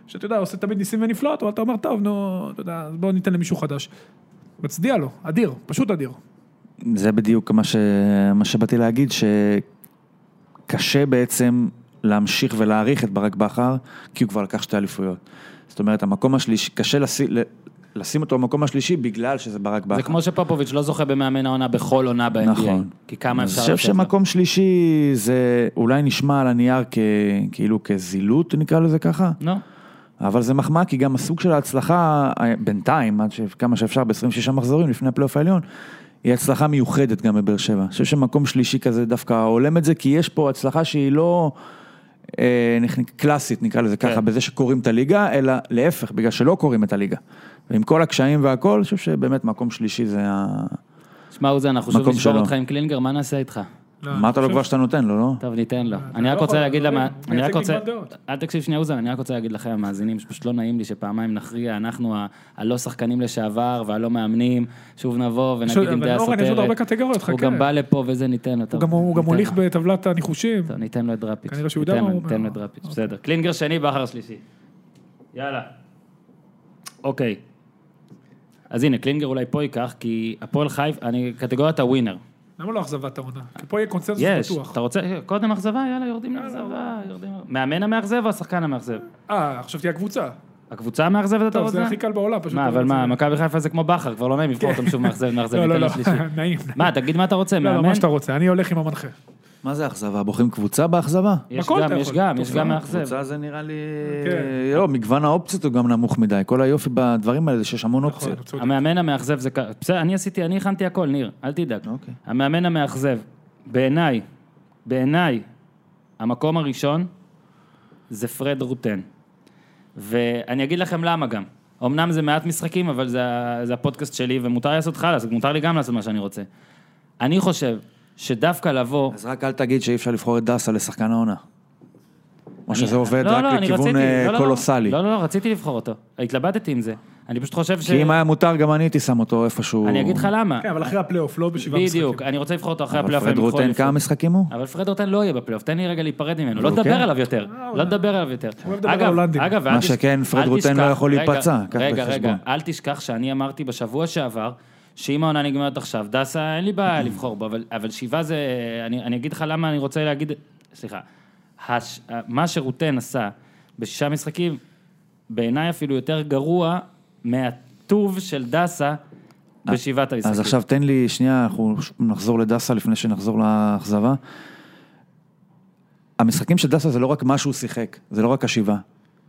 שאתה יודע, עושה תמיד ניסים ונפלאות, אבל אתה אומר, טוב, נו, אתה יודע, אז בואו ניתן למישהו חדש. מצדיע לו, אדיר, פשוט אדיר.
זה בדיוק מה, ש... מה שבאתי להגיד, שקשה בעצם להמשיך ולהעריך את ברק בכר, כי הוא כבר לקח שתי אליפויות. זאת אומרת, המקום השלישי, קשה לשים... ל- לשים אותו במקום השלישי בגלל שזה ברק בכר.
זה כמו שפופוביץ' לא זוכה במאמן העונה בכל עונה ב-NBA.
נכון.
כי כמה אפשר...
אני חושב
לתת לו?
שמקום שלישי זה אולי נשמע על הנייר כ... כאילו כזילות, נקרא לזה ככה,
נו.
אבל זה מחמאה כי גם הסוג של ההצלחה, אה, בינתיים, עד ש... כמה שאפשר, ב-26 מחזורים לפני הפלייאוף העליון, היא הצלחה מיוחדת גם בבאר שבע. אני חושב שמקום שלישי כזה דווקא הולם את זה, כי יש פה הצלחה שהיא לא אה, נכ- קלאסית, נקרא לזה ככה,
כן.
בזה שקוראים את הליגה, אלא להפך, בגלל שלא קוראים את הליגה. ועם כל הקשיים והכל, אני חושב שבאמת מקום שלישי זה ה...
שמע, עוזי, אנחנו שוב
מקום
נשבור
שלו.
אותך עם קלינגר, מה נעשה איתך?
מה אתה לא כבר שאתה נותן לו, לא?
טוב, ניתן לו.
אתה
אני
לא
רק רוצה
יכול,
להגיד
אתה
למה...
מייצג
אני רק רוצה...
מגוון דעות.
אל תקשיב שנייה, אוזן, אני רק רוצה להגיד לכם, המאזינים, שפשוט לא נעים לי שפעמיים נכריע, אנחנו ה- הלא שחקנים לשעבר והלא מאמנים, שוב נבוא ונגיד עם
אבל
דעה
אורן, יש עוד הרבה
סותרת.
קטגוריות, חכה.
הוא גם בא לפה וזה, ניתן לו.
הוא
טוב,
גם- הוא גם
ניתן
הוליך
לו.
בטבלת הניחושים.
טוב, ניתן לו את דראפיץ'.
כנראה שהוא יודע
ניתן
מה
לו,
הוא
ניתן
אומר. אוקיי.
לו את דראפיץ', בסדר. קלינגר שני, בכר שלישי. יאללה. אוקיי. אז הנה, קלינגר אולי פה ייקח, כי הפועל חיפה, אני קטגוריית הווינר.
למה לא אכזבת העונה? כי פה יהיה קונצנזוס
יש,
בטוח.
אתה רוצה, קודם אכזבה, יאללה, יורדים לאכזבה, יורדים... מאמן המאכזב או השחקן המאכזב?
אה, עכשיו תהיה הקבוצה.
הקבוצה המאכזבת אתה
טוב,
רוצה?
זה הכי קל בעולם, פשוט.
מה,
אתה
אבל
רוצה-
מה, מכבי חיפה זה כמו בכר, כבר לא נעים לבחור אותם שוב מאכזב, מאכזב,
לא,
ניתן
לא, לא,
לשלישי.
נעים.
מה, תגיד מה אתה רוצה,
לא, לא,
מאמן?
מה שאתה רוצה, אני הולך עם המנחה.
מה זה אכזבה? בוחרים קבוצה באכזבה?
יש
בכל
גם,
אתה
יש
יכול. לא.
גם, יש גם מאכזב.
קבוצה זה נראה לי...
כן.
לא, מגוון האופציות הוא גם נמוך מדי. כל היופי בדברים האלה זה שיש המון
נכון,
אופציות.
אתה צודק.
המאמן המאכזב זה... כ- בסדר, אני עשיתי, אני הכנתי הכל, ניר, אל תדאג.
אוקיי.
המאמן המאכזב, בעיניי, בעיניי, המקום הראשון זה פרד רוטן. ואני אגיד לכם למה גם. אמנם זה מעט משחקים, אבל זה, ה- זה הפודקאסט שלי, ומותר לי לעשות חלאס, מותר לי גם לעשות מה שאני רוצה. אני חושב שדווקא לבוא...
אז רק אל תגיד שאי אפשר לבחור את דסה לשחקן העונה. או שזה עובד
לא,
רק
לא, אני
לכיוון
רציתי-
אה,
לא, לא, לא.
קולוסלי.
לא, לא, לא, רציתי לבחור אותו. התלבטתי עם זה. אני פשוט חושב ש...
כי אם היה מותר, גם אני הייתי שם אותו איפשהו.
אני אגיד לך למה.
כן, אבל אחרי הפלייאוף, לא בשבעה משחקים.
בדיוק, אני רוצה לבחור אותו אחרי
אבל
הפלייאוף.
פרד
הם ילכו
רוטן,
אליפות.
כמה משחקים הוא?
אבל פרד רוטן לא יהיה בפלייאוף, תן לי רגע להיפרד ממנו, לא
אבל הוא
לדבר
כן.
עליו יותר, לא לדבר עליו יותר.
אה, הוא מדבר על ההולנדים.
אגב, ואל
מה
תש-
שכן, פרד
אל
רוטן
תשכח-
לא יכול
רגע,
להיפצע, קח
רגע,
בחשבון.
רגע, אל תשכח שאני אמרתי בשבוע שעבר, שאם העונה נגמרת עכשיו, דסה, אין לי בעיה לבחור בו, אבל- אבל שבעה זה, אני אני אגיד לך למה אני רוצה להגיד, סליחה, הש- מה שרוטן עשה בשישה משחקים, בעיניי אפילו יותר גרוע מהטוב של דסה בשבעת המשחקים.
אה, אז עכשיו תן לי שנייה, אנחנו נחזור לדסה לפני שנחזור לאכזבה. המשחקים של דסה זה לא רק מה שהוא שיחק, זה לא רק השבעה.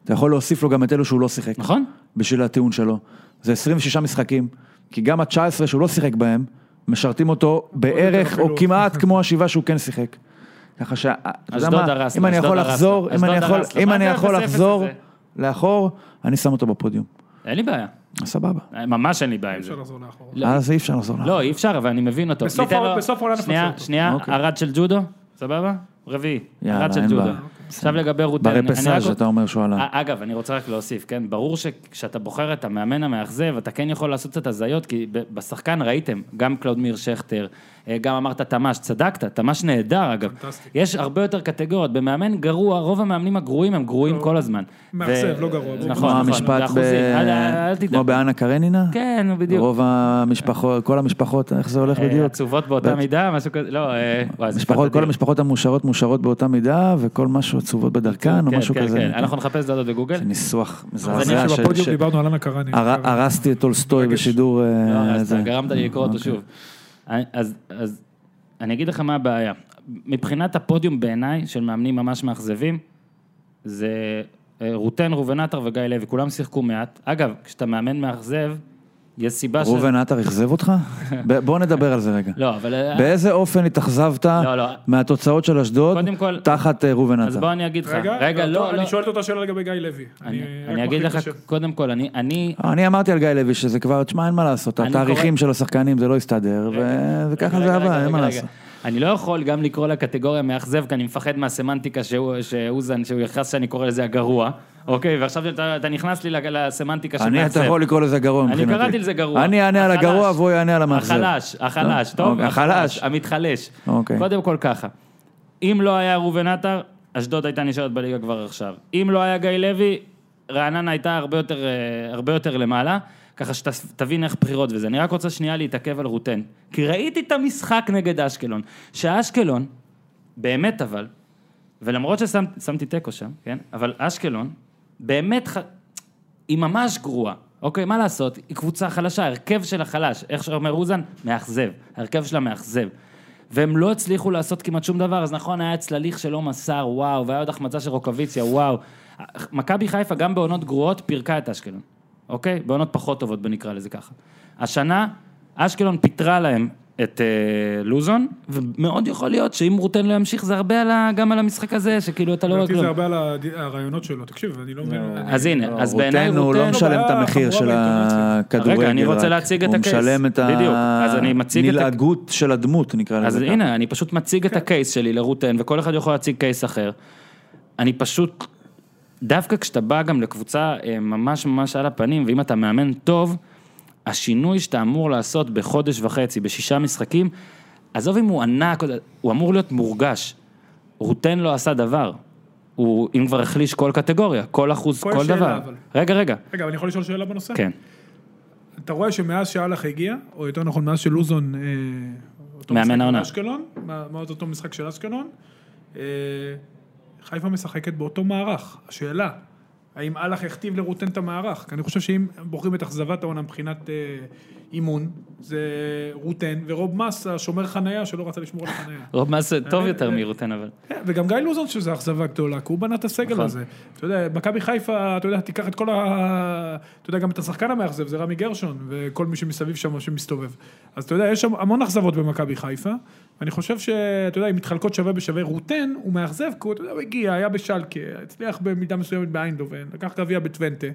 אתה יכול להוסיף לו גם את אלו שהוא לא שיחק.
נכון?
בשביל הטיעון שלו. זה 26 משחקים, כי גם ה-19 שהוא לא שיחק בהם, משרתים אותו בערך או
אפילו.
כמעט כמו השבעה שהוא כן שיחק. ככה ש... אתה יודע
אשדוד
מה,
הרס לו,
אם אני
אשדוד
יכול
הרס לו,
לחזור, אם
אשדוד
אני יכול-
הרס לו.
אם
מה
אני
זה
יכול
האפס אפס
לחזור
הזה?
לאחור, אני שם אותו בפודיום.
אין לי בעיה,
סבבה.
ממש אין לי בעיה עם
אי
זה.
אפשר לחזור לאחור.
לא.
אז אי אפשר לחזור לאחור.
לא, אי אפשר, אבל אני מבין אותו.
בסוף
ניתן
העונה-
לו-
בסוף העונה נפצה
שנייה,
אותו.
שנייה,
אוקיי.
ארד של ג'ודו, סבבה? רביעי,
יאללה,
ארד של
אין
ג'ודו.
בעיה.
עכשיו לגבי רוטן. אני רק אה,
ברפסאז'
רוצ-
אתה אומר שהוא עלה.
א- אגב, אני רוצה רק להוסיף, כן? ברור שכשאתה בוחר את המאמן המאכזב, אתה כן יכול לעשות קצת הזיות, כי ב- בשחקן ראיתם, גם קלאוד מיר שכטר, אה, גם אמרת תמ"ש, צדקת, תמ"ש נהדר אגב.
פנטסטי.
יש הרבה יותר קטגוריות, במאמן גרוע, רוב המאמנים הגרועים הם גרועים כל הזמן.
לא. מאכזב,
ו-
לא גרוע.
נכון,
כמו
נכון,
המשפט ב-
באחוזים. אל- אל תדאג.
כמו באנה קרנינה?
כן, בדיוק.
רוב המשפחות, כל המשפחות, איך זה הולך
אה,
בדיוק?
עצובות באותה
בטח.
מידה, משהו כזה, לא, אה, וואי, זה
משפחות,
פנטזיה.
כל המשפחות המאושרות מאושרות באותה מידה, וכל משהו עצובות בדרכן, או
כן,
משהו
כן,
כזה.
כן, אנחנו נחפש דודות בגוגל.
זה ניסוח
לא,
אז אני
מזעזע
חושב
של-
שבפודיום
של-
דיברנו על אנה קרני.
הר- הרסתי את טולסטוי
מרגש.
בשידור... אה,
לא הרסת,
זה.
גרמת לי לקרוא אותו
אוקיי.
שוב. אני- אז- אז אני אגיד לך מה הבעיה. מבחינת הפודיום בעיניי, של מאמנים ממש מאכזבים, זה אה, רוטן, ראובן עטר וגיא לוי, כולם שיחקו מעט. אגב, כשאתה מאמן מאכזב, יש סיבה ש...
ראובן עטר אכזב אותך? ב- בוא נדבר על זה רגע.
לא, אבל... אה,
באיזה אופן התאכזבת
לא, לא.
מהתוצאות של אשדוד
קודם כל-
תחת אה, ראובן
אז
עטר?
בוא אני אגיד לך.
רגע,
רגע, לא, לא.
אני שואל את אותה שאלה לגבי גיא לוי. אה,
אני-
רק
אני אגיד
מחליק
לך,
את השם.
קודם כל, אני- אני...
אני אמרתי על גיא לוי שזה כבר, תשמע, אין מה לעשות,
אני
התאריכים של השחקנים זה לא הסתדר, ו- וככה
רגע,
זה
רגע,
עבר, אין
רגע,
מה
רגע.
לעשות.
אני לא יכול גם לקרוא לקטגוריה מאכזב, כי אני מפחד מהסמנטיקה שהוא- שאוזן, שהוא יכעס שאני קורא לזה הגרוע, אוקיי? ועכשיו אתה אתה נכנס לי לג- לסמנטיקה של
אני,
מאכזב.
אתה יכול לקרוא לזה גרוע
אני
מבחינתי.
קראתי לזה גרוע.
אני אענה על
החלש.
הגרוע והוא יענה על המאכזב.
החלש, החלש,
לא?
טוב?
אוקיי, החלש.
המתחלש.
אוקיי.
קודם כל ככה, אם לא היה ראובן עטר, אשדוד הייתה נשארת בליגה כבר עכשיו. אם לא היה גיא לוי, רעננה הייתה הרבה יותר, אה, הרבה יותר למעלה, ככה שתבין איך בחירות וזה. אני רק רוצה שנייה להתעכב על רוטן. כי ראיתי את המשחק נגד אשקלון, שאשקלון, באמת אבל, ולמרות ששמתי תיקו שם, כן? אבל אשקלון, באמת, ח- היא ממש גרועה, אוקיי, מה לעשות? היא קבוצה חלשה, הרכב שלה חלש. איך שאומר אוזן? מאכזב. ההרכב שלה מאכזב. והם לא הצליחו לעשות כמעט שום דבר, אז נכון, היה צלליך שלא מסר, וואו, והיה עוד החמצה של רוקוויציה, וואו. מכבי חיפה גם בעונות גרועות פירקה את אשקלון, אוקיי? בעונות פחות טובות, בוא נקרא לזה ככה. השנה, אשקלון פיטרה להם את אה, לוזון, ומאוד יכול להיות שאם רוטן לא ימשיך, זה הרבה על ה, גם על המשחק הזה, שכאילו אתה לא רואה
לדעתי זה
כלום.
הרבה על הד- הרעיונות שלו, תקשיב, אני לא מבין. אני-
אז הנה,
לא,
אז בעיניי
רוטן
רוטן...
הוא לא משלם את
הבעיה
המחיר
החמורה
של
באינטרנציה.
הכדורגל.
לא רגע, אני רוצה
רק.
להציג את הקייס.
הוא משלם את
בדיוק. אז אני מציג את ה-
הנלעגות של הדמות, נקרא לזה.
אז
ככה.
הנה, אני פשוט מציג
כן.
את הקייס שלי לרוטן, וכל אחד יכול להציג קייס אחר. אני פשוט, דווקא כשאתה בא גם לקבוצה אה, ממש ממש על הפנים, ואם אתה מאמן טוב, השינוי שאתה אמור לעשות בחודש וחצי, בשישה משחקים, עזוב אם הוא ענק, הוא אמור להיות מורגש. רוטן לא עשה דבר. הוא, אם כבר החליש כל קטגוריה, כל אחוז,
כל
כל
שאלה,
דבר.
אבל.
רגע, רגע,
רגע, אבל אני יכול לשאול שאלה בנושא?
כן.
אתה רואה שמאז שאלח הגיע, או יותר נכון, מאז שלוזון... אה, אותו
מאמן
משחק
העונה.
אשקלון, מה- מאז אותו משחק של אשקלון, אה, חיפה משחקת באותו מערך. השאלה, האם אלח הכתיב לרוטן את המערך? כי אני חושב שאם בוחרים את אכזבת העונה מבחינת אה, אימון, זה רוטן, ורוב מס, השומר חנייה שלא רצה לשמור על החנייה.
רוב מעשה טוב
אה,
יותר
אה.
מרוטן, אבל.
כן, וגם גיא לוזון שזה אכזבה גדולה, כי הוא בנה את הסגל
נכון.
הזה. אתה יודע, מכבי חיפה, אתה יודע, תיקח את כל ה... אתה יודע, גם את השחקן המאכזב, זה רמי גרשון, וכל מי שמסביב שם שמסתובב. אז אתה יודע, יש שם המון אכזבות במכבי חיפה, ואני חושב שאתה יודע, אם מתחלקות שווה בשווה רוטן, הוא מאכזב, כי הוא, אתה יודע, הוא הגיע, היה בשלקה, הצליח במידה מסוימת באיינדובן, לקח גביע בטוונטה.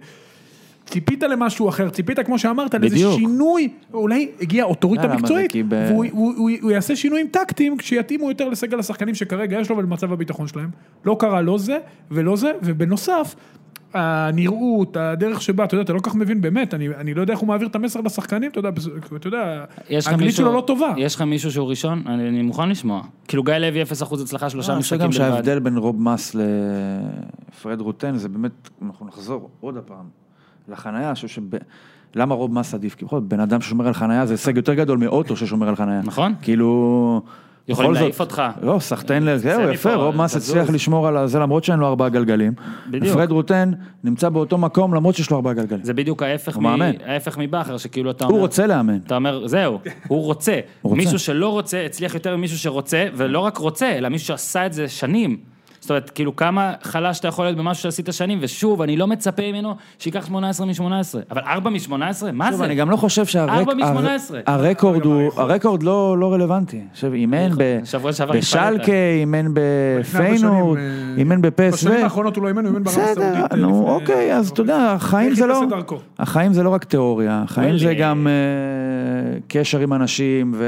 ציפית למשהו אחר, ציפית, כמו שאמרת, לאיזה
בדיוק.
שינוי, אולי הגיע אוטוריטה
למה? זה
מקצועית,
כי ב-
והוא הוא, הוא, הוא יעשה שינויים טקטיים כשיתאימו יותר לסגל השחקנים שכרגע יש לו ולמצב הביטחון שלהם. לא קרה לא זה ולא זה, ובנוסף, הנראות, הדרך שבה, אתה יודע, אתה לא כל כך מבין באמת, אני, אני לא יודע איך הוא מעביר את המסר לשחקנים, אתה יודע, בס- אתה
אה,
יודע,
יש לך
האנגלית
מישהו-
שלו לא טובה.
יש לך מישהו שהוא ראשון? אני, אני מוכן לשמוע. כאילו גיא לוי 0% הצלחה, שלושה
אני חושב
משחקים
גם
בלבד.
אה, שההבדל בין רוב מס לפרד רוטן, זה באמת, אנחנו נחזור עוד הפעם לחנייה, אני חושב שב... למה רוב מס עדיף? כי בכל זאת, בן אדם ששומר על חנייה זה הישג יותר גדול מאוטו ששומר על חנייה.
נכון.
כאילו...
יכולים
בכל זאת-
להעיף אותך.
לא, סחטיין, לב,
זה
זהו,
מפה,
יפה, רוב מס
תזוז.
הצליח לשמור על זה למרות שאין לו ארבעה גלגלים.
בדיוק.
פרד רוטן נמצא באותו מקום למרות שיש לו ארבעה גלגלים.
זה בדיוק ההפך,
הוא
מ...
מאמן.
ההפך מבכר, שכאילו אתה אומר...
הוא רוצה לאמן.
אתה אומר, זהו, הוא רוצה.
הוא רוצה.
מישהו שלא רוצה, הצליח יותר ממישהו שרוצה, ולא רק רוצה, אלא מישהו שעשה את זה שנים. זאת אומרת, כאילו, כמה חלש אתה יכול להיות במשהו שעשית שנים, ושוב, אני לא מצפה ממנו שייקח 18 מ-18. אבל 4 מ-18? מה
שוב,
זה?
אני גם לא חושב שהרק...
ארבע מ-18.
הר- הרקורד הוא... הרקורד לא לא רלוונטי. עכשיו, אימן
נכון.
ב...
שבוע שעבר
בשלקה,
לפני
אימן
הרבה
בפיינורד,
שנים, אה,
אימן בפסו.
בשנים האחרונות הוא לא אימן, הוא אימן ברמה הסעודית.
בסדר,
אה,
נו,
לפני-
אוקיי, אז אתה יודע, החיים
איך
זה
חיפש
לא...
את דרכו?
החיים זה לא רק תיאוריה, החיים זה
וואלה.
גם אה, קשר עם אנשים ו...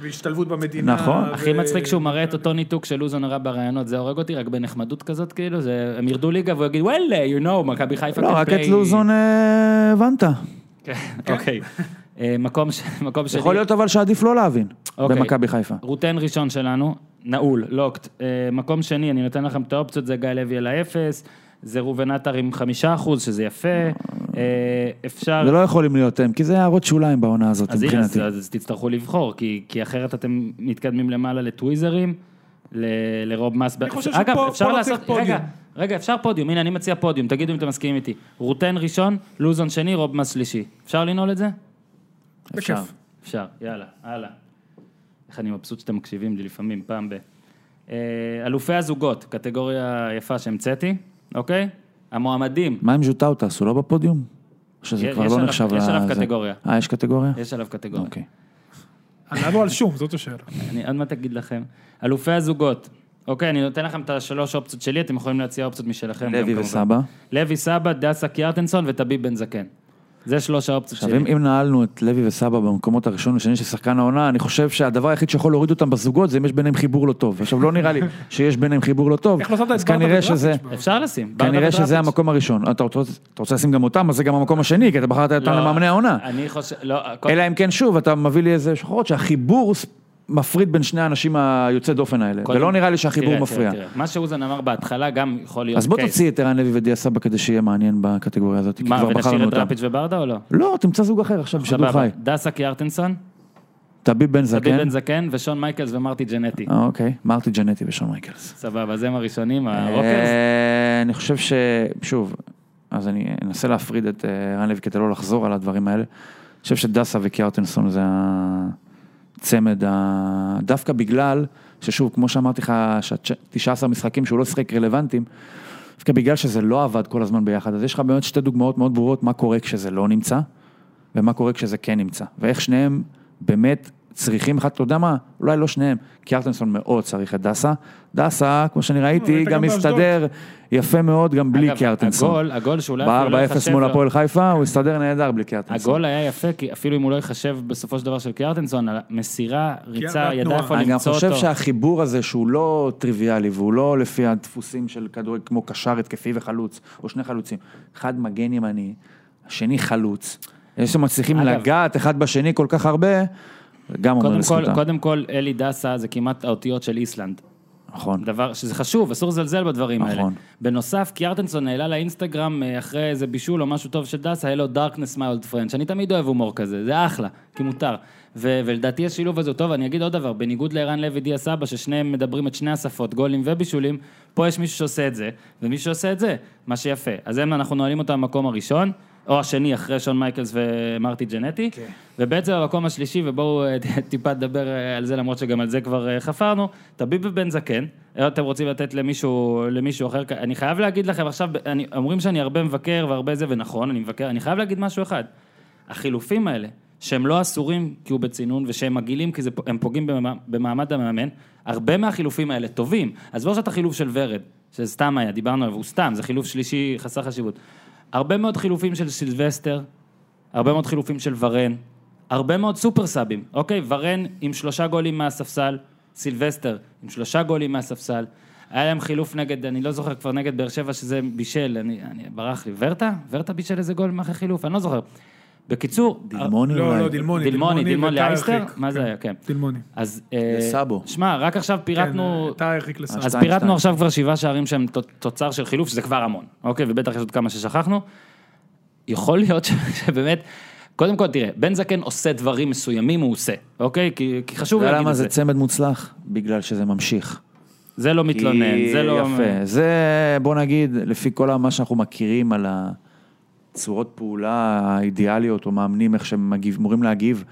והשתלבות במדינה.
נכון.
ו-
הכי מצחיק שהוא מראה
כן.
את אותו ניתוק של לוזון הרע בראיונות, זה הורג אותי, רק בנחמדות כזאת, כאילו, זה, הם ירדו ליגה והוא יגיד, וואלה, you know, מכבי חיפה
לא,
can
רק את
play."
לוזון אה, הבנת.
כן, אוקיי. אה, מקום ש- מקום שני.
יכול להיות אבל שעדיף לא להבין
אוקיי.
במכבי חיפה.
רוטן ראשון שלנו, נעול, לוקט. אה, מקום שני, אני נותן לכם את האופציות, זה גיא לוי על האפס, זה ראובן עטר עם חמישה אחוז, שזה יפה. אה, אפשר...
זה לא יכולים להיות הם, כי זה הערות שוליים בעונה הזאת
אז הנה, אז,
מבחינתי.
אז תצטרכו לבחור, כי, כי אחרת אתם מתקדמים למעלה לטוויזרים, ל, לרוב מס...
אני חושב שפה- פה לא צריך פודיום.
רגע, רגע, אפשר פודיום, הנה, אני מציע פודיום, תגידו אם אתם מסכימים איתי. רוטן ראשון, לוזון שני, רוב מס שלישי. אפשר לנעול את זה?
אפשר.
בכיף.
אפשר, יאללה, הלאה. איך אני מבסוט שאתם מקשיבים לי לפעמים, פעם ב... אה, אלופי הזוגות, קטגוריה יפה שהמצאתי, אוקיי? המועמדים,
מה עם ז'וטאוטס, הוא לא בפודיום? שזה
יש-
כבר
יש
לא
עליו-
נחשב...
יש עליו
לזה.
קטגוריה.
אה, יש קטגוריה?
יש עליו קטגוריה.
אוקיי.
אני לא על שום, זאת השאלה.
אני עוד מעט אגיד לכם. אלופי הזוגות. אוקיי, אני נותן לכם את השלוש אופציות שלי, אתם יכולים להציע אופציות משלכם. גם,
לוי
כמובן.
וסבא.
לוי סבא, דסה קיארטנסון וטביב בן זקן. זה שלוש האופציות
עכשיו, אם,
שלי.
אם נעלנו את לוי וסבא במקומות הראשון ושני של שחקן העונה, אני חושב שהדבר היחיד שיכול להוריד אותם בזוגות זה אם יש ביניהם חיבור לא טוב. עכשיו, לא נראה לי שיש ביניהם חיבור לא טוב,
איך לא שמת את
אז כנראה
ברדה
שזה,
ודראפיץ'?
אפשר לשים.
כנראה
ברדה
שזה
וטראפיץ'.
המקום הראשון. אתה רוצה, אתה רוצה לשים גם אותם, אז זה גם המקום השני, כי אתה בחרת אותם
לא,
למאמני העונה.
אני חושב, לא, כל-
אלא אם כן, שוב, אתה מביא לי איזה שחורות שהחיבור ס- מפריד בין שני האנשים היוצא דופן האלה,
קודם-
ולא נראה לי שהחיבור
תראה,
מפריע.
תראה, תראה. מה שאוזן אמר בהתחלה גם יכול להיות
אז בוא
קייס.
תוציא את ערן לוי ודיה סבא כדי שיהיה מעניין בקטגוריה הזאת, כי
מה,
כבר בחרנו
ונשאיר את
אותם.
דראפיץ' וברדה או לא?
לא, תמצא זוג אחר עכשיו בשידור
סבבה.
חי.
דסה קיארטנסון,
תביב בן זקן.
דוד בן זקן ושון מייקלס ומרטי ג'נטי.
אה, אוקיי, מרטי ג'נטי ושון מייקלס.
אה, אוקיי. סבבה, אז הם הראשונים, הרוקרס.
אה, אני חושב ש... שוב, אז אני אנסה להפריד את אה, רן לוי כדי לא לחזור על הדברים האלה. אני חושב שדסה וקיארטנסון זה הצמד, ה... דווקא בגלל ששוב, כמו שאמרתי לך, שה-19 משחקים שהוא לא שיחק רלוונטיים, דווקא בגלל שזה לא עבד כל הזמן ביחד, אז יש לך באמת שתי דוגמאות מאוד ברורות מה קורה כשזה לא נמצא, ומה קורה כשזה כן נמצא, ואיך שניהם באמת צריכים אחד, אתה יודע מה, אולי לא שניהם, קיארטנסון מאוד צריך את דסה, דסה, כמו שאני ראיתי,
ראית גם
גם הסתדר יפה מאוד גם בלי
אגב,
קיארטנסון.
הגול, הגול שאולי אפילו לא
ב-4-0
ייחשב
מול
לו-
הפועל חיפה, הוא הסתדר נהדר בלי קיארטנסון.
הגול היה יפה, כי אפילו אם הוא לא ייחשב בסופו של דבר של קיארטנסון, המסירה, ריצה, ידע
והתנועה.
איפה
כן, אני גם
למצוא
חושב
אותו.
שהחיבור הזה שהוא לא טריוויאלי והוא לא לפי הדפוסים של כדורגל כמו קשר התקפי וחלוץ, או שני חלוצים. אחד מגן ימני, השני חלוץ. יש שמצליחים
אגב-
לגעת אחד בשני כל כך הרבה, גם אומר
קודם כל,
לזכותם.
קודם כל, אלי דסה זה כמעט האותיות של איסלנד.
נכון.
דבר שזה חשוב, אסור לזלזל בדברים האלה.
נכון.
בנוסף, קיארטנסון העלה לאינסטגרם אה, אחרי איזה בישול או משהו טוב של דסה, היה לו darkness my old friend, שאני תמיד אוהב הומור כזה, זה אחלה, כי מותר. ו- ולדעתי השילוב הזה הוא טוב, אני אגיד עוד דבר, בניגוד לערן לוי דיה סבא, ששניהם מדברים את שני השפות, גולים ובישולים, פה יש מישהו שעושה את זה, ומישהו שעושה את זה, מה שיפה. אז הם, אנחנו נועלים אותם במקום הראשון, או השני, אחרי שון מייקלס ומרטי ג'נטי, okay. ובעצם במקום השלישי, ובואו אה, טיפה נדבר אה, על זה, למרות שגם על זה כבר אה, חפרנו, טביב ובן זקן, אם אתם רוצים לתת למישהו, למישהו אחר, כ- אני חייב להגיד לכם עכשיו, ב- אני, אומרים שאני הרבה מבקר והרבה זה, ונכון, אני מבקר, אני חייב להגיד משהו אחד, החילופים האלה, שהם לא אסורים כי הוא בצינון, ושהם מגעילים כי זה, פ- הם פוגעים במע- במעמד המאמן, הרבה מהחילופים האלה טובים. עזבו עכשיו את החילוף של ורד, שזה סתם היה, דיברנו עליו, הוא סתם, זה חילוף שלישי חסר חשיבות. הרבה מאוד חילופים של סילבסטר, הרבה מאוד חילופים של ורן, הרבה מאוד סופר סאבים. אוקיי, ורן עם שלושה גולים מהספסל, סילבסטר עם שלושה גולים מהספסל. היה להם חילוף נגד, אני לא זוכר כבר נגד באר שבע שזה בישל, אני, אני ברח לי, ורטה? ורטה בישל איזה גול מאחרי חילוף, אני לא זוכר. בקיצור,
דילמוני
לא,
אולי.
לא, דילמוני.
דילמוני, דילמוני,
וטאה
לאייסטר?
הרחיק.
מה זה
כן,
היה? כן.
דילמוני.
אז... אה,
לסאבו.
שמע, רק עכשיו פירטנו...
כן, טאה הרחיק לסאבו.
אז
שתיים,
פירטנו
שתיים.
עכשיו כבר שבעה שערים שהם ת- תוצר של חילוף, שזה כבר המון. אוקיי, ובטח יש עוד כמה ששכחנו. יכול להיות ש- שבאמת... קודם כל, תראה, בן זקן עושה דברים מסוימים, הוא עושה, אוקיי? כי, כי חשוב
אתה יודע
להגיד
למה
את
זה
זה.
צמד מוצלח? בגלל שזה ממשיך.
זה לא מתלונן,
כי-
זה לא...
יפה. זה, בוא נגיד, לפי כל מה שאנחנו מכירים על הצורות פעולה האידיאליות, או מאמנים, איך שהם מגיב- אמורים להגיב,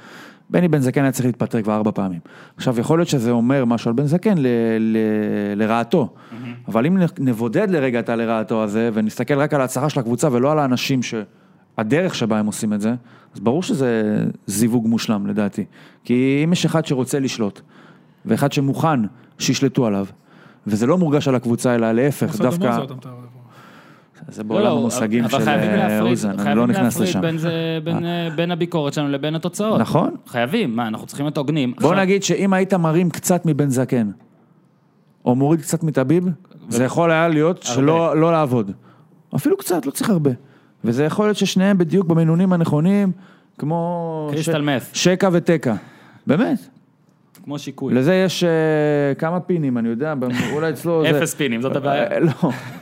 בני בן זקן היה צריך להתפטר כבר ארבע פעמים. עכשיו, יכול להיות שזה אומר משהו על בן זקן ל, ל, לרעתו, אבל אם נ- נבודד לרגע את הלרעתו הזה, ונסתכל רק על ההצלחה של הקבוצה ולא על האנשים ש... הדרך שבה הם עושים את זה, אז ברור שזה זיווג מושלם לדעתי. כי אם יש אחד שרוצה לשלוט, ואחד שמוכן שישלטו עליו, וזה לא מורגש על הקבוצה, אלא להפך,
עושה דומה,
דווקא...
זה אותם טהר.
זה בעולם המושגים
לא, אבל
של
חייבים
אה,
להפריד-
אוזן, אני
חייבים
לא נכנס
להפריד
לשם.
בין, זה, בין, אה, בין הביקורת שלנו לבין התוצאות.
נכון.
חייבים, מה, אנחנו צריכים להיות הוגנים.
בוא
עכשיו-
נגיד שאם היית מרים קצת מבן זקן, או מוריד קצת מטביב, זה יכול היה להיות שלא לא לעבוד. אפילו קצת, לא צריך הרבה. וזה יכול להיות ששניהם בדיוק במינונים הנכונים, כמו...
קריסטל
ש-
מף.
שקע ותקע. באמת.
כמו שיקוי.
לזה יש אה, כמה פינים, אני יודע, ב- אולי אצלו... זה-
אפס פינים, זאת הבעיה.
אה, לא,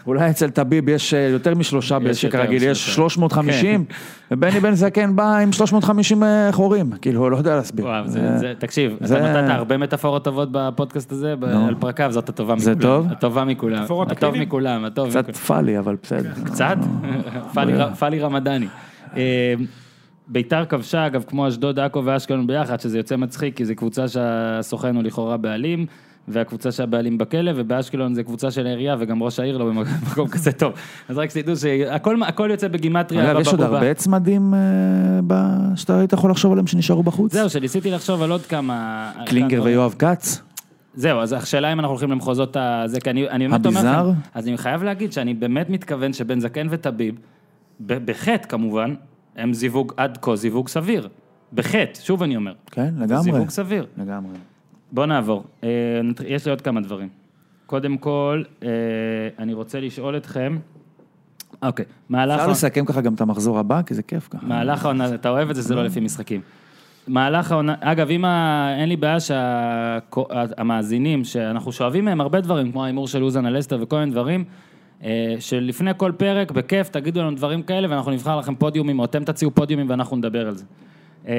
אולי אצל טביב יש אה, יותר משלושה בשק
יותר
רגיל, יש
משלושה. כן.
350, ובני בן זקן בא עם 350 אה, חורים, כאילו, לא יודע להסביר.
וואו,
אה,
זה, זה, תקשיב,
זה-
אתה נתת הרבה מטאפורות טובות בפודקאסט הזה, ב- על פרקיו, זאת הטובה מכולם.
זה טוב?
הטובה מכולם.
מטאפורות
הטוב
לכלים?
מכולם, הטוב מכולם.
קצת פאלי, אבל בסדר.
קצת? פאלי ר- פאלי רמדני. אה, ביתר כבשה, אגב, כמו אשדוד, עכו ואשקלון ביחד, שזה יוצא מצחיק, כי זו קבוצה שהסוכן הוא לכאורה בעלים, והקבוצה שהבעלים בכלא, ובאשקלון זו קבוצה של העירייה, וגם ראש העיר לא במקום כזה טוב. אז רק שתדעו שהכל הכל יוצא בגימטריה.
אגב, יש עוד
בבובה.
הרבה צמדים אה, ב- שאתה היית יכול לחשוב עליהם שנשארו בחוץ?
זהו, שניסיתי לחשוב על עוד כמה...
קלינגר
כמה-
ויואב כץ?
זהו, אז השאלה אם אנחנו הולכים למחוזות ה... זה כי אני, אני באמת אומר
הביזאר?
לכם, אז אני חייב להגיד שאני באמת מתכוון שבן זקן וטביב, ב- בחטא כמובן, הם זיווג עד כה, זיווג סביר. בחטא, שוב אני אומר.
כן,
זה
לגמרי.
זיווג סביר.
לגמרי.
בוא נעבור. אה, נת- יש לי עוד כמה דברים. קודם כל, אה, אני רוצה לשאול אתכם, אוקיי, מהלך...
אפשר
ה-
לסכם ככה גם את המחזור הבא, כי זה כיף ככה.
מהלך העונה, אתה אוהב את זה, זה לא לפי משחקים. מהלך העונה, אגב, אם ה... אין לי בעיה שהמאזינים, שאנחנו שואבים מהם הרבה דברים, כמו ההימור של אוזן על אסתר וכל מיני דברים, אה, שלפני כל פרק, בכיף, תגידו לנו דברים כאלה, ואנחנו נבחר לכם פודיומים, או אתם תציעו פודיומים ואנחנו נדבר על זה. אה,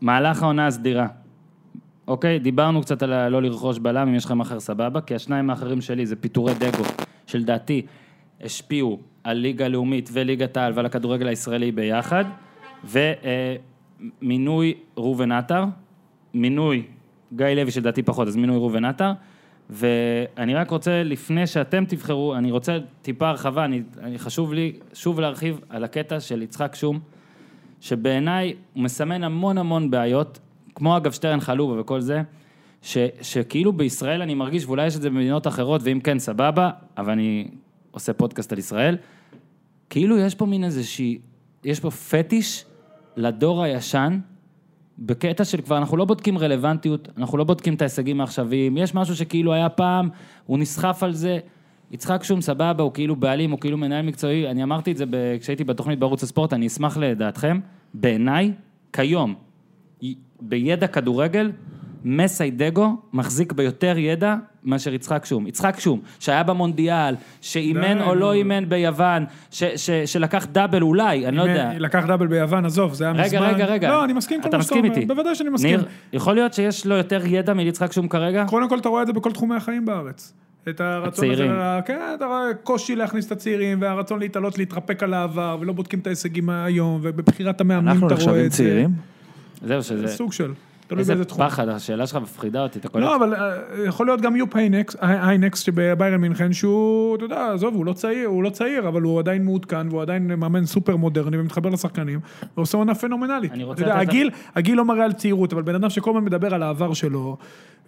מהלך העונה הסדירה. אוקיי, דיברנו קצת על ה- לא לרכוש בלם, אם יש לך מחר סבבה, כי השניים האחרים שלי זה פיטורי דגו, שלדעתי השפיעו על ליגה לאומית וליגת העל ועל הכדורגל הישראלי ביחד, ומינוי ראובן עטר, מינוי גיא לוי שלדעתי פחות, אז מינוי ראובן עטר, ואני רק רוצה, לפני שאתם תבחרו, אני רוצה טיפה הרחבה, אני, אני חשוב לי שוב להרחיב על הקטע של יצחק שום, שבעיניי הוא מסמן המון המון בעיות, כמו אגב שטרן חלובה וכל זה, ש, שכאילו בישראל אני מרגיש, ואולי יש את זה במדינות אחרות, ואם כן סבבה, אבל אני עושה פודקאסט על ישראל, כאילו יש פה מין איזושהי, יש פה פטיש לדור הישן, בקטע של כבר אנחנו לא בודקים רלוונטיות, אנחנו לא בודקים את ההישגים העכשוויים, יש משהו שכאילו היה פעם, הוא נסחף על זה. יצחק שום סבבה, הוא כאילו בעלים, הוא כאילו מנהל מקצועי, אני אמרתי את זה ב- כשהייתי בתוכנית בערוץ הספורט, אני אשמח לדעתכם, בעיניי, כיום, י- בידע כדורגל, מסיידגו מחזיק ביותר ידע מאשר יצחק שום. יצחק שום, שהיה במונדיאל, שאימן
די,
או לא
נו.
אימן ביוון, ש- ש- שלקח דאבל אולי, אני לא יודע.
לקח דאבל ביוון, עזוב, זה היה מזמן.
רגע, רגע, רגע.
לא, אני מסכים כל
אתה
מה שאתה
מסכים
אומר.
איתי.
בוודאי שאני מסכים.
ניר, יכול להיות שיש לו יותר ידע מליצחק שום כרגע?
קודם כל אתה רואה את זה בכל תחומי החיים בארץ. את הרצון
הצעירים.
הזה, ל- כן, אתה רואה קושי להכניס את הצעירים, והרצון להתעלות, להתרפק על העבר, ולא בודקים את ההישגים היום, ובבחירת המאמנים אתה
אנחנו
רואה את זה.
נחשבים צעירים?
זהו שזה...
סוג של, תלוי
איזה
באיזה תחום.
פחד, השאלה שלך מפחידה אותי, אתה
לא,
קולט?
אבל אה, יכול להיות גם יופ היינקס- הי- היינקס שבביירן מינכן, שהוא, אתה יודע, עזוב, הוא לא צעיר, הוא לא צעיר, אבל הוא עדיין מעודכן, והוא עדיין מאמן סופר מודרני ומתחבר לשחקנים, ועושה עונה פנומנלית.
אני רוצה
אתה יודע,
לתת-
הגיל, הגיל לא מראה על צעירות, אבל בן אדם שכל הזמן מדבר על העבר שלו,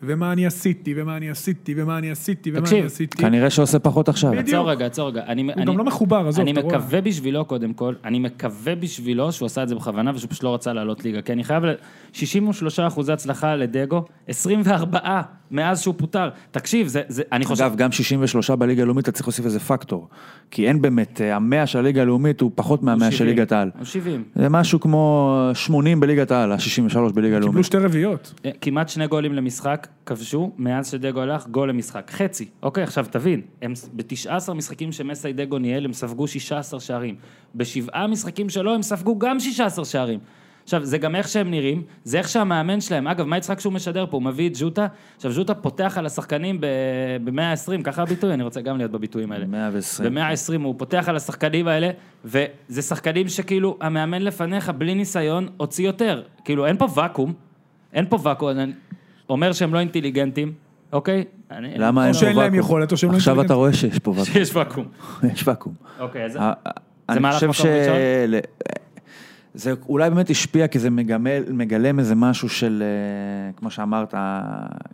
ומה אני עשיתי, ומה אני עשיתי, ומה אני עשיתי, ומה
תקשיב,
אני עשיתי.
כנראה שעושה פחות עכשיו.
בדיוק.
עצור רגע, עצור רגע. אני-
הוא
אני-
גם לא מחובר, עזוב,
אני
אתה רואה.
מקווה בשבילו קודם כל, אני מקווה בשבילו שהוא עשה את זה בכוונה ושהוא פשוט לא רצה לעלות ליגה, כי אני חייב ל... 63 אחוזי הצלחה לדגו, 24 מאז שהוא פוטר. תקשיב, זה, זה, אני חושב...
אגב, גם 63 בליגה הלאומית, אתה צריך להוסיף איזה פקטור. כי אין באמת, אה, המאה של הליגה הלאומית הוא פחות מהמאה של
70.
ליגת העל.
הוא 70.
זה משהו כמו 80 בליגת העל, ה-63 בליגה
קיבלו
הלאומית.
שתי רביעיות.
אה, כמעט שני גולים למשחק כבשו, מאז שדגו הלך, גול למשחק. חצי. אוקיי, עכשיו תבין, הם ס- ב-19 משחקים שמסי דגו ניהל, הם ספגו 16 שערים. בשבעה משחקים שלו, הם ספגו גם 16 שערים. עכשיו, זה גם איך שהם נראים, זה איך שהמאמן שלהם, אגב, מה יצחק שהוא משדר פה? הוא מביא את ג'וטה, עכשיו ג'וטה פותח על השחקנים ב-120, ככה הביטוי, אני רוצה גם להיות בביטויים האלה.
120.
במאה ה-20 הוא פותח על השחקנים האלה, וזה שחקנים שכאילו המאמן לפניך בלי ניסיון הוציא יותר. כאילו אין פה ואקום, אין פה ואקום, אני אומר שהם לא אינטליגנטים, אוקיי? אני-
למה
אני-
אין
או
פה
שאין להם
ואקום?
יכולת, או שהם לא
עכשיו אתה
אינטליגנטים.
רואה שיש פה ואקום.
שיש ואקום.
יש ואקום.
אוקיי, אז...
אה, אני
מהלך
חושב ש...
מקום ראשון?
ל- אה, זה אולי באמת השפיע, כי זה מגמל, מגלם איזה משהו של, אה, כמו שאמרת,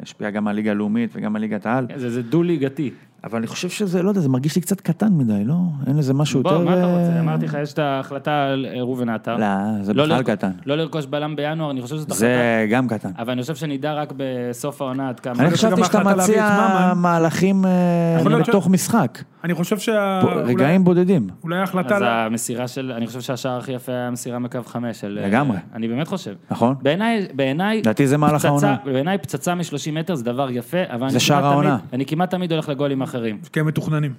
השפיע גם הליגה הלאומית וגם הליגת העל.
זה זה דו-ליגתי.
אבל אני חושב שזה, לא יודע, זה מרגיש לי קצת קטן מדי, לא? אין לזה משהו יותר...
בוא, מה אתה רוצה?
אה,
אמרתי לך, יש את ההחלטה על אה, ראובן עטר.
לא, זה
לא
בכלל
לרכ-
קטן.
לא לרכוש בלם בינואר, אני חושב שזאת החלטה...
זה גם קטן.
אבל אני חושב שנדע רק בסוף העונה עד כמה...
אני
חושב
חשבתי
שגם
שאתה
החלטת להביא את
מציע
ממן.
מהלכים אה,
יכול להיות ש-
בתוך משחק,
אני חושב שה...
פה,
אולי-
רגעים בודדים.
אולי ההחלטה...
אז
לה-
המסירה של, אני חושב שהשער הכי יפה היה המסירה מקו חמש. של- אה,
לגמרי.
אני באמת חושב.
נכון?
בעיניי, בעיניי,
לדעתי זה מהלך
פצצה-
העונה.
בעיניי פצצה מ-30 מטר זה דבר יפה, אבל אני
זה שער
כמעט
העונה.
תמיד- אני כמעט תמיד הולך לגולים אחרים.
כי הם מתוכננים.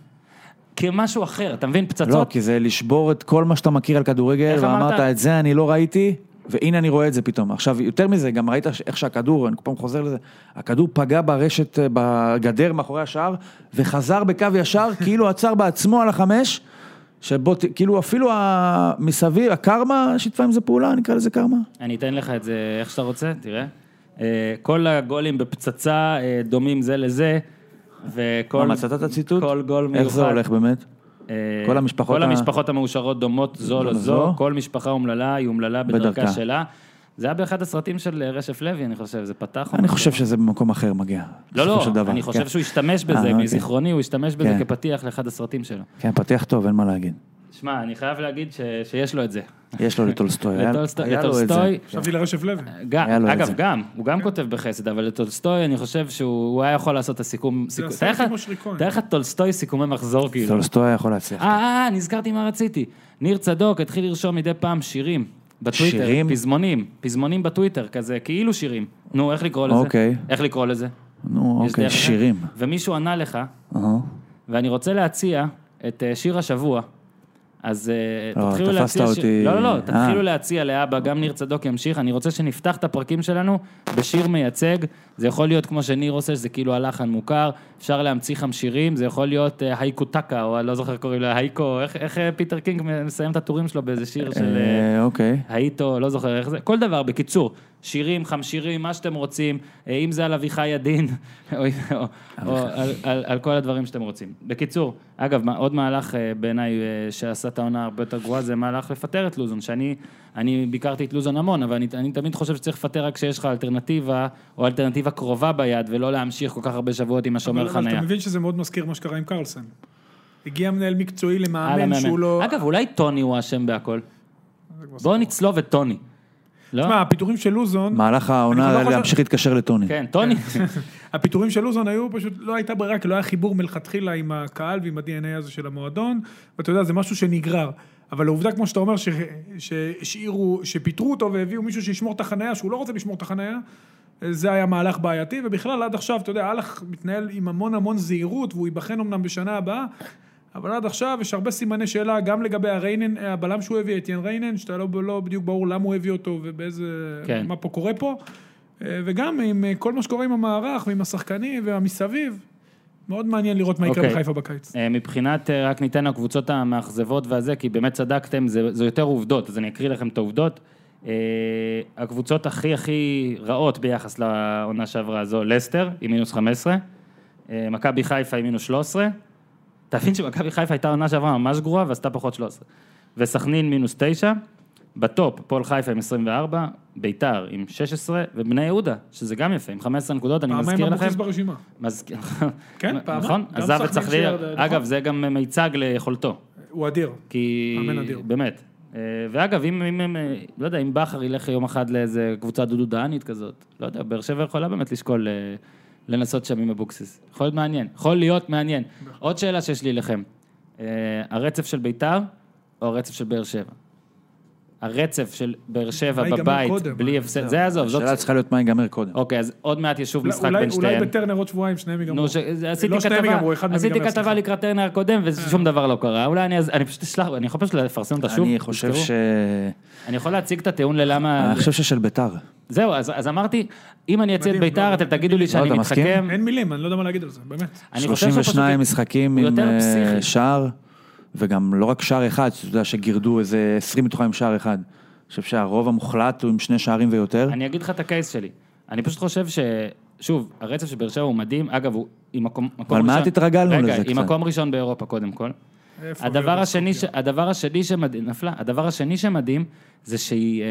כמשהו אחר, אתה מבין?
לא,
פצצות?
כי זה לשבור את כל מה שאתה מכיר על כדורגל,
איך אמרת?
ואמרת את זה אני לא ראיתי, והנה אני רואה את זה פתאום. עכשיו, יותר מזה, גם ראית ש- איך שהכדור, אני כל פעם חוזר לזה, הכדור פגע ברשת, אה, בגדר מאחורי השער, וחזר בקו ישר, כאילו עצר בעצמו על החמש, שבו, ת- כאילו אפילו ה- מסביב, הקרמה, שיתפה עם זה פעולה, נקרא לזה קרמה.
אני אתן לך את זה איך שאתה רוצה, תראה. אה, כל הגולים בפצצה אה, דומים זה לזה, וכל...
מה, מצאת את הציטוט?
כל גול מיוחד.
איך זה הולך באמת?
אה,
כל המשפחות
כל
ה-
המשפחות המאושרות דומות זו לזו,
לזו.
כל משפחה אומללה היא אומללה בדרכה
בדרכה.
שלה. זה היה באחד הסרטים של אה, רשף לוי, אני חושב, זה פתח. או
אני
משהו.
חושב שזה במקום אחר מגיע.
לא,
בסופו
לא,
של דבר,
אני
כן.
חושב שהוא השתמש
אה,
בזה,
אוקיי.
מזיכרוני, הוא השתמש בזה
כן.
כפתיח לאחד הסרטים שלו.
כן, פתיח טוב, אין מה להגיד.
שמע, אני חייב להגיד ש... שיש לו את זה.
יש לו לטולסטוי, היה-
לטולסטוי,
היה לו את זה.
לטולסטוי,
חשבתי לרשף לוי.
גם,
היה לו את
אגב,
זה.
גם, הוא גם כותב בחסד, אבל לטולסטוי, אני חושב שהוא הוא היה יכול לעשות את הסיכום. סיכום-
עשה
תאר לך-
כמו שריקון.
תאר לך טולסטוי סיכומי מחזור, כאילו.
טולסטוי היה יכול להצליח.
אה, אה, נזכרתי מה רציתי. ניר צדוק התחיל לרשום מדי פעם שירים. בטוויטר,
שירים?
פזמונים, פזמונים בטוויטר, כזה, כאילו שירים. נו, איך לקרוא לזה?
אוקיי.
איך לקרוא לזה?
נו,
יש
אוקיי,
דרך אחרת? אה,
שירים.
ומישהו ענה לך,
אהה.
ואני רוצה להציע את אה, שיר השבוע. אז אה,
לא,
תתחילו
תפסת
להציע... שיר-
אותי.
לא, לא, לא,
אה.
תתחילו להציע לאבא, גם ניר צדוק ימשיך. אני רוצה שנפתח את הפרקים שלנו בשיר מייצג. זה יכול להיות כמו שניר עושה, שזה כאילו הלחן מוכר. אפשר להמציא חמשירים, זה יכול להיות אה, הייקו טקה, או אני לא זוכר קוראים לו הייקו, איך- איך אה, פיטר קינג מסיים את הטורים שלו באיזה שיר של... אה,
אה, אוקיי.
האיטו, לא זוכר איך זה, כל דבר, בקיצור, שירים, חמשירים, מה שאתם רוצים, אה, אם זה על אביחי עדין, או, או, או על, על, על כל הדברים שאתם רוצים. בקיצור, אגב, מה- עוד מהלך אה, בעיניי אה, שעשה את העונה הרבה יותר גרועה, זה מהלך לפטר את לוזון, שאני אני ביקרתי את לוזון המון, אבל אני, אני תמיד חושב שצריך לפטר רק כשיש לך אלטרנטיבה, או אלטרנטיבה קרובה ביד, ולא להמשיך כל כך הרבה שבועות עם השומר
אבל- אבל
חניה.
אתה מבין שזה מאוד מזכיר מה שקרה עם קרלסן. הגיע מנהל מקצועי
על
למאמן
המאמן.
שהוא לא...
אגב, אולי טוני הוא האשם בהכל. בואו נצלוב את טוני. לא?
מה, הפיטורים של לוזון,
מהלך העונה
אני כבר לא חושב-
להמשיך להתקשר לטוני.
כן, טוני.
הפיטורים של לוזון היו פשוט, לא הייתה ברירה, כי לא היה חיבור מלכתחילה עם הקהל ועם ה-DNA הזה של המועדון, ואתה יודע, זה משהו שנגרר. אבל העובדה, כמו שאתה אומר, ש- שהשאירו, שפיטרו אותו והביאו מישהו שישמור את החנייה, שהוא לא רוצה לשמור את החנייה, זה היה מהלך בעייתי, ובכלל עד עכשיו, אתה יודע, אהלך מתנהל עם המון המון זהירות, והוא ייבחן אמנם בשנה הבאה, אבל עד עכשיו יש הרבה סימני שאלה, גם לגבי הריינן, הבלם שהוא הביא, את יאן ריינן, שאתה לא, לא בדיוק ברור למה הוא הביא אותו ובאיזה...
כן.
מה פה קורה פה. אה, וגם עם אה, כל מה שקורה עם המערך ועם השחקנים והמסביב, מאוד מעניין לראות מה יקרה
אוקיי.
בחיפה בקיץ.
אה, מבחינת, אה, רק ניתן לקבוצות המאכזבות והזה, כי באמת צדקתם, זה, זה יותר עובדות, אז אני אקריא לכם את העובדות. אה, הקבוצות הכי הכי רעות ביחס לעונה שעברה זו, לסטר, עם מינוס 15, אה, מכבי חיפה עם מינוס 13, תבין שמכבי חיפה הייתה עונה שעברה ממש גרועה ועשתה פחות 13, וסכנין מינוס 9, בטופ, פועל חיפה עם 24, ביתר עם 16, ובני יהודה, שזה גם יפה, עם 15 נקודות, אני
פעמיים
מזכיר לכם.
אבוקסיס ברשימה.
מזכיר,
כן, פעמיים.
נכון,
גם
עזב
סכנין
את סחליל,
שירד, נכון.
אגב זה גם מיצג ליכולתו,
הוא אדיר.
כי,
מאמן אדיר.
באמת, אה, ואגב אם, אם, הם, אה, לא יודע, אם בכר ילך יום אחד לאיזה קבוצה דודו דהנית כזאת, לא יודע, באר שבע יכולה באמת לשקול אה, לנסות שם עם אבוקסיס, יכול להיות מעניין, יכול להיות מעניין.
נכון.
עוד שאלה שיש לי לכם, אה, הרצף של ביתר או הרצף של באר שבע? הרצף של באר שבע
מה ייגמר
בבית,
קודם? אה,
בלי הפסד, זה יעזוב, זאת...
השאלה צריכה להיות מה ייגמר קודם.
אוקיי, אז עוד מעט ישוב משחק
אולי-
בין שתיהם.
אולי בטרנר עוד שבועיים שניהם יגמרו.
נו, ש... עשיתי
לא שניהם
כתבה,
ייגמרו, אחד מהם
עשיתי
ייגמר,
כתבה
סליחה. אה.
לקראת טרנר הקודם ושום דבר לא קרה. אולי אני, אז- אני פשוט אשלח, אני יכול פשוט לפרסם אותה שוב?
אני חושב
תזכרו. אה,
ש... אה,
אני יכול להציג את הטיעון ללמה...
אני חושב ששל ביתר.
זהו, אז, אז אמרתי, אם אני אציע את
מדהים,
ביתר,
לא,
אתם תגידו לי שאני
אתה מסכים?
מתחכם.
אין מילים, אני לא יודע מה להגיד על זה, באמת.
אני חושב שהוא פשוט-
32 משחקים
הוא
עם
יותר
אה,
פסיכי.
שער, וגם לא רק שער אחד, שאתה יודע שגירדו איזה 20 מתוכם עם שער אחד. אני חושב שהרוב המוחלט הוא עם שני שערים ויותר.
אני אגיד לך את הקייס שלי. אני פשוט חושב ש... שוב, הרצף של באר שבע הוא מדהים. אגב, הוא עם מקום, מקום
אבל
ראשון...
מעט התרגלנו
רגע,
לזה
רגע, עם
קצת.
מקום ראשון באירופה קודם כל.
איפה
הדבר
הוא
השני, ש...
יהיה?
הדבר השני שמדהים, נפלה, הדבר השני שמדהים זה שהיא, אה,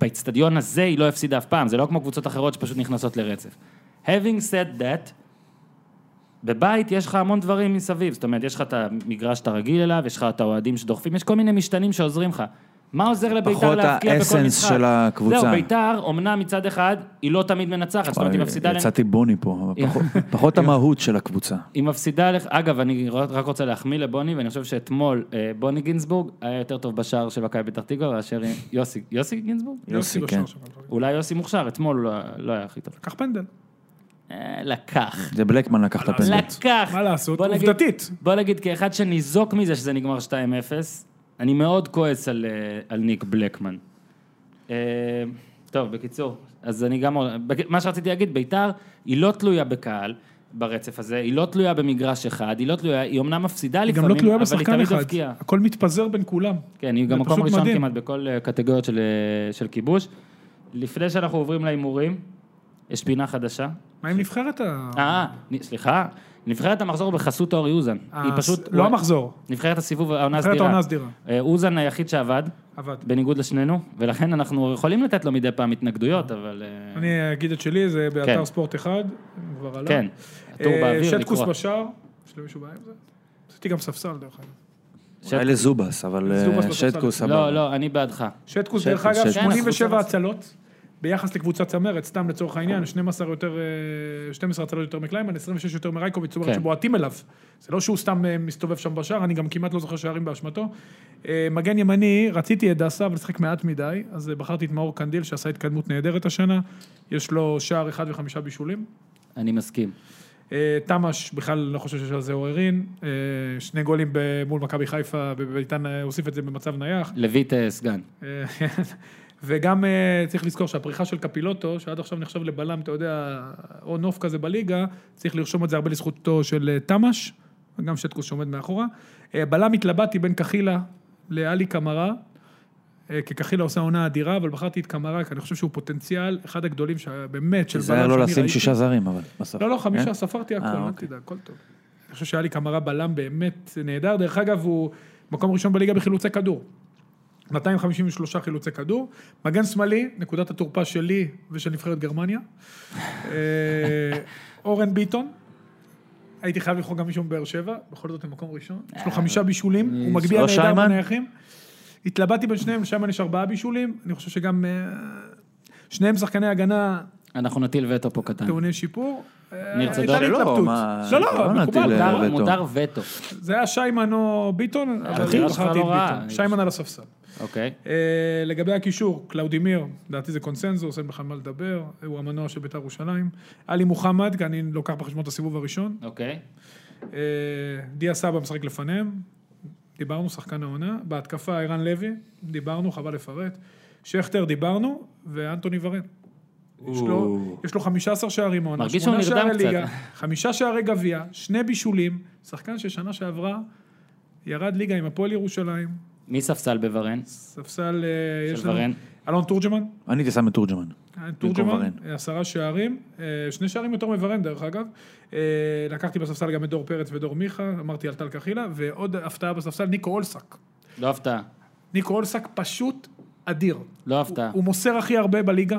באצטדיון הזה היא לא הפסידה אף פעם, זה לא כמו קבוצות אחרות שפשוט נכנסות לרצף. Having said that, בבית יש לך המון דברים מסביב, זאת אומרת, יש לך את המגרש שאתה רגיל אליו, יש לך את האוהדים שדוחפים, יש כל מיני משתנים שעוזרים לך. מה עוזר לביתר
פחות
להבקיע בכל משחק?
האסנס של הקבוצה.
זהו, ביתר, אומנם מצד אחד, היא לא תמיד מנצחת, זאת אומרת, היא
וואי,
מפסידה... לנ-
יצאתי בוני פה, אבל פחות- פחות המהות של הקבוצה.
היא מפסידה לך, אגב, אני רק רוצה להחמיא לבוני, ואני חושב שאתמול אה, בוני גינזבורג היה יותר טוב בשער של מכבי פתח תקווה מאשר עם יוסי, יוסי גינזבורג?
יוסי,
בשער
כן.
שם, אבל לא.
אולי יוסי מוכשר, אתמול הוא לא, לא היה הכי טוב.
לקח פנדל.
אה, לקח.
זה בלקמן לקח את הפנדל.
לקח.
מה לעשות?
בוא נגיד-
עובדתית.
בוא נגיד, כאחד שניזוק מזה שזה נגמר 2-0, אני מאוד כועס על, אה, על ניק בלקמן. אה, טוב, בקיצור, אז אני גם... בק- מה שרציתי להגיד, ביתר היא לא תלויה בקהל. ברצף הזה, היא לא תלויה במגרש אחד, היא לא תלויה, היא אמנם מפסידה
היא
לפעמים,
גם לא תלויה
אבל היא
בשחקן
תמיד
אחד.
מבקיעה.
הכל מתפזר בין כולם.
כן, היא גם
זה
מקום
פשוט
ראשון
מדהים.
כמעט בכל אה, קטגוריות של, אה, של כיבוש. לפני שאנחנו עוברים להימורים, יש פינה חדשה.
מה עם נבחרת ה...
אה, נ- סליחה, נבחרת המחזור בחסות אורי אוזן. היא
הס-
פשוט...
לא המחזור.
נבחרת הסיבוב, העונה הסדירה.
נבחרת העונה הסדירה.
אה, אוזן היחיד שעבד,
עבד.
בניגוד לשנינו, ולכן אנחנו יכולים לתת לו מדי פעם התנגדויות, אבל... אה,
אני אגיד את שלי, זה
כן.
באתר ספורט אחד, אם כבר עלה.
כן, הטור
אה,
באוויר
שטקוס
לקרוא.
בשער, יש למישהו בעיה עם זה? עשיתי גם ספסל דרך אגב.
שט-
אולי לזובס, אבל אה,
לזובס לא
שטקו
ספסל.
סבבה.
לא, לא, אני בעדך.
שטקוס
שטקוס,
דרך אגב,
שטקוס.
87
כן,
הצלות, ביחס לקבוצת צמרת, סתם לצורך העניין, 12 יותר, אה, 12 הצלות יותר מקליימן, 26 יותר מרייקוביץ', זאת אומרת
כן.
שבועטים אליו. זה לא שהוא סתם אה, מסתובב שם בשער, אני גם כמעט לא זוכר שערים באשמתו. אה, מגן ימני, רציתי את דסה, אבל שיחק מעט מדי, אז אה, בחרתי את מאור קנדיל, שעשה התקדמות נהדרת השנה, יש לו שער אחד וחמישה בישולים.
אני מסכים.
אה, תמ"ש, בכלל לא חושב שיש על זה עוררין. אה, שני גולים ב- מול מכבי חיפה, בביתן אה, הוסיף את זה במצב נייח.
לויט אה, סגן.
אה, וגם אה, צריך לזכור שהפריחה של קפילוטו, שעד עכשיו נחשב לבלם, אתה יודע, או נוף כזה בליגה, צריך לרשום את זה הרבה לזכותו של אה, תמש, גם שטקוס שעומד מאחורה. אה, בלם התלבטתי בין קחילה לאלי קמרה, אה, כי קחילה עושה עונה אדירה, אבל בחרתי את קמרה, כי אני חושב שהוא פוטנציאל, אחד הגדולים שבאמת של בלם
תיזהר לא
שאני
לשים
ראיתי.
שישה זרים, אבל בסוף.
לא, לא,
כן?
חמישה, ספרתי הכל,
אה,
אל
אוקיי.
תדאג, הכל טוב. אני חושב שהיה לי קמרה בלם באמת נהדר. דרך אגב, הוא מקום ראשון בליגה בחילוצי כדור. 253 חילוצי כדור. מגן שמאלי, נקודת התורפה שלי ושל נבחרת גרמניה. אה, אורן ביטון. הייתי חייב לבחור גם מישהו מבאר שבע, בכל זאת למקום ראשון. יש לו חמישה בישולים, הוא מגביה
לא
נהדר
אה, שיימן?
בנייחים. התלבטתי בין שניהם, לשיימן יש ארבעה בישולים. אני חושב שגם... אה, שניהם שחקני הגנה
אנחנו נטיל וטו פה קטן.
טעוני שיפור.
כן.
אה,
ניר צדוק.
הייתה לי
שלא,
התלבטות.
מה-
לא, לא, מקובל.
לא נטיל,
מותר-
וטו.
מותר וטו,
זה היה שיימן או ביטון, אבל
הבחירה שלך
בחרתי את
לא רעה.
ביטון. שיימן על הספסל.
אוקיי.
אה, לגבי הקישור, קלאודימיר, לדעתי זה קונצנזוס, אין בכלל מה לדבר, הוא המנוע של בית"ר ירושלים. עלי מוחמד, כי אני לוקח בחשבון את הסיבוב הראשון.
אוקיי.
אה, דיה סבא משחק לפניהם, דיברנו, שחקן העונה. בהתקפה, ערן לוי, דיברנו, חבל לפרט. שכטר, דיברנו, ואנטוני ורן. יש לו, יש לו 15 שערים העונה,
מרגיש
שמונה
שהוא נרדם
שערי
קצת.
ליגה, חמישה שערי גביע, שני בישולים, שחקן ששנה שעברה ירד ליגה עם הפועל ירושלים,
מי ספסל בוורן?
ספסל אה, יש
של
לנו...
ורן?
אלון תורג'מן,
אני הייתי שם את תורג'מן.
תורג'מן,
ורן.
עשרה שערים, אה, שני שערים יותר מוורן דרך אגב. אה, לקחתי בספסל גם את דור פרץ ודור מיכה, אמרתי על טל קחילה, ועוד הפתעה בספסל, ניקו אולסק.
לא הפתעה.
ניקו אולסק פשוט אדיר.
לא הפתעה.
הוא מוסר הכי הרבה בליגה,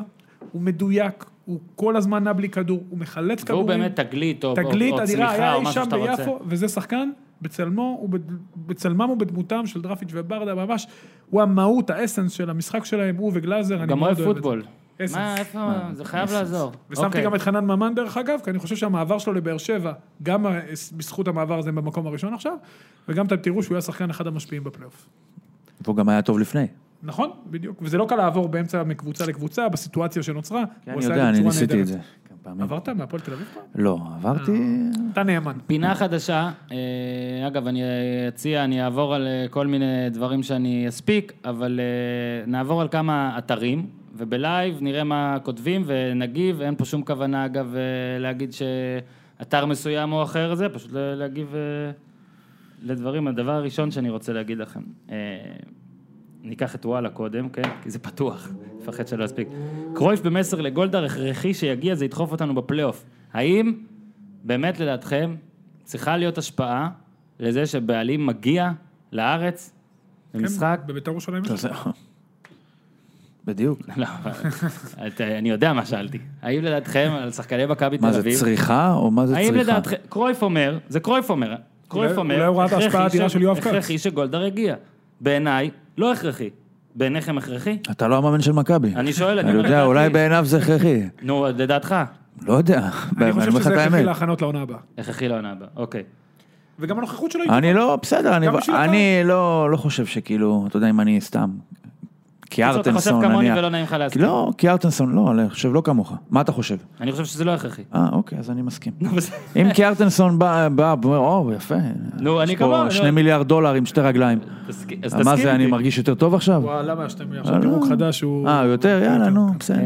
הוא מדויק, הוא כל הזמן נע בלי כדור, הוא מחלץ כדורים.
והוא באמת תגלית או או-
תגלית
או
אדירה, היה
צמיחה או
אי
משהו
שם
שאתה רוצה.
ביפו, וזה שחקן, בצלמו, ובד- בצלמם ובדמותם של דרפיץ' וברדה ממש, הוא המהות, האסנס של המשחק שלהם, הוא וגלאזר, אני
גם
מאוד
אוהב
אוהב את
פוטבול.
זה. אסנס.
מה, איפה,
אה,
זה חייב לעזור.
ושמתי
אוקיי.
גם את חנן ממן דרך אגב, כי אני חושב שהמעבר שלו לבאר שבע, גם ה- בזכות המעבר הזה הם במקום הראשון עכשיו, וגם אתם תראו שהוא היה שחקן אחד המשפיעים בפלייאוף.
והוא גם היה טוב לפני.
נכון, בדיוק. וזה לא קל לעבור באמצע מקבוצה לקבוצה, בסיטואציה שנוצרה.
כן,
הוא
אני
עשה
יודע, אני
בצורה
ניסיתי
נהדרת.
את זה. כמה פעמים.
עברת אה. מהפועל תל אביב פעם?
לא, עברתי...
אתה נאמן. כן?
פינה חדשה, אה, אגב, אני אציע, אני אעבור על אה, כל מיני דברים שאני אספיק, אבל אה, נעבור על כמה אתרים, ובלייב נראה מה כותבים ונגיב, אין פה שום כוונה, אגב, אה, להגיד שאתר מסוים או אחר זה, פשוט ל- להגיב אה, לדברים. הדבר הראשון שאני רוצה להגיד לכם, אה, ניקח את וואלה קודם, כן? כי זה פתוח, מפחד שלא אספיק. קרויף במסר לגולדהר הכרחי שיגיע, זה ידחוף אותנו בפלייאוף. האם באמת לדעתכם צריכה להיות השפעה לזה שבעלים מגיע לארץ למשחק?
כן, בבית"ר ירושלים. יש
אתה עושה- בדיוק.
לא, את- אני יודע מה שאלתי. האם לדעתכם על שחקני מכבי תל
מה
אביב?
זה, צריכה או מה זה
האם
צריכה?
לדעתכם, קרויף אומר, זה קרויף אומר, קרויף
אולי-
אומר,
אולי הוא ראה את ההשפעה
הכרחי
האדירה
ש-
של יואב כץ.
הכרחי שגולדהר הגיע. בעיניי, לא הכרחי. בעיניכם הכרחי?
אתה לא המאמן של מכבי.
אני שואל, אני לא
אני
אומר
יודע,
לדעתי.
אולי בעיניו זה הכרחי.
נו, לדעתך,
לא יודע.
אני חושב
אומר לך את
שזה הכרחי
האמת.
להכנות לעונה הבאה.
הכרחי לעונה הבאה, אוקיי.
וגם הנוכחות שלו היא...
אני לא, בסדר, אני-
גם בשביל
אני לא לא חושב שכאילו, אתה יודע אם אני סתם,
אתה חושב
קיארטנסון
כמוני
נניח.
ולא נעים לך להסכים.
לא, קיארטנסון, לא, אני חושב לא כמוך. מה אתה חושב?
אני חושב שזה לא הכרחי.
אה, אוקיי, אז אני מסכים.
נו, בסדר.
אם קיארטנסון בא, בא, ואומר, או, יפה.
נו, אני כמוהו, נו.
יש פה שני מיליארד דולר עם שתי רגליים.
תסכי- אז
מה
תסכים
זה, אני
איתי.
מרגיש יותר טוב עכשיו?
וואלה, למה שאתם
אה,
עכשיו
לא.
דירוג חדש הוא...
אה, הוא יותר? יאללה, נו, בסדר.
אה,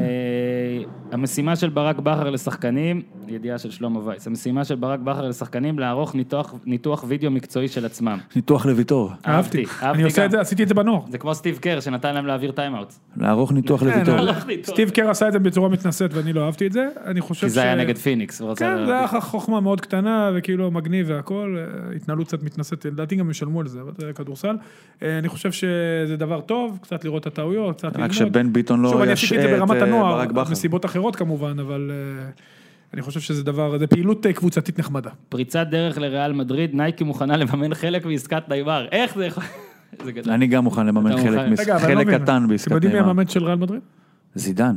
המשימה של ברק בכר לשחקנים, ידיעה של שלמה וייס, המשימה של ברק בכר לשחקנים לערוך ניתוח- ניתוח וידאו מקצועי של עצמם.
ניתוח לוויטור.
אהבתי. אני עושה
גם.
את זה, עשיתי את זה בנוער.
זה כמו סטיב קר שנתן להם להעביר טיימאוט.
לערוך ניתוח לוויטור.
כן,
הלך לי טוב.
סטיב קר עשה את זה בצורה מתנשאת ואני לא אהבתי את זה. אני חושב
כי
ש...
זה היה נגד פיניקס. הוא רצה
כן, זה
לה-
היה חוכמה מאוד קטנה, וכאילו מגניב והכל, אה, התנהלות קצת מתנשאת, לדעתי גם ישלמו על זה, אבל זה כדורסל. אה, אני חושב שזה דבר טוב, קצת לראות את הטעויות, קצת ללמוד.
רק שבן ביטון
שוב,
לא
אני עשיתי את זה
ישעה את
ברמת
אה,
הנוער,
ברק בכר.
מסיבות אחרות כמובן, אבל אה, אני חושב שזה דבר, זה פעילות אה, קבוצתית נחמדה.
פריצת דרך לריאל מדריד, נייקי מוכנה לממן חלק מעסקת נעימר. איך זה יכול... זה גדול.
אני גם מוכן לממן
אתה
חלק
מוכן.
מס-
רגע, אבל אני לא
חלק
מבין.
קטן בעסקת
אתם יודעים מי
נאמר.
המאמן של ריאל מדריד?
זידן.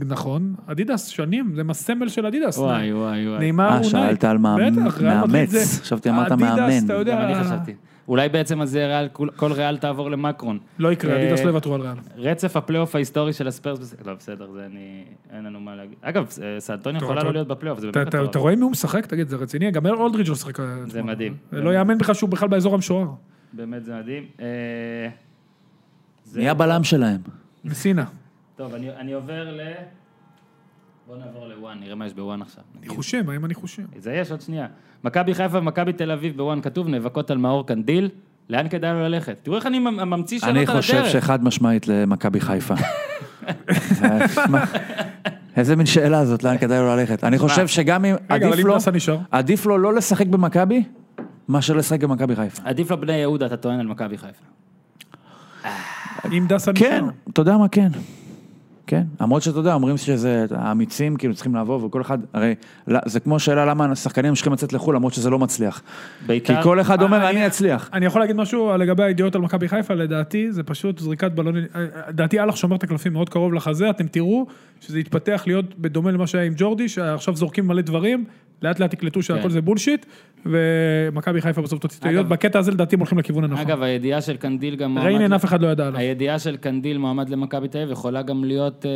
נכון, אדידס, שנים, זה הסמל של אדידס.
וואי, וואי, וואי.
נאמר
אה,
הוא נייק.
שאלת על מאמן-
בטח, ריאל מדריד
מאמץ.
זה-
חשבתי אמרת
אדידס,
מאמן.
אתה יודע-
גם אני חשבתי. אולי בעצם אז זה ריאל- כל- כל ריאל תעבור למקרון.
לא יקרה,
אה,
אדידס לא יוותרו על ריאל.
רצף הפלייאוף ההיסטורי של הספיירס, לא בסדר, זה אני, אין לנו מה להגיד. אגב, סנטוני
טוב,
יכולה
אתה-
לא להיות בפלייאוף, זה
אתה-
באמת
אתה אתה
מטורף.
רואה מי הוא משחק? תגיד, זה רציני? גם אל אולדריג' לא שחק. אתמול.
מדהים.
זה לא יאמן בכלל שהוא בכלל באזור המשוער.
באמת זה מדהים. אה, זה-
מי הבלם שלהם?
מסינה.
טוב, אני, אני עובר ל... בוא נעבור לוואן, נראה מה יש בוואן עכשיו.
ניחושים, האם הניחושים?
זה יש עוד שנייה. מכבי חיפה ומכבי תל אביב בוואן כתוב, נאבקות על מאור קנדיל, לאן כדאי לו ללכת? תראו איך אני ממ- ממציא שאלות על
אני
הדרך.
חושב שחד משמעית למכבי חיפה. זה- מה- איזה מין שאלה זאת, לאן כדאי לו ללכת? אני חושב שגם אם
רגע,
עדיף
אבל אם
לו,
נאסה נשאר?
עדיף לו לא לשחק במכבי, מאשר לשחק במכבי חיפה.
עדיף לבני יהודה, אתה טוען על מכבי חיפה.
אם דסה נשאר.
כן, אתה יודע מה כן. כן, למרות שאתה יודע, אומרים שזה האמיצים, כאילו צריכים לעבור, וכל אחד, הרי לא- זה כמו שאלה למה השחקנים ממשיכים לצאת לחו"ל למרות שזה לא מצליח. כי
ביתר...
כל אחד אומר,
אה,
אני אצליח.
אני יכול להגיד משהו אה, לגבי הידיעות על מכבי חיפה, לדעתי זה פשוט זריקת בלונים, אה, לדעתי אלח שומר את הקלפים מאוד קרוב לחזה, אתם תראו שזה יתפתח להיות בדומה למה שהיה עם ג'ורדי, שעכשיו זורקים מלא דברים, לאט לאט יקלטו
כן.
שהכל זה בולשיט, ומכבי חיפה בסוף תוציא את הידיעות,
אגב-
בקטע הזה לדעתי הם הולכים לכיוון הנכון.
אגב, הידיעה של קנדיל גם
ריינן
מועמד-
אף אחד לא ידע עליו.
הידיעה של קנדיל מועמד למכבי תל אביב יכולה גם להיות אה,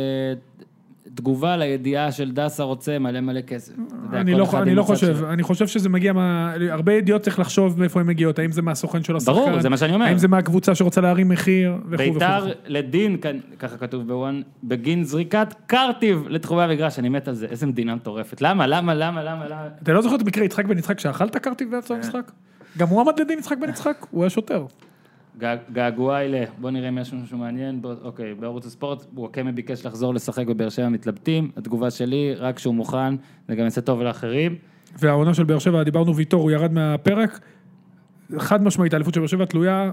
תגובה לידיעה של דסה רוצה מלא מלא כסף. אתה יודע,
אני
כל
לא,
אחד
אני
עם
לא
הצד
חושב,
שלו.
אני חושב שזה מגיע מה... הרבה ידיעות צריך לחשוב מאיפה הן מגיעות, האם זה מהסוכן של השחקן,
ברור, זה מה שאני אומר.
האם זה מהקבוצה שרוצה להרים מחיר, וכו' וכו'.
ביתר לדין, כאן- ככה כתוב בוואן, בגין זריקת קרטיב לתחומי המגרש, אני מת על זה, איזה מדינה מטורפת. למה, למה, למה, למה, למה?
אתה לא זוכר את מקרה יצחק בן יצחק שאכלת קרטיב באמצע
אה.
המשחק? גם הוא עמד לדין יצחק בן יצחק, הוא היה שוטר.
גע- געגועי ל... בוא נראה אם יש משהו מעניין. בוא, אוקיי, בערוץ הספורט, וואקמה ביקש לחזור לשחק בבאר שבע מתלבטים. התגובה שלי, רק שהוא מוכן, זה גם יעשה טוב לאחרים.
והעונה של באר שבע, דיברנו ויטור, הוא ירד מהפרק. חד משמעית, האליפות של באר שבע תלויה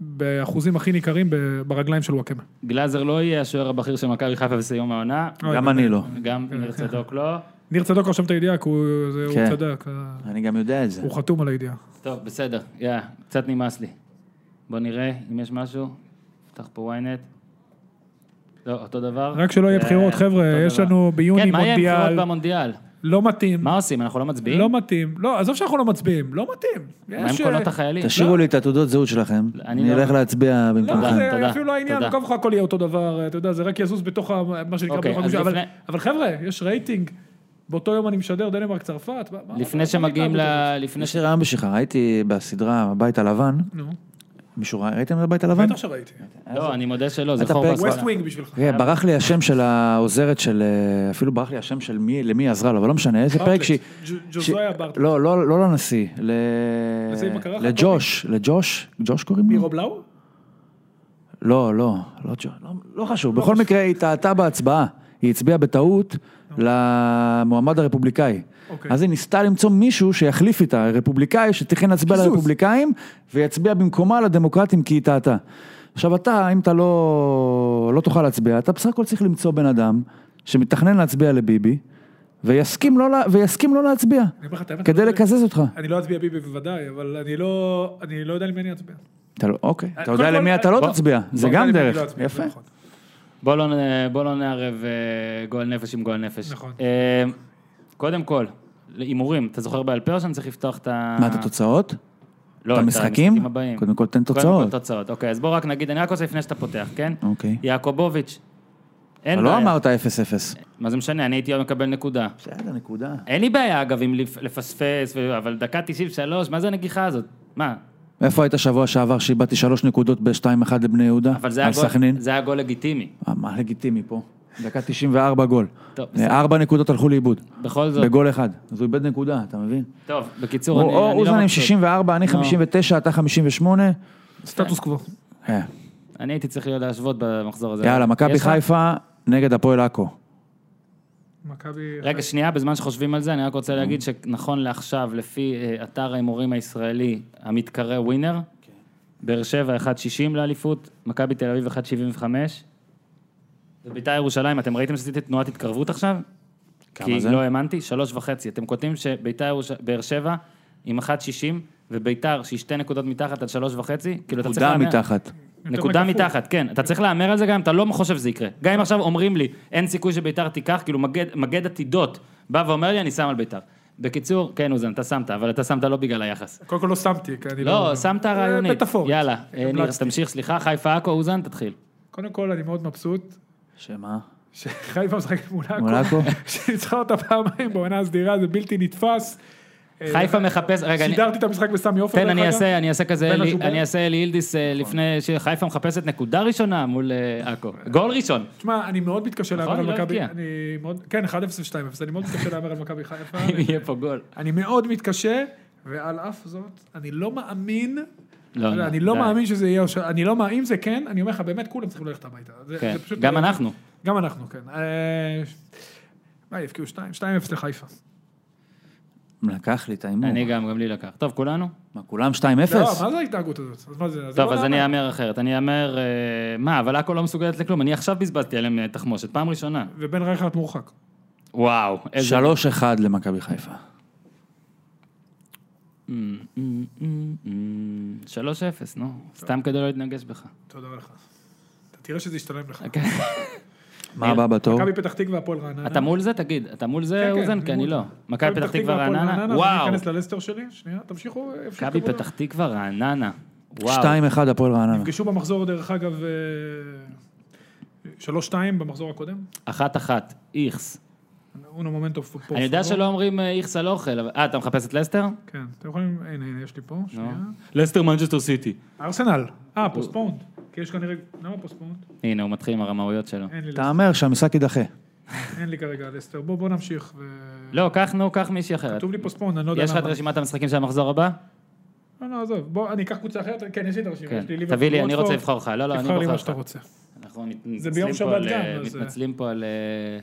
באחוזים הכי ניכרים ב- ברגליים של וואקמה.
גלאזר לא יהיה השוער הבכיר של מכבי חיפה בסיום העונה.
גם אני לא.
גם ניר צדוק לא.
ניר צדוק רשם את הידיעה, כי הוא זה- הוא
כן.
צדק, אה,
אני גם יודע את זה.
הוא חתום על הידיעה.
טוב, בסדר, יא, קצת נמאס לי. בוא נראה אם יש משהו. נפתח פה ynet. לא, אותו דבר.
רק שלא יהיה
אה,
בחירות, חבר'ה,
אותו
יש
דבר.
לנו ביוני
כן, מה יהיה עם
מונדיאל.
בחירות במונדיאל?
לא מתאים,
מה עושים? אנחנו לא מצביעים?
לא מתאים. לא, עזוב שאנחנו לא מצביעים, לא מתאים.
מה עם
יש,
קולות
אה,
החיילים?
תשאירו לי את התעודות זהות שלכם,
אני
אני
לא-
אלך להצביע
לא,
במקומכם.
תודה,
זה אפילו לא העניין,
תודה.
כל כך הכל יהיה אותו דבר, אה, אתה יודע, זה רק יזוז בתוך ה- מה שנקרא,
אוקיי,
בתוך
אז
הגוש, אבל-
לפני-
אבל חבר'ה, יש רייטינג, באותו יום אני משדר דנמרק צרפת. מה- מה- מה-
לא. לפני
מה
שמגיעים ל...
ההתנהגות הזאת?
לפני
יש
ש...
לי רעיון בשבילך, ראיתי בסדרה הבית הלבן,
נו,
מישהו ראה, ראיתם את הבית הלבן?
בטח שראיתי.
לא, אני מודה שלא, זה
אתה
חור
פרק-
בהשכלה.
ווסט ווינג בשבילך.
כן, ברח לי השם של העוזרת של, אה, אפילו ברח לי השם של מי, למי היא עזרה לו, אבל לא משנה, איזה פרק
ברטלט,
שהיא...
ג'-
שהיא-
ג'וזויה ברטלט.
לא, לא לא לנשיא, ל-
לזה עם הקרחת,
לג'וש, לג'וש, ג'וש קוראים לו?
מירו בלאו?
לא, לא, לא ג'וש, לא- לא חשוב, בכל מקרה היא טעתה בהצבעה, היא הצביעה בטעות למועמד הרפובליקאי.
אוקיי.
אז היא ניסתה למצוא מישהו שיחליף איתה, רפובליקאי, שתכן להצביע
קיזוז.
לרפובליקאים, ויצביע במקומה לדמוקרטים כי היא טעתה. עכשיו אתה, אם אתה לא, לא תוכל להצביע, אתה בסך הכל צריך למצוא בן אדם שמתכנן להצביע לביבי, ויסכים לא, לה- ויסכים לא להצביע,
אני אומר לך את האמת,
כדי
אני לא-
לקזז אותך.
אני לא אצביע ביבי בוודאי, אבל אני לא אני לא יודע למי אני אצביע.
אתה לא, אוקיי, אתה
קודם
יודע
כל, אה,
למי אתה
בוא-
לא תצביע, זה
אני יודע
גם
למי אני
דרך,
לא אצביע, זה
יפה.
נכון.
בוא לא, נ- בוא לא נערב אה, גועל נפש עם גועל נפש.
נכון.
אה, קודם כל, הימורים, אתה זוכר בעל פה או שאני צריך לפתוח את ה...
מה את
אה.
התוצאות?
לא,
את המשחקים?
הבאים.
קודם כל תן
קודם
תוצאות.
כל תוצאות. אוקיי, אז בוא רק נגיד, אני רק רוצה לפני שאתה פותח, כן?
אוקיי.
יעקובוביץ', אין
אבל לא
בעיה.
אמרת 0-0.
מה זה משנה, אני הייתי מקבל נקודה.
בסדר, נקודה.
אין לי בעיה, אגב, עם לפ- לפספס, ו- אבל דקה 93, מה זה הנגיחה הזאת? מה?
איפה היית שבוע שעבר שאיבדתי שלוש נקודות ב-2-1 לבני יהודה?
אבל זה
על
היה גול-
סכנין?
זה היה גול לגיטימי.
אה, מה לגיטימי פה? דקה 94 גול.
טוב,
אה,
בסדר.
ארבע נקודות הלכו לאיבוד.
בכל זאת.
בגול אחד. אז הוא איבד נקודה, אתה מבין?
טוב, בקיצור, אני-
הוא
אני לא
אוזן עם
מבסוט.
64, אני
לא.
59, אתה 58.
סטטוס קוו.
אה,
אני הייתי צריך להשוות במחזור הזה.
יאללה, מכבי
יש לך-
חיפה נגד הפועל עכו.
מכבי...
רגע, שנייה, בזמן שחושבים על זה, אני רק רוצה להגיד שנכון לעכשיו, לפי אה, אתר ההימורים הישראלי המתקרא ווינר, באר שבע 1.60 לאליפות, מכבי תל אביב 1.75, ובית"ר ירושלים, אתם ראיתם שעשיתי תנועת התקרבות עכשיו?
כמה
כי
זה?
לא האמנתי, שלוש וחצי. אתם כותבים שבית"ר ירוש- באר שבע עם 1.60 ובית"ר שהיא שתי נקודות מתחת על שלוש וחצי, כאילו אתה צריך
נקודה
להמר...
מתחת.
יותר
נקודה
מכפול.
מתחת, כן. אתה צריך להמר על זה גם אם אתה לא חושב שזה יקרה. גם אם עכשיו אומרים לי, אין סיכוי שביתר תיקח, כאילו מגד, מגד עתידות בא ואומר לי, אני שם על ביתר. בקיצור, כן, אוזן, אתה שמת, אבל אתה שמת לא בגלל היחס.
קודם כל לא שמתי, כי אני
לא, שמת
אה,
רעיונית.
מטאפורית.
יאללה, אה, ניר,
המלצתי.
תמשיך, סליחה, חיפה עכו, אוזן, תתחיל.
קודם כל אני מאוד מבסוט,
שמה?
שחיפה משחקת מול עכו.
מול עכו?
שניצחה אותה פעמיים בעונה הסדירה, זה בלתי נתפס. אה,
חיפה מחפש, רגע, אני-
שידרתי את המשחק בסמי עופר.
תן,
דרך
אני
אגב.
אעשה, אני אעשה כזה,
בין
אלי-
השומר.
אני אעשה אלי הילדיס אה,
נכון.
לפני שחיפה מחפשת נקודה ראשונה מול אה, עכו. גול ראשון.
תשמע, אני מאוד מתקשה
נכון,
להמר על
לא
מכבי.
הבקיע.
אני מאוד- כן, 1-0 ו-2-0, אני מאוד מתקשה להמר על מכבי חיפה.
אם יהיה פה גול.
אני מאוד מתקשה, ועל אף זאת, אני לא מאמין,
לא,
לא, אני
די.
לא מאמין שזה יהיה, אני לא מאמין, אם זה כן, אני אומר לך, באמת, כולם צריכים ללכת הביתה. זה-
כן,
זה פשוט- אה,
גם אנחנו.
גם אנחנו, כן. אה, מה, יבקיעו 2? 2-0 לחיפה.
לקח לי את
אה,
ההימור.
אני גם, גם לי לקח. טוב, כולנו?
מה, כולם 2-0?
לא, מה זה ההתנהגות הזאת? אז מה זה?
טוב,
לא
אז
למה.
אני אמ- אאמר אחרת. אני אאמר, אה, מה, אבל עכו לא מסוגלת לכלום. אני עכשיו בזבזתי עליהם אה, תחמושת, פעם ראשונה.
ובן רייכרד מורחק.
וואו, איזה...
3-1 למכבי חיפה.
אמ, אמ, אמ, אמ, 3-0, נו. סתם כדי לא להתנגש בך.
תודה לך. אתה תראה שזה ישתלם לך.
אוקיי.
מה הבא בתור?
מכבי פתח תקווה, הפועל רעננה.
אתה מול זה? תגיד. אתה מול זה,
כן, כן,
אוזן? כי אני
מול-
לא. מכבי פתח תקווה
הפועל
רעננה?
אז אני
וואו.
אכנס ללסטר שלי, שנייה, תמשיכו. אה, איפה
מכבי
שקבעו.
פתח תקווה רעננה. וואו.
2-1 הפועל רעננה.
נפגשו במחזור, דרך אגב, אה, 3-2 במחזור הקודם.
אחת אחת, איכס.
אונו מומנטו פו- פו-
אני יודע
פו-
שלא אומרים אה, איכס על אוכל, אבל... אה, אתה מחפש את לסטר?
כן, אתם יכולים, הנה, הנה, יש לי פה,
נו.
שנייה.
לסטר מנג'סטר סיטי.
ארסנל. אה, פוסטפונד. כי יש כנראה, למה פוסטפונד?
הנה, הוא מתחיל עם הרמאויות שלו.
אין לי
תהמר שהמשחק יידחה.
לסטר, אין לי כרגע לסטר. בוא בוא נמשיך. ו-
לא, קח, נו, קח מישהי אחרת.
כתוב לי פוסטפונד, אני לא יודע
יש לך את
למה.
רשימת המשחקים של המחזור הבא?
לא, לא, עזוב. בוא, אני אקח קבוצה אחרת, כן, יש לי את הרשימה.
כן.
יש ליברפול,
תביא לי, אני
ווטפורד.
רוצה לבחור לך. לא, לא, אני
תבחר לי
בוחר
מה שאתה
לך.
רוצה.
אנחנו
זה ביום
מתנצלים
שבת
פה על, אה,
גם, אז, אה.
מתנצלים פה על... אה,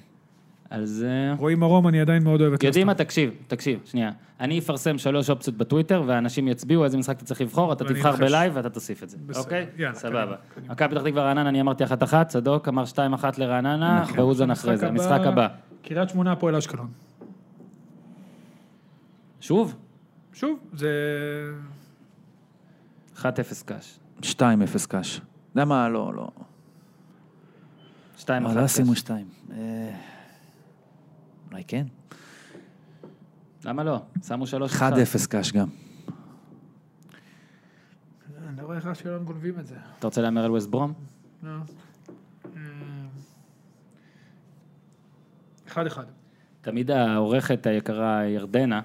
על זה.
רועי מרום, אני עדיין מאוד אוהב את
יודעים
לסטר.
מה? תקשיב, תקשיב, שנייה. אני אפרסם שלוש אופציות בטוויטר, ואנשים יצביעו איזה משחק אתה צריך לבחור, אתה
ואני
תבחר
אנחש.
בלייב ואתה תוסיף את זה,
בסדר,
אוקיי?
יאללה,
סבבה.
קדימה, קדימה.
מכבי פתח תקווה רעננה, אני אמרתי אחת אחת, צדוק אמר שתיים אחת לרעננה,
נכון.
ואוזן אחרי זה, המשחק הבא.
קריית שמונה, הפועל אשקלון.
שוב?
שוב, זה...
1-0 קאש.
2-0 קאש. יודע מה? לא, לא.
2-1
מה,
קאש.
לא עשינו 2. אה, אולי כן?
למה לא? שמו 3-1.
1-0 קאש גם.
אני לא רואה איך אשקלון גונבים את זה.
אתה רוצה להמר על ווסט ברום?
לא. אה, אחד אחד.
תמיד העורכת היקרה ירדנה,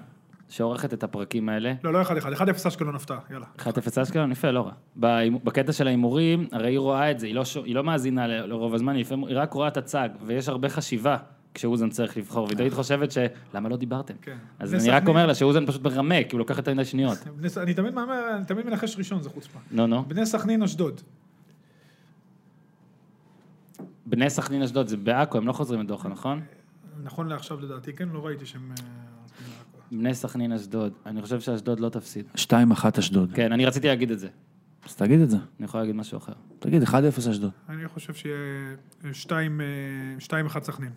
שעורכת את הפרקים האלה,
לא, לא אחד אחד, אחד אפס אשקלון הפתעה, יאללה.
1-0 אשקלון, יפה, לא רע. בהימ- בקטע של ההימורים, הרי היא רואה את זה, היא לא, ש... היא לא מאזינה ל- לרוב הזמן, היא, לפעמים... היא רק רואה את הצג, ויש הרבה חשיבה כשאוזן צריך לבחור, והיא תמיד חושבת ש... למה לא דיברתם?
כן.
אז
בני
אני רק
סכנין.
אומר לה שאוזן פשוט מרמה, כי הוא לוקח יותר מדי שניות.
בני ס- אני תמיד מהמר, אני תמיד מנחש ראשון, זה חוצפה.
נו, נו.
בני סכנין אשדוד.
בני סכנין אשדוד, זה בעכו, הם לא חוזרים לדוחה, נכון?
נכון לעכשיו לדעתי, כן? לא ראיתי שהם... אה,
בני סכנין אשדוד, אני חושב שאשדוד לא תפסיד.
2-1 אשדוד.
כן, אני רציתי להגיד את זה.
אז תגיד את זה.
אני יכול להגיד משהו אחר.
תגיד, 1-0 אשדוד.
אני חושב שיהיה שתיים, אה, שתיים אחד סכנין.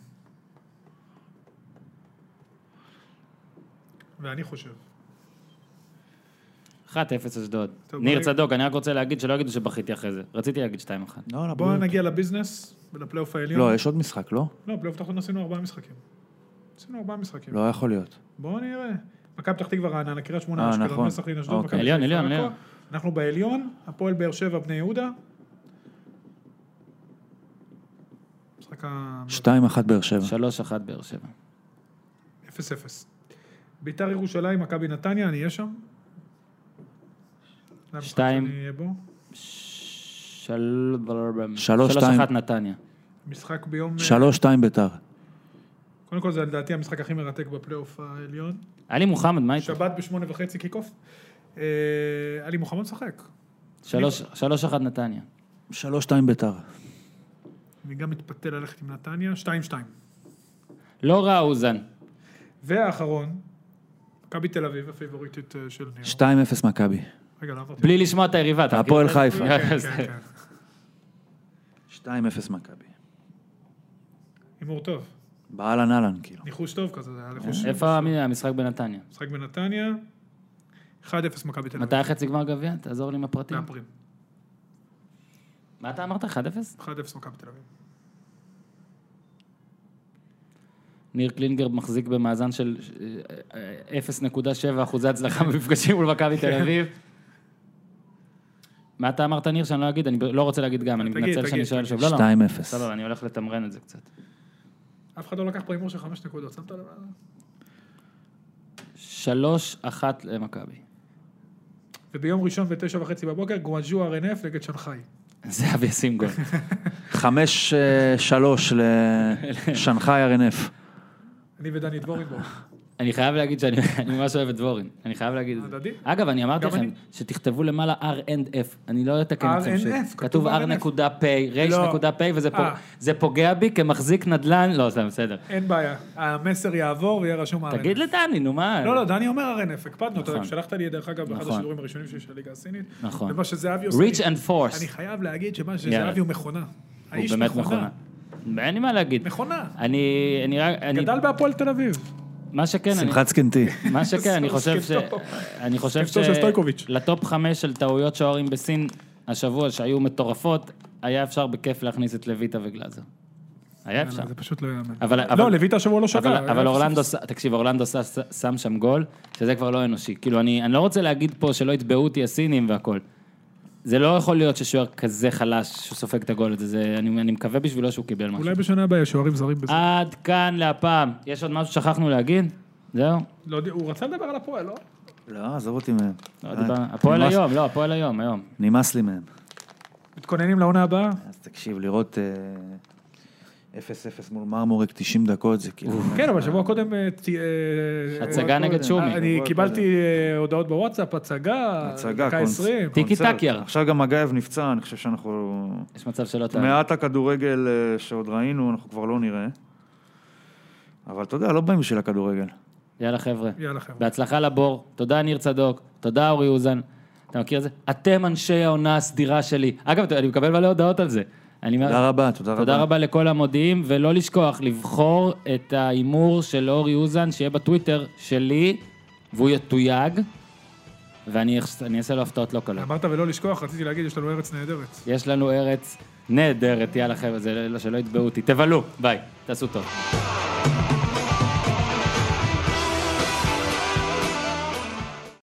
ואני חושב.
1-0 אשדוד.
טוב,
ניר
בואי-
צדוק, אני רק רוצה להגיד שלא יגידו שבכיתי אחרי זה. רציתי להגיד 2-1.
לא,
בואו נגיע לביזנס ולפלייאוף העליון.
לא, יש עוד משחק, לא?
לא, פלייאוף תחתון עשינו ארבעה משחקים. עשינו ארבעה משחקים.
לא יכול להיות.
בואו נראה. מכבי פתח תקווה רעננה, קריית שמונה,
אה,
אשקלון,
נכון.
בני סכנין, אשדוד,
אוקיי.
מכבי
עליון,
חיפה,
עליון,
עכו.
עליון.
אנחנו בעליון, הפועל באר שבע, בני יהודה. משחק ה...
2-1 באר שבע.
3-1 באר שבע.
0-0. ביתר ירושלים, מכבי נתניה, אני אהיה שם. זה המשחק
שתיים.
שאני אהיה בו.
של...
שלוש,
שלוש,
שתיים.
אחת נתניה.
משחק ביום... אה,
3-2 ביתר.
קודם כל זה לדעתי המשחק הכי מרתק בפלייאוף העליון.
עלי מוחמד, מה איתו?
שבת בשמונה וחצי קיק-אוף. אה, עלי מוחמד משחק.
שלוש- שלוש אחת נתניה.
3-2 ביתר.
אני גם מתפתה ללכת עם נתניה, 2-2.
לא רע, אוזן.
והאחרון, מכבי תל אביב, הפיבוריטית אה, של ניר.
2-0 מכבי.
רגע, לא עברתי.
בלי לשמוע את היריבה. אתה מכיר
הפועל
את זה?
חיפה.
כן, כן, כן.
2-0 מכבי.
הימור טוב.
באהלן אהלן, כאילו.
ניחוש טוב כזה, זה היה ניחוש.
איפה המ- המשחק בנתניה?
משחק בנתניה, 1-0 מכבי תל אביב.
מתי החצי גמר גביע? תעזור לי עם הפרטים.
באפריל.
מה אתה אמרת? 1-0?
1-0 מכבי תל אביב.
ניר קלינגר מחזיק במאזן של אה, אה, 0.7 אחוזי הצלחה במפגשים מול מכבי
כן.
תל אביב. מה אתה אמרת, ניר, שאני לא אגיד? אני ב- לא רוצה להגיד גם, אני
תגיד,
מתנצל
תגיד,
שאני שואל
תגיד.
שוב. לא, לא.
2-0.
סבבה, אני הולך לתמרן את זה קצת.
אף אחד לא לקח פה הימור של חמש נקודות, שמת לב?
שלוש אחת למכבי.
וביום ראשון בתשע וחצי בבוקר, גואנג'ו RNF נגד שנגחאי.
זהב ישים גול.
חמש, אה, שלוש לשנגחאי RNF.
אני ודני דבורין בו.
אני חייב להגיד שאני אני ממש אוהב את דבורין. אני חייב להגיד את זה.
הדדי.
אגב, אני אמרתי
גם
לכם
אני.
שתכתבו למעלה R&F. אני לא אתקן אתכם. ש-
R&F,
כתוב
כתוב
R.P,
לא.
R.P, וזה פו-
אה.
זה פוגע בי כמחזיק נדל"ן. לא, סתם, בסדר.
אין בעיה. המסר יעבור ויהיה רשום RNF.
תגיד לדני, נו מה?
לא, לא, דני אומר RNF, הקפדנו אותו,
נכון.
שלחת לי, דרך אגב, באחד
נכון.
השידורים הראשונים שלי של הליגה הסינית.
נכון.
ומה שזהבי עושה...
Reach
לי-
and force.
אני חייב להגיד שמה
יאללה.
שזהבי הוא מכונה.
הוא
האיש
באמת מכונה. אין לי מה להגיד.
מכונה.
אני, אני רק, אני,
גדל בהפועל תל אביב.
מה שכן, כן, אני,
שמחת זקנתי.
מה שכן, אני חושב ש...
סקפטו.
אני חושב ש...
סקפטו של סטויקוביץ'.
לטופ חמש של טעויות שוערים בסין השבוע, שהיו מטורפות, היה אפשר בכיף להכניס את לויטה וגלאזר. היה אפשר.
זה פשוט לא יאמן.
אבל- אבל-
לא, לויטה השבוע לא
אבל,
שווה.
אבל אורלנדו, ש- תקשיב, אורלנדו ש- ש- שם שם גול, שזה כבר לא אנושי. כאילו, אני, אני לא רוצה להגיד פה שלא יתבעו אותי הסינים והכל. זה לא יכול להיות ששוער כזה חלש שסופג את הגול הזה, זה, אני, אני מקווה בשבילו שהוא קיבל משהו.
אולי בשנה הבאה יש שוערים זרים בזה.
עד כאן להפעם. יש עוד משהו ששכחנו להגיד? זהו?
לא יודע, הוא רצה לדבר על הפועל, לא?
לא, עזוב אותי מהם.
לא
אה,
דיברנו. הפועל
נמאס-
היום, לא, הפועל היום, היום.
נמאס לי מהם.
מתכוננים לעונה הבאה?
אז תקשיב, לראות אה, 0-0 מול מרמורק 90 דקות, זה כאילו...
כן, אבל שבוע קודם... אה, ת- אה,
הצגה נגד שומי.
אני
שבוע
קיבלתי אה, הודעות בוואטסאפ, הצגה,
הצגה,
דקה
קונס-
20.
תיקי
קונצרט.
טקיאר.
עכשיו גם מגייב נפצע, אני חושב שאנחנו...
יש מצב שלא תעלה.
מעט הכדורגל אה, שעוד ראינו, אנחנו כבר לא נראה. אבל אתה יודע, לא באים בשביל הכדורגל.
יאללה חבר'ה.
יאללה חבר'ה.
בהצלחה לבור. תודה ניר צדוק. תודה אורי אוזן. אתה מכיר את זה? אתם אנשי העונה הסדירה שלי. אגב, אני מקבל מלא הודעות על זה. אני אומר-
תודה רבה, תודה רבה.
תודה רבה לכל המודיעים, ולא לשכוח לבחור את ההימור של אורי אוזן, שיהיה בטוויטר שלי, והוא יתויג, ואני אכס- אני אעשה לו הפתעות לא קלות.
אמרת ולא לשכוח, רציתי להגיד, יש לנו ארץ נהדרת.
יש לנו ארץ נהדרת, יאללה חבר'ה, זה לא- שלא יתבעו אותי. תבלו, ביי, תעשו טוב.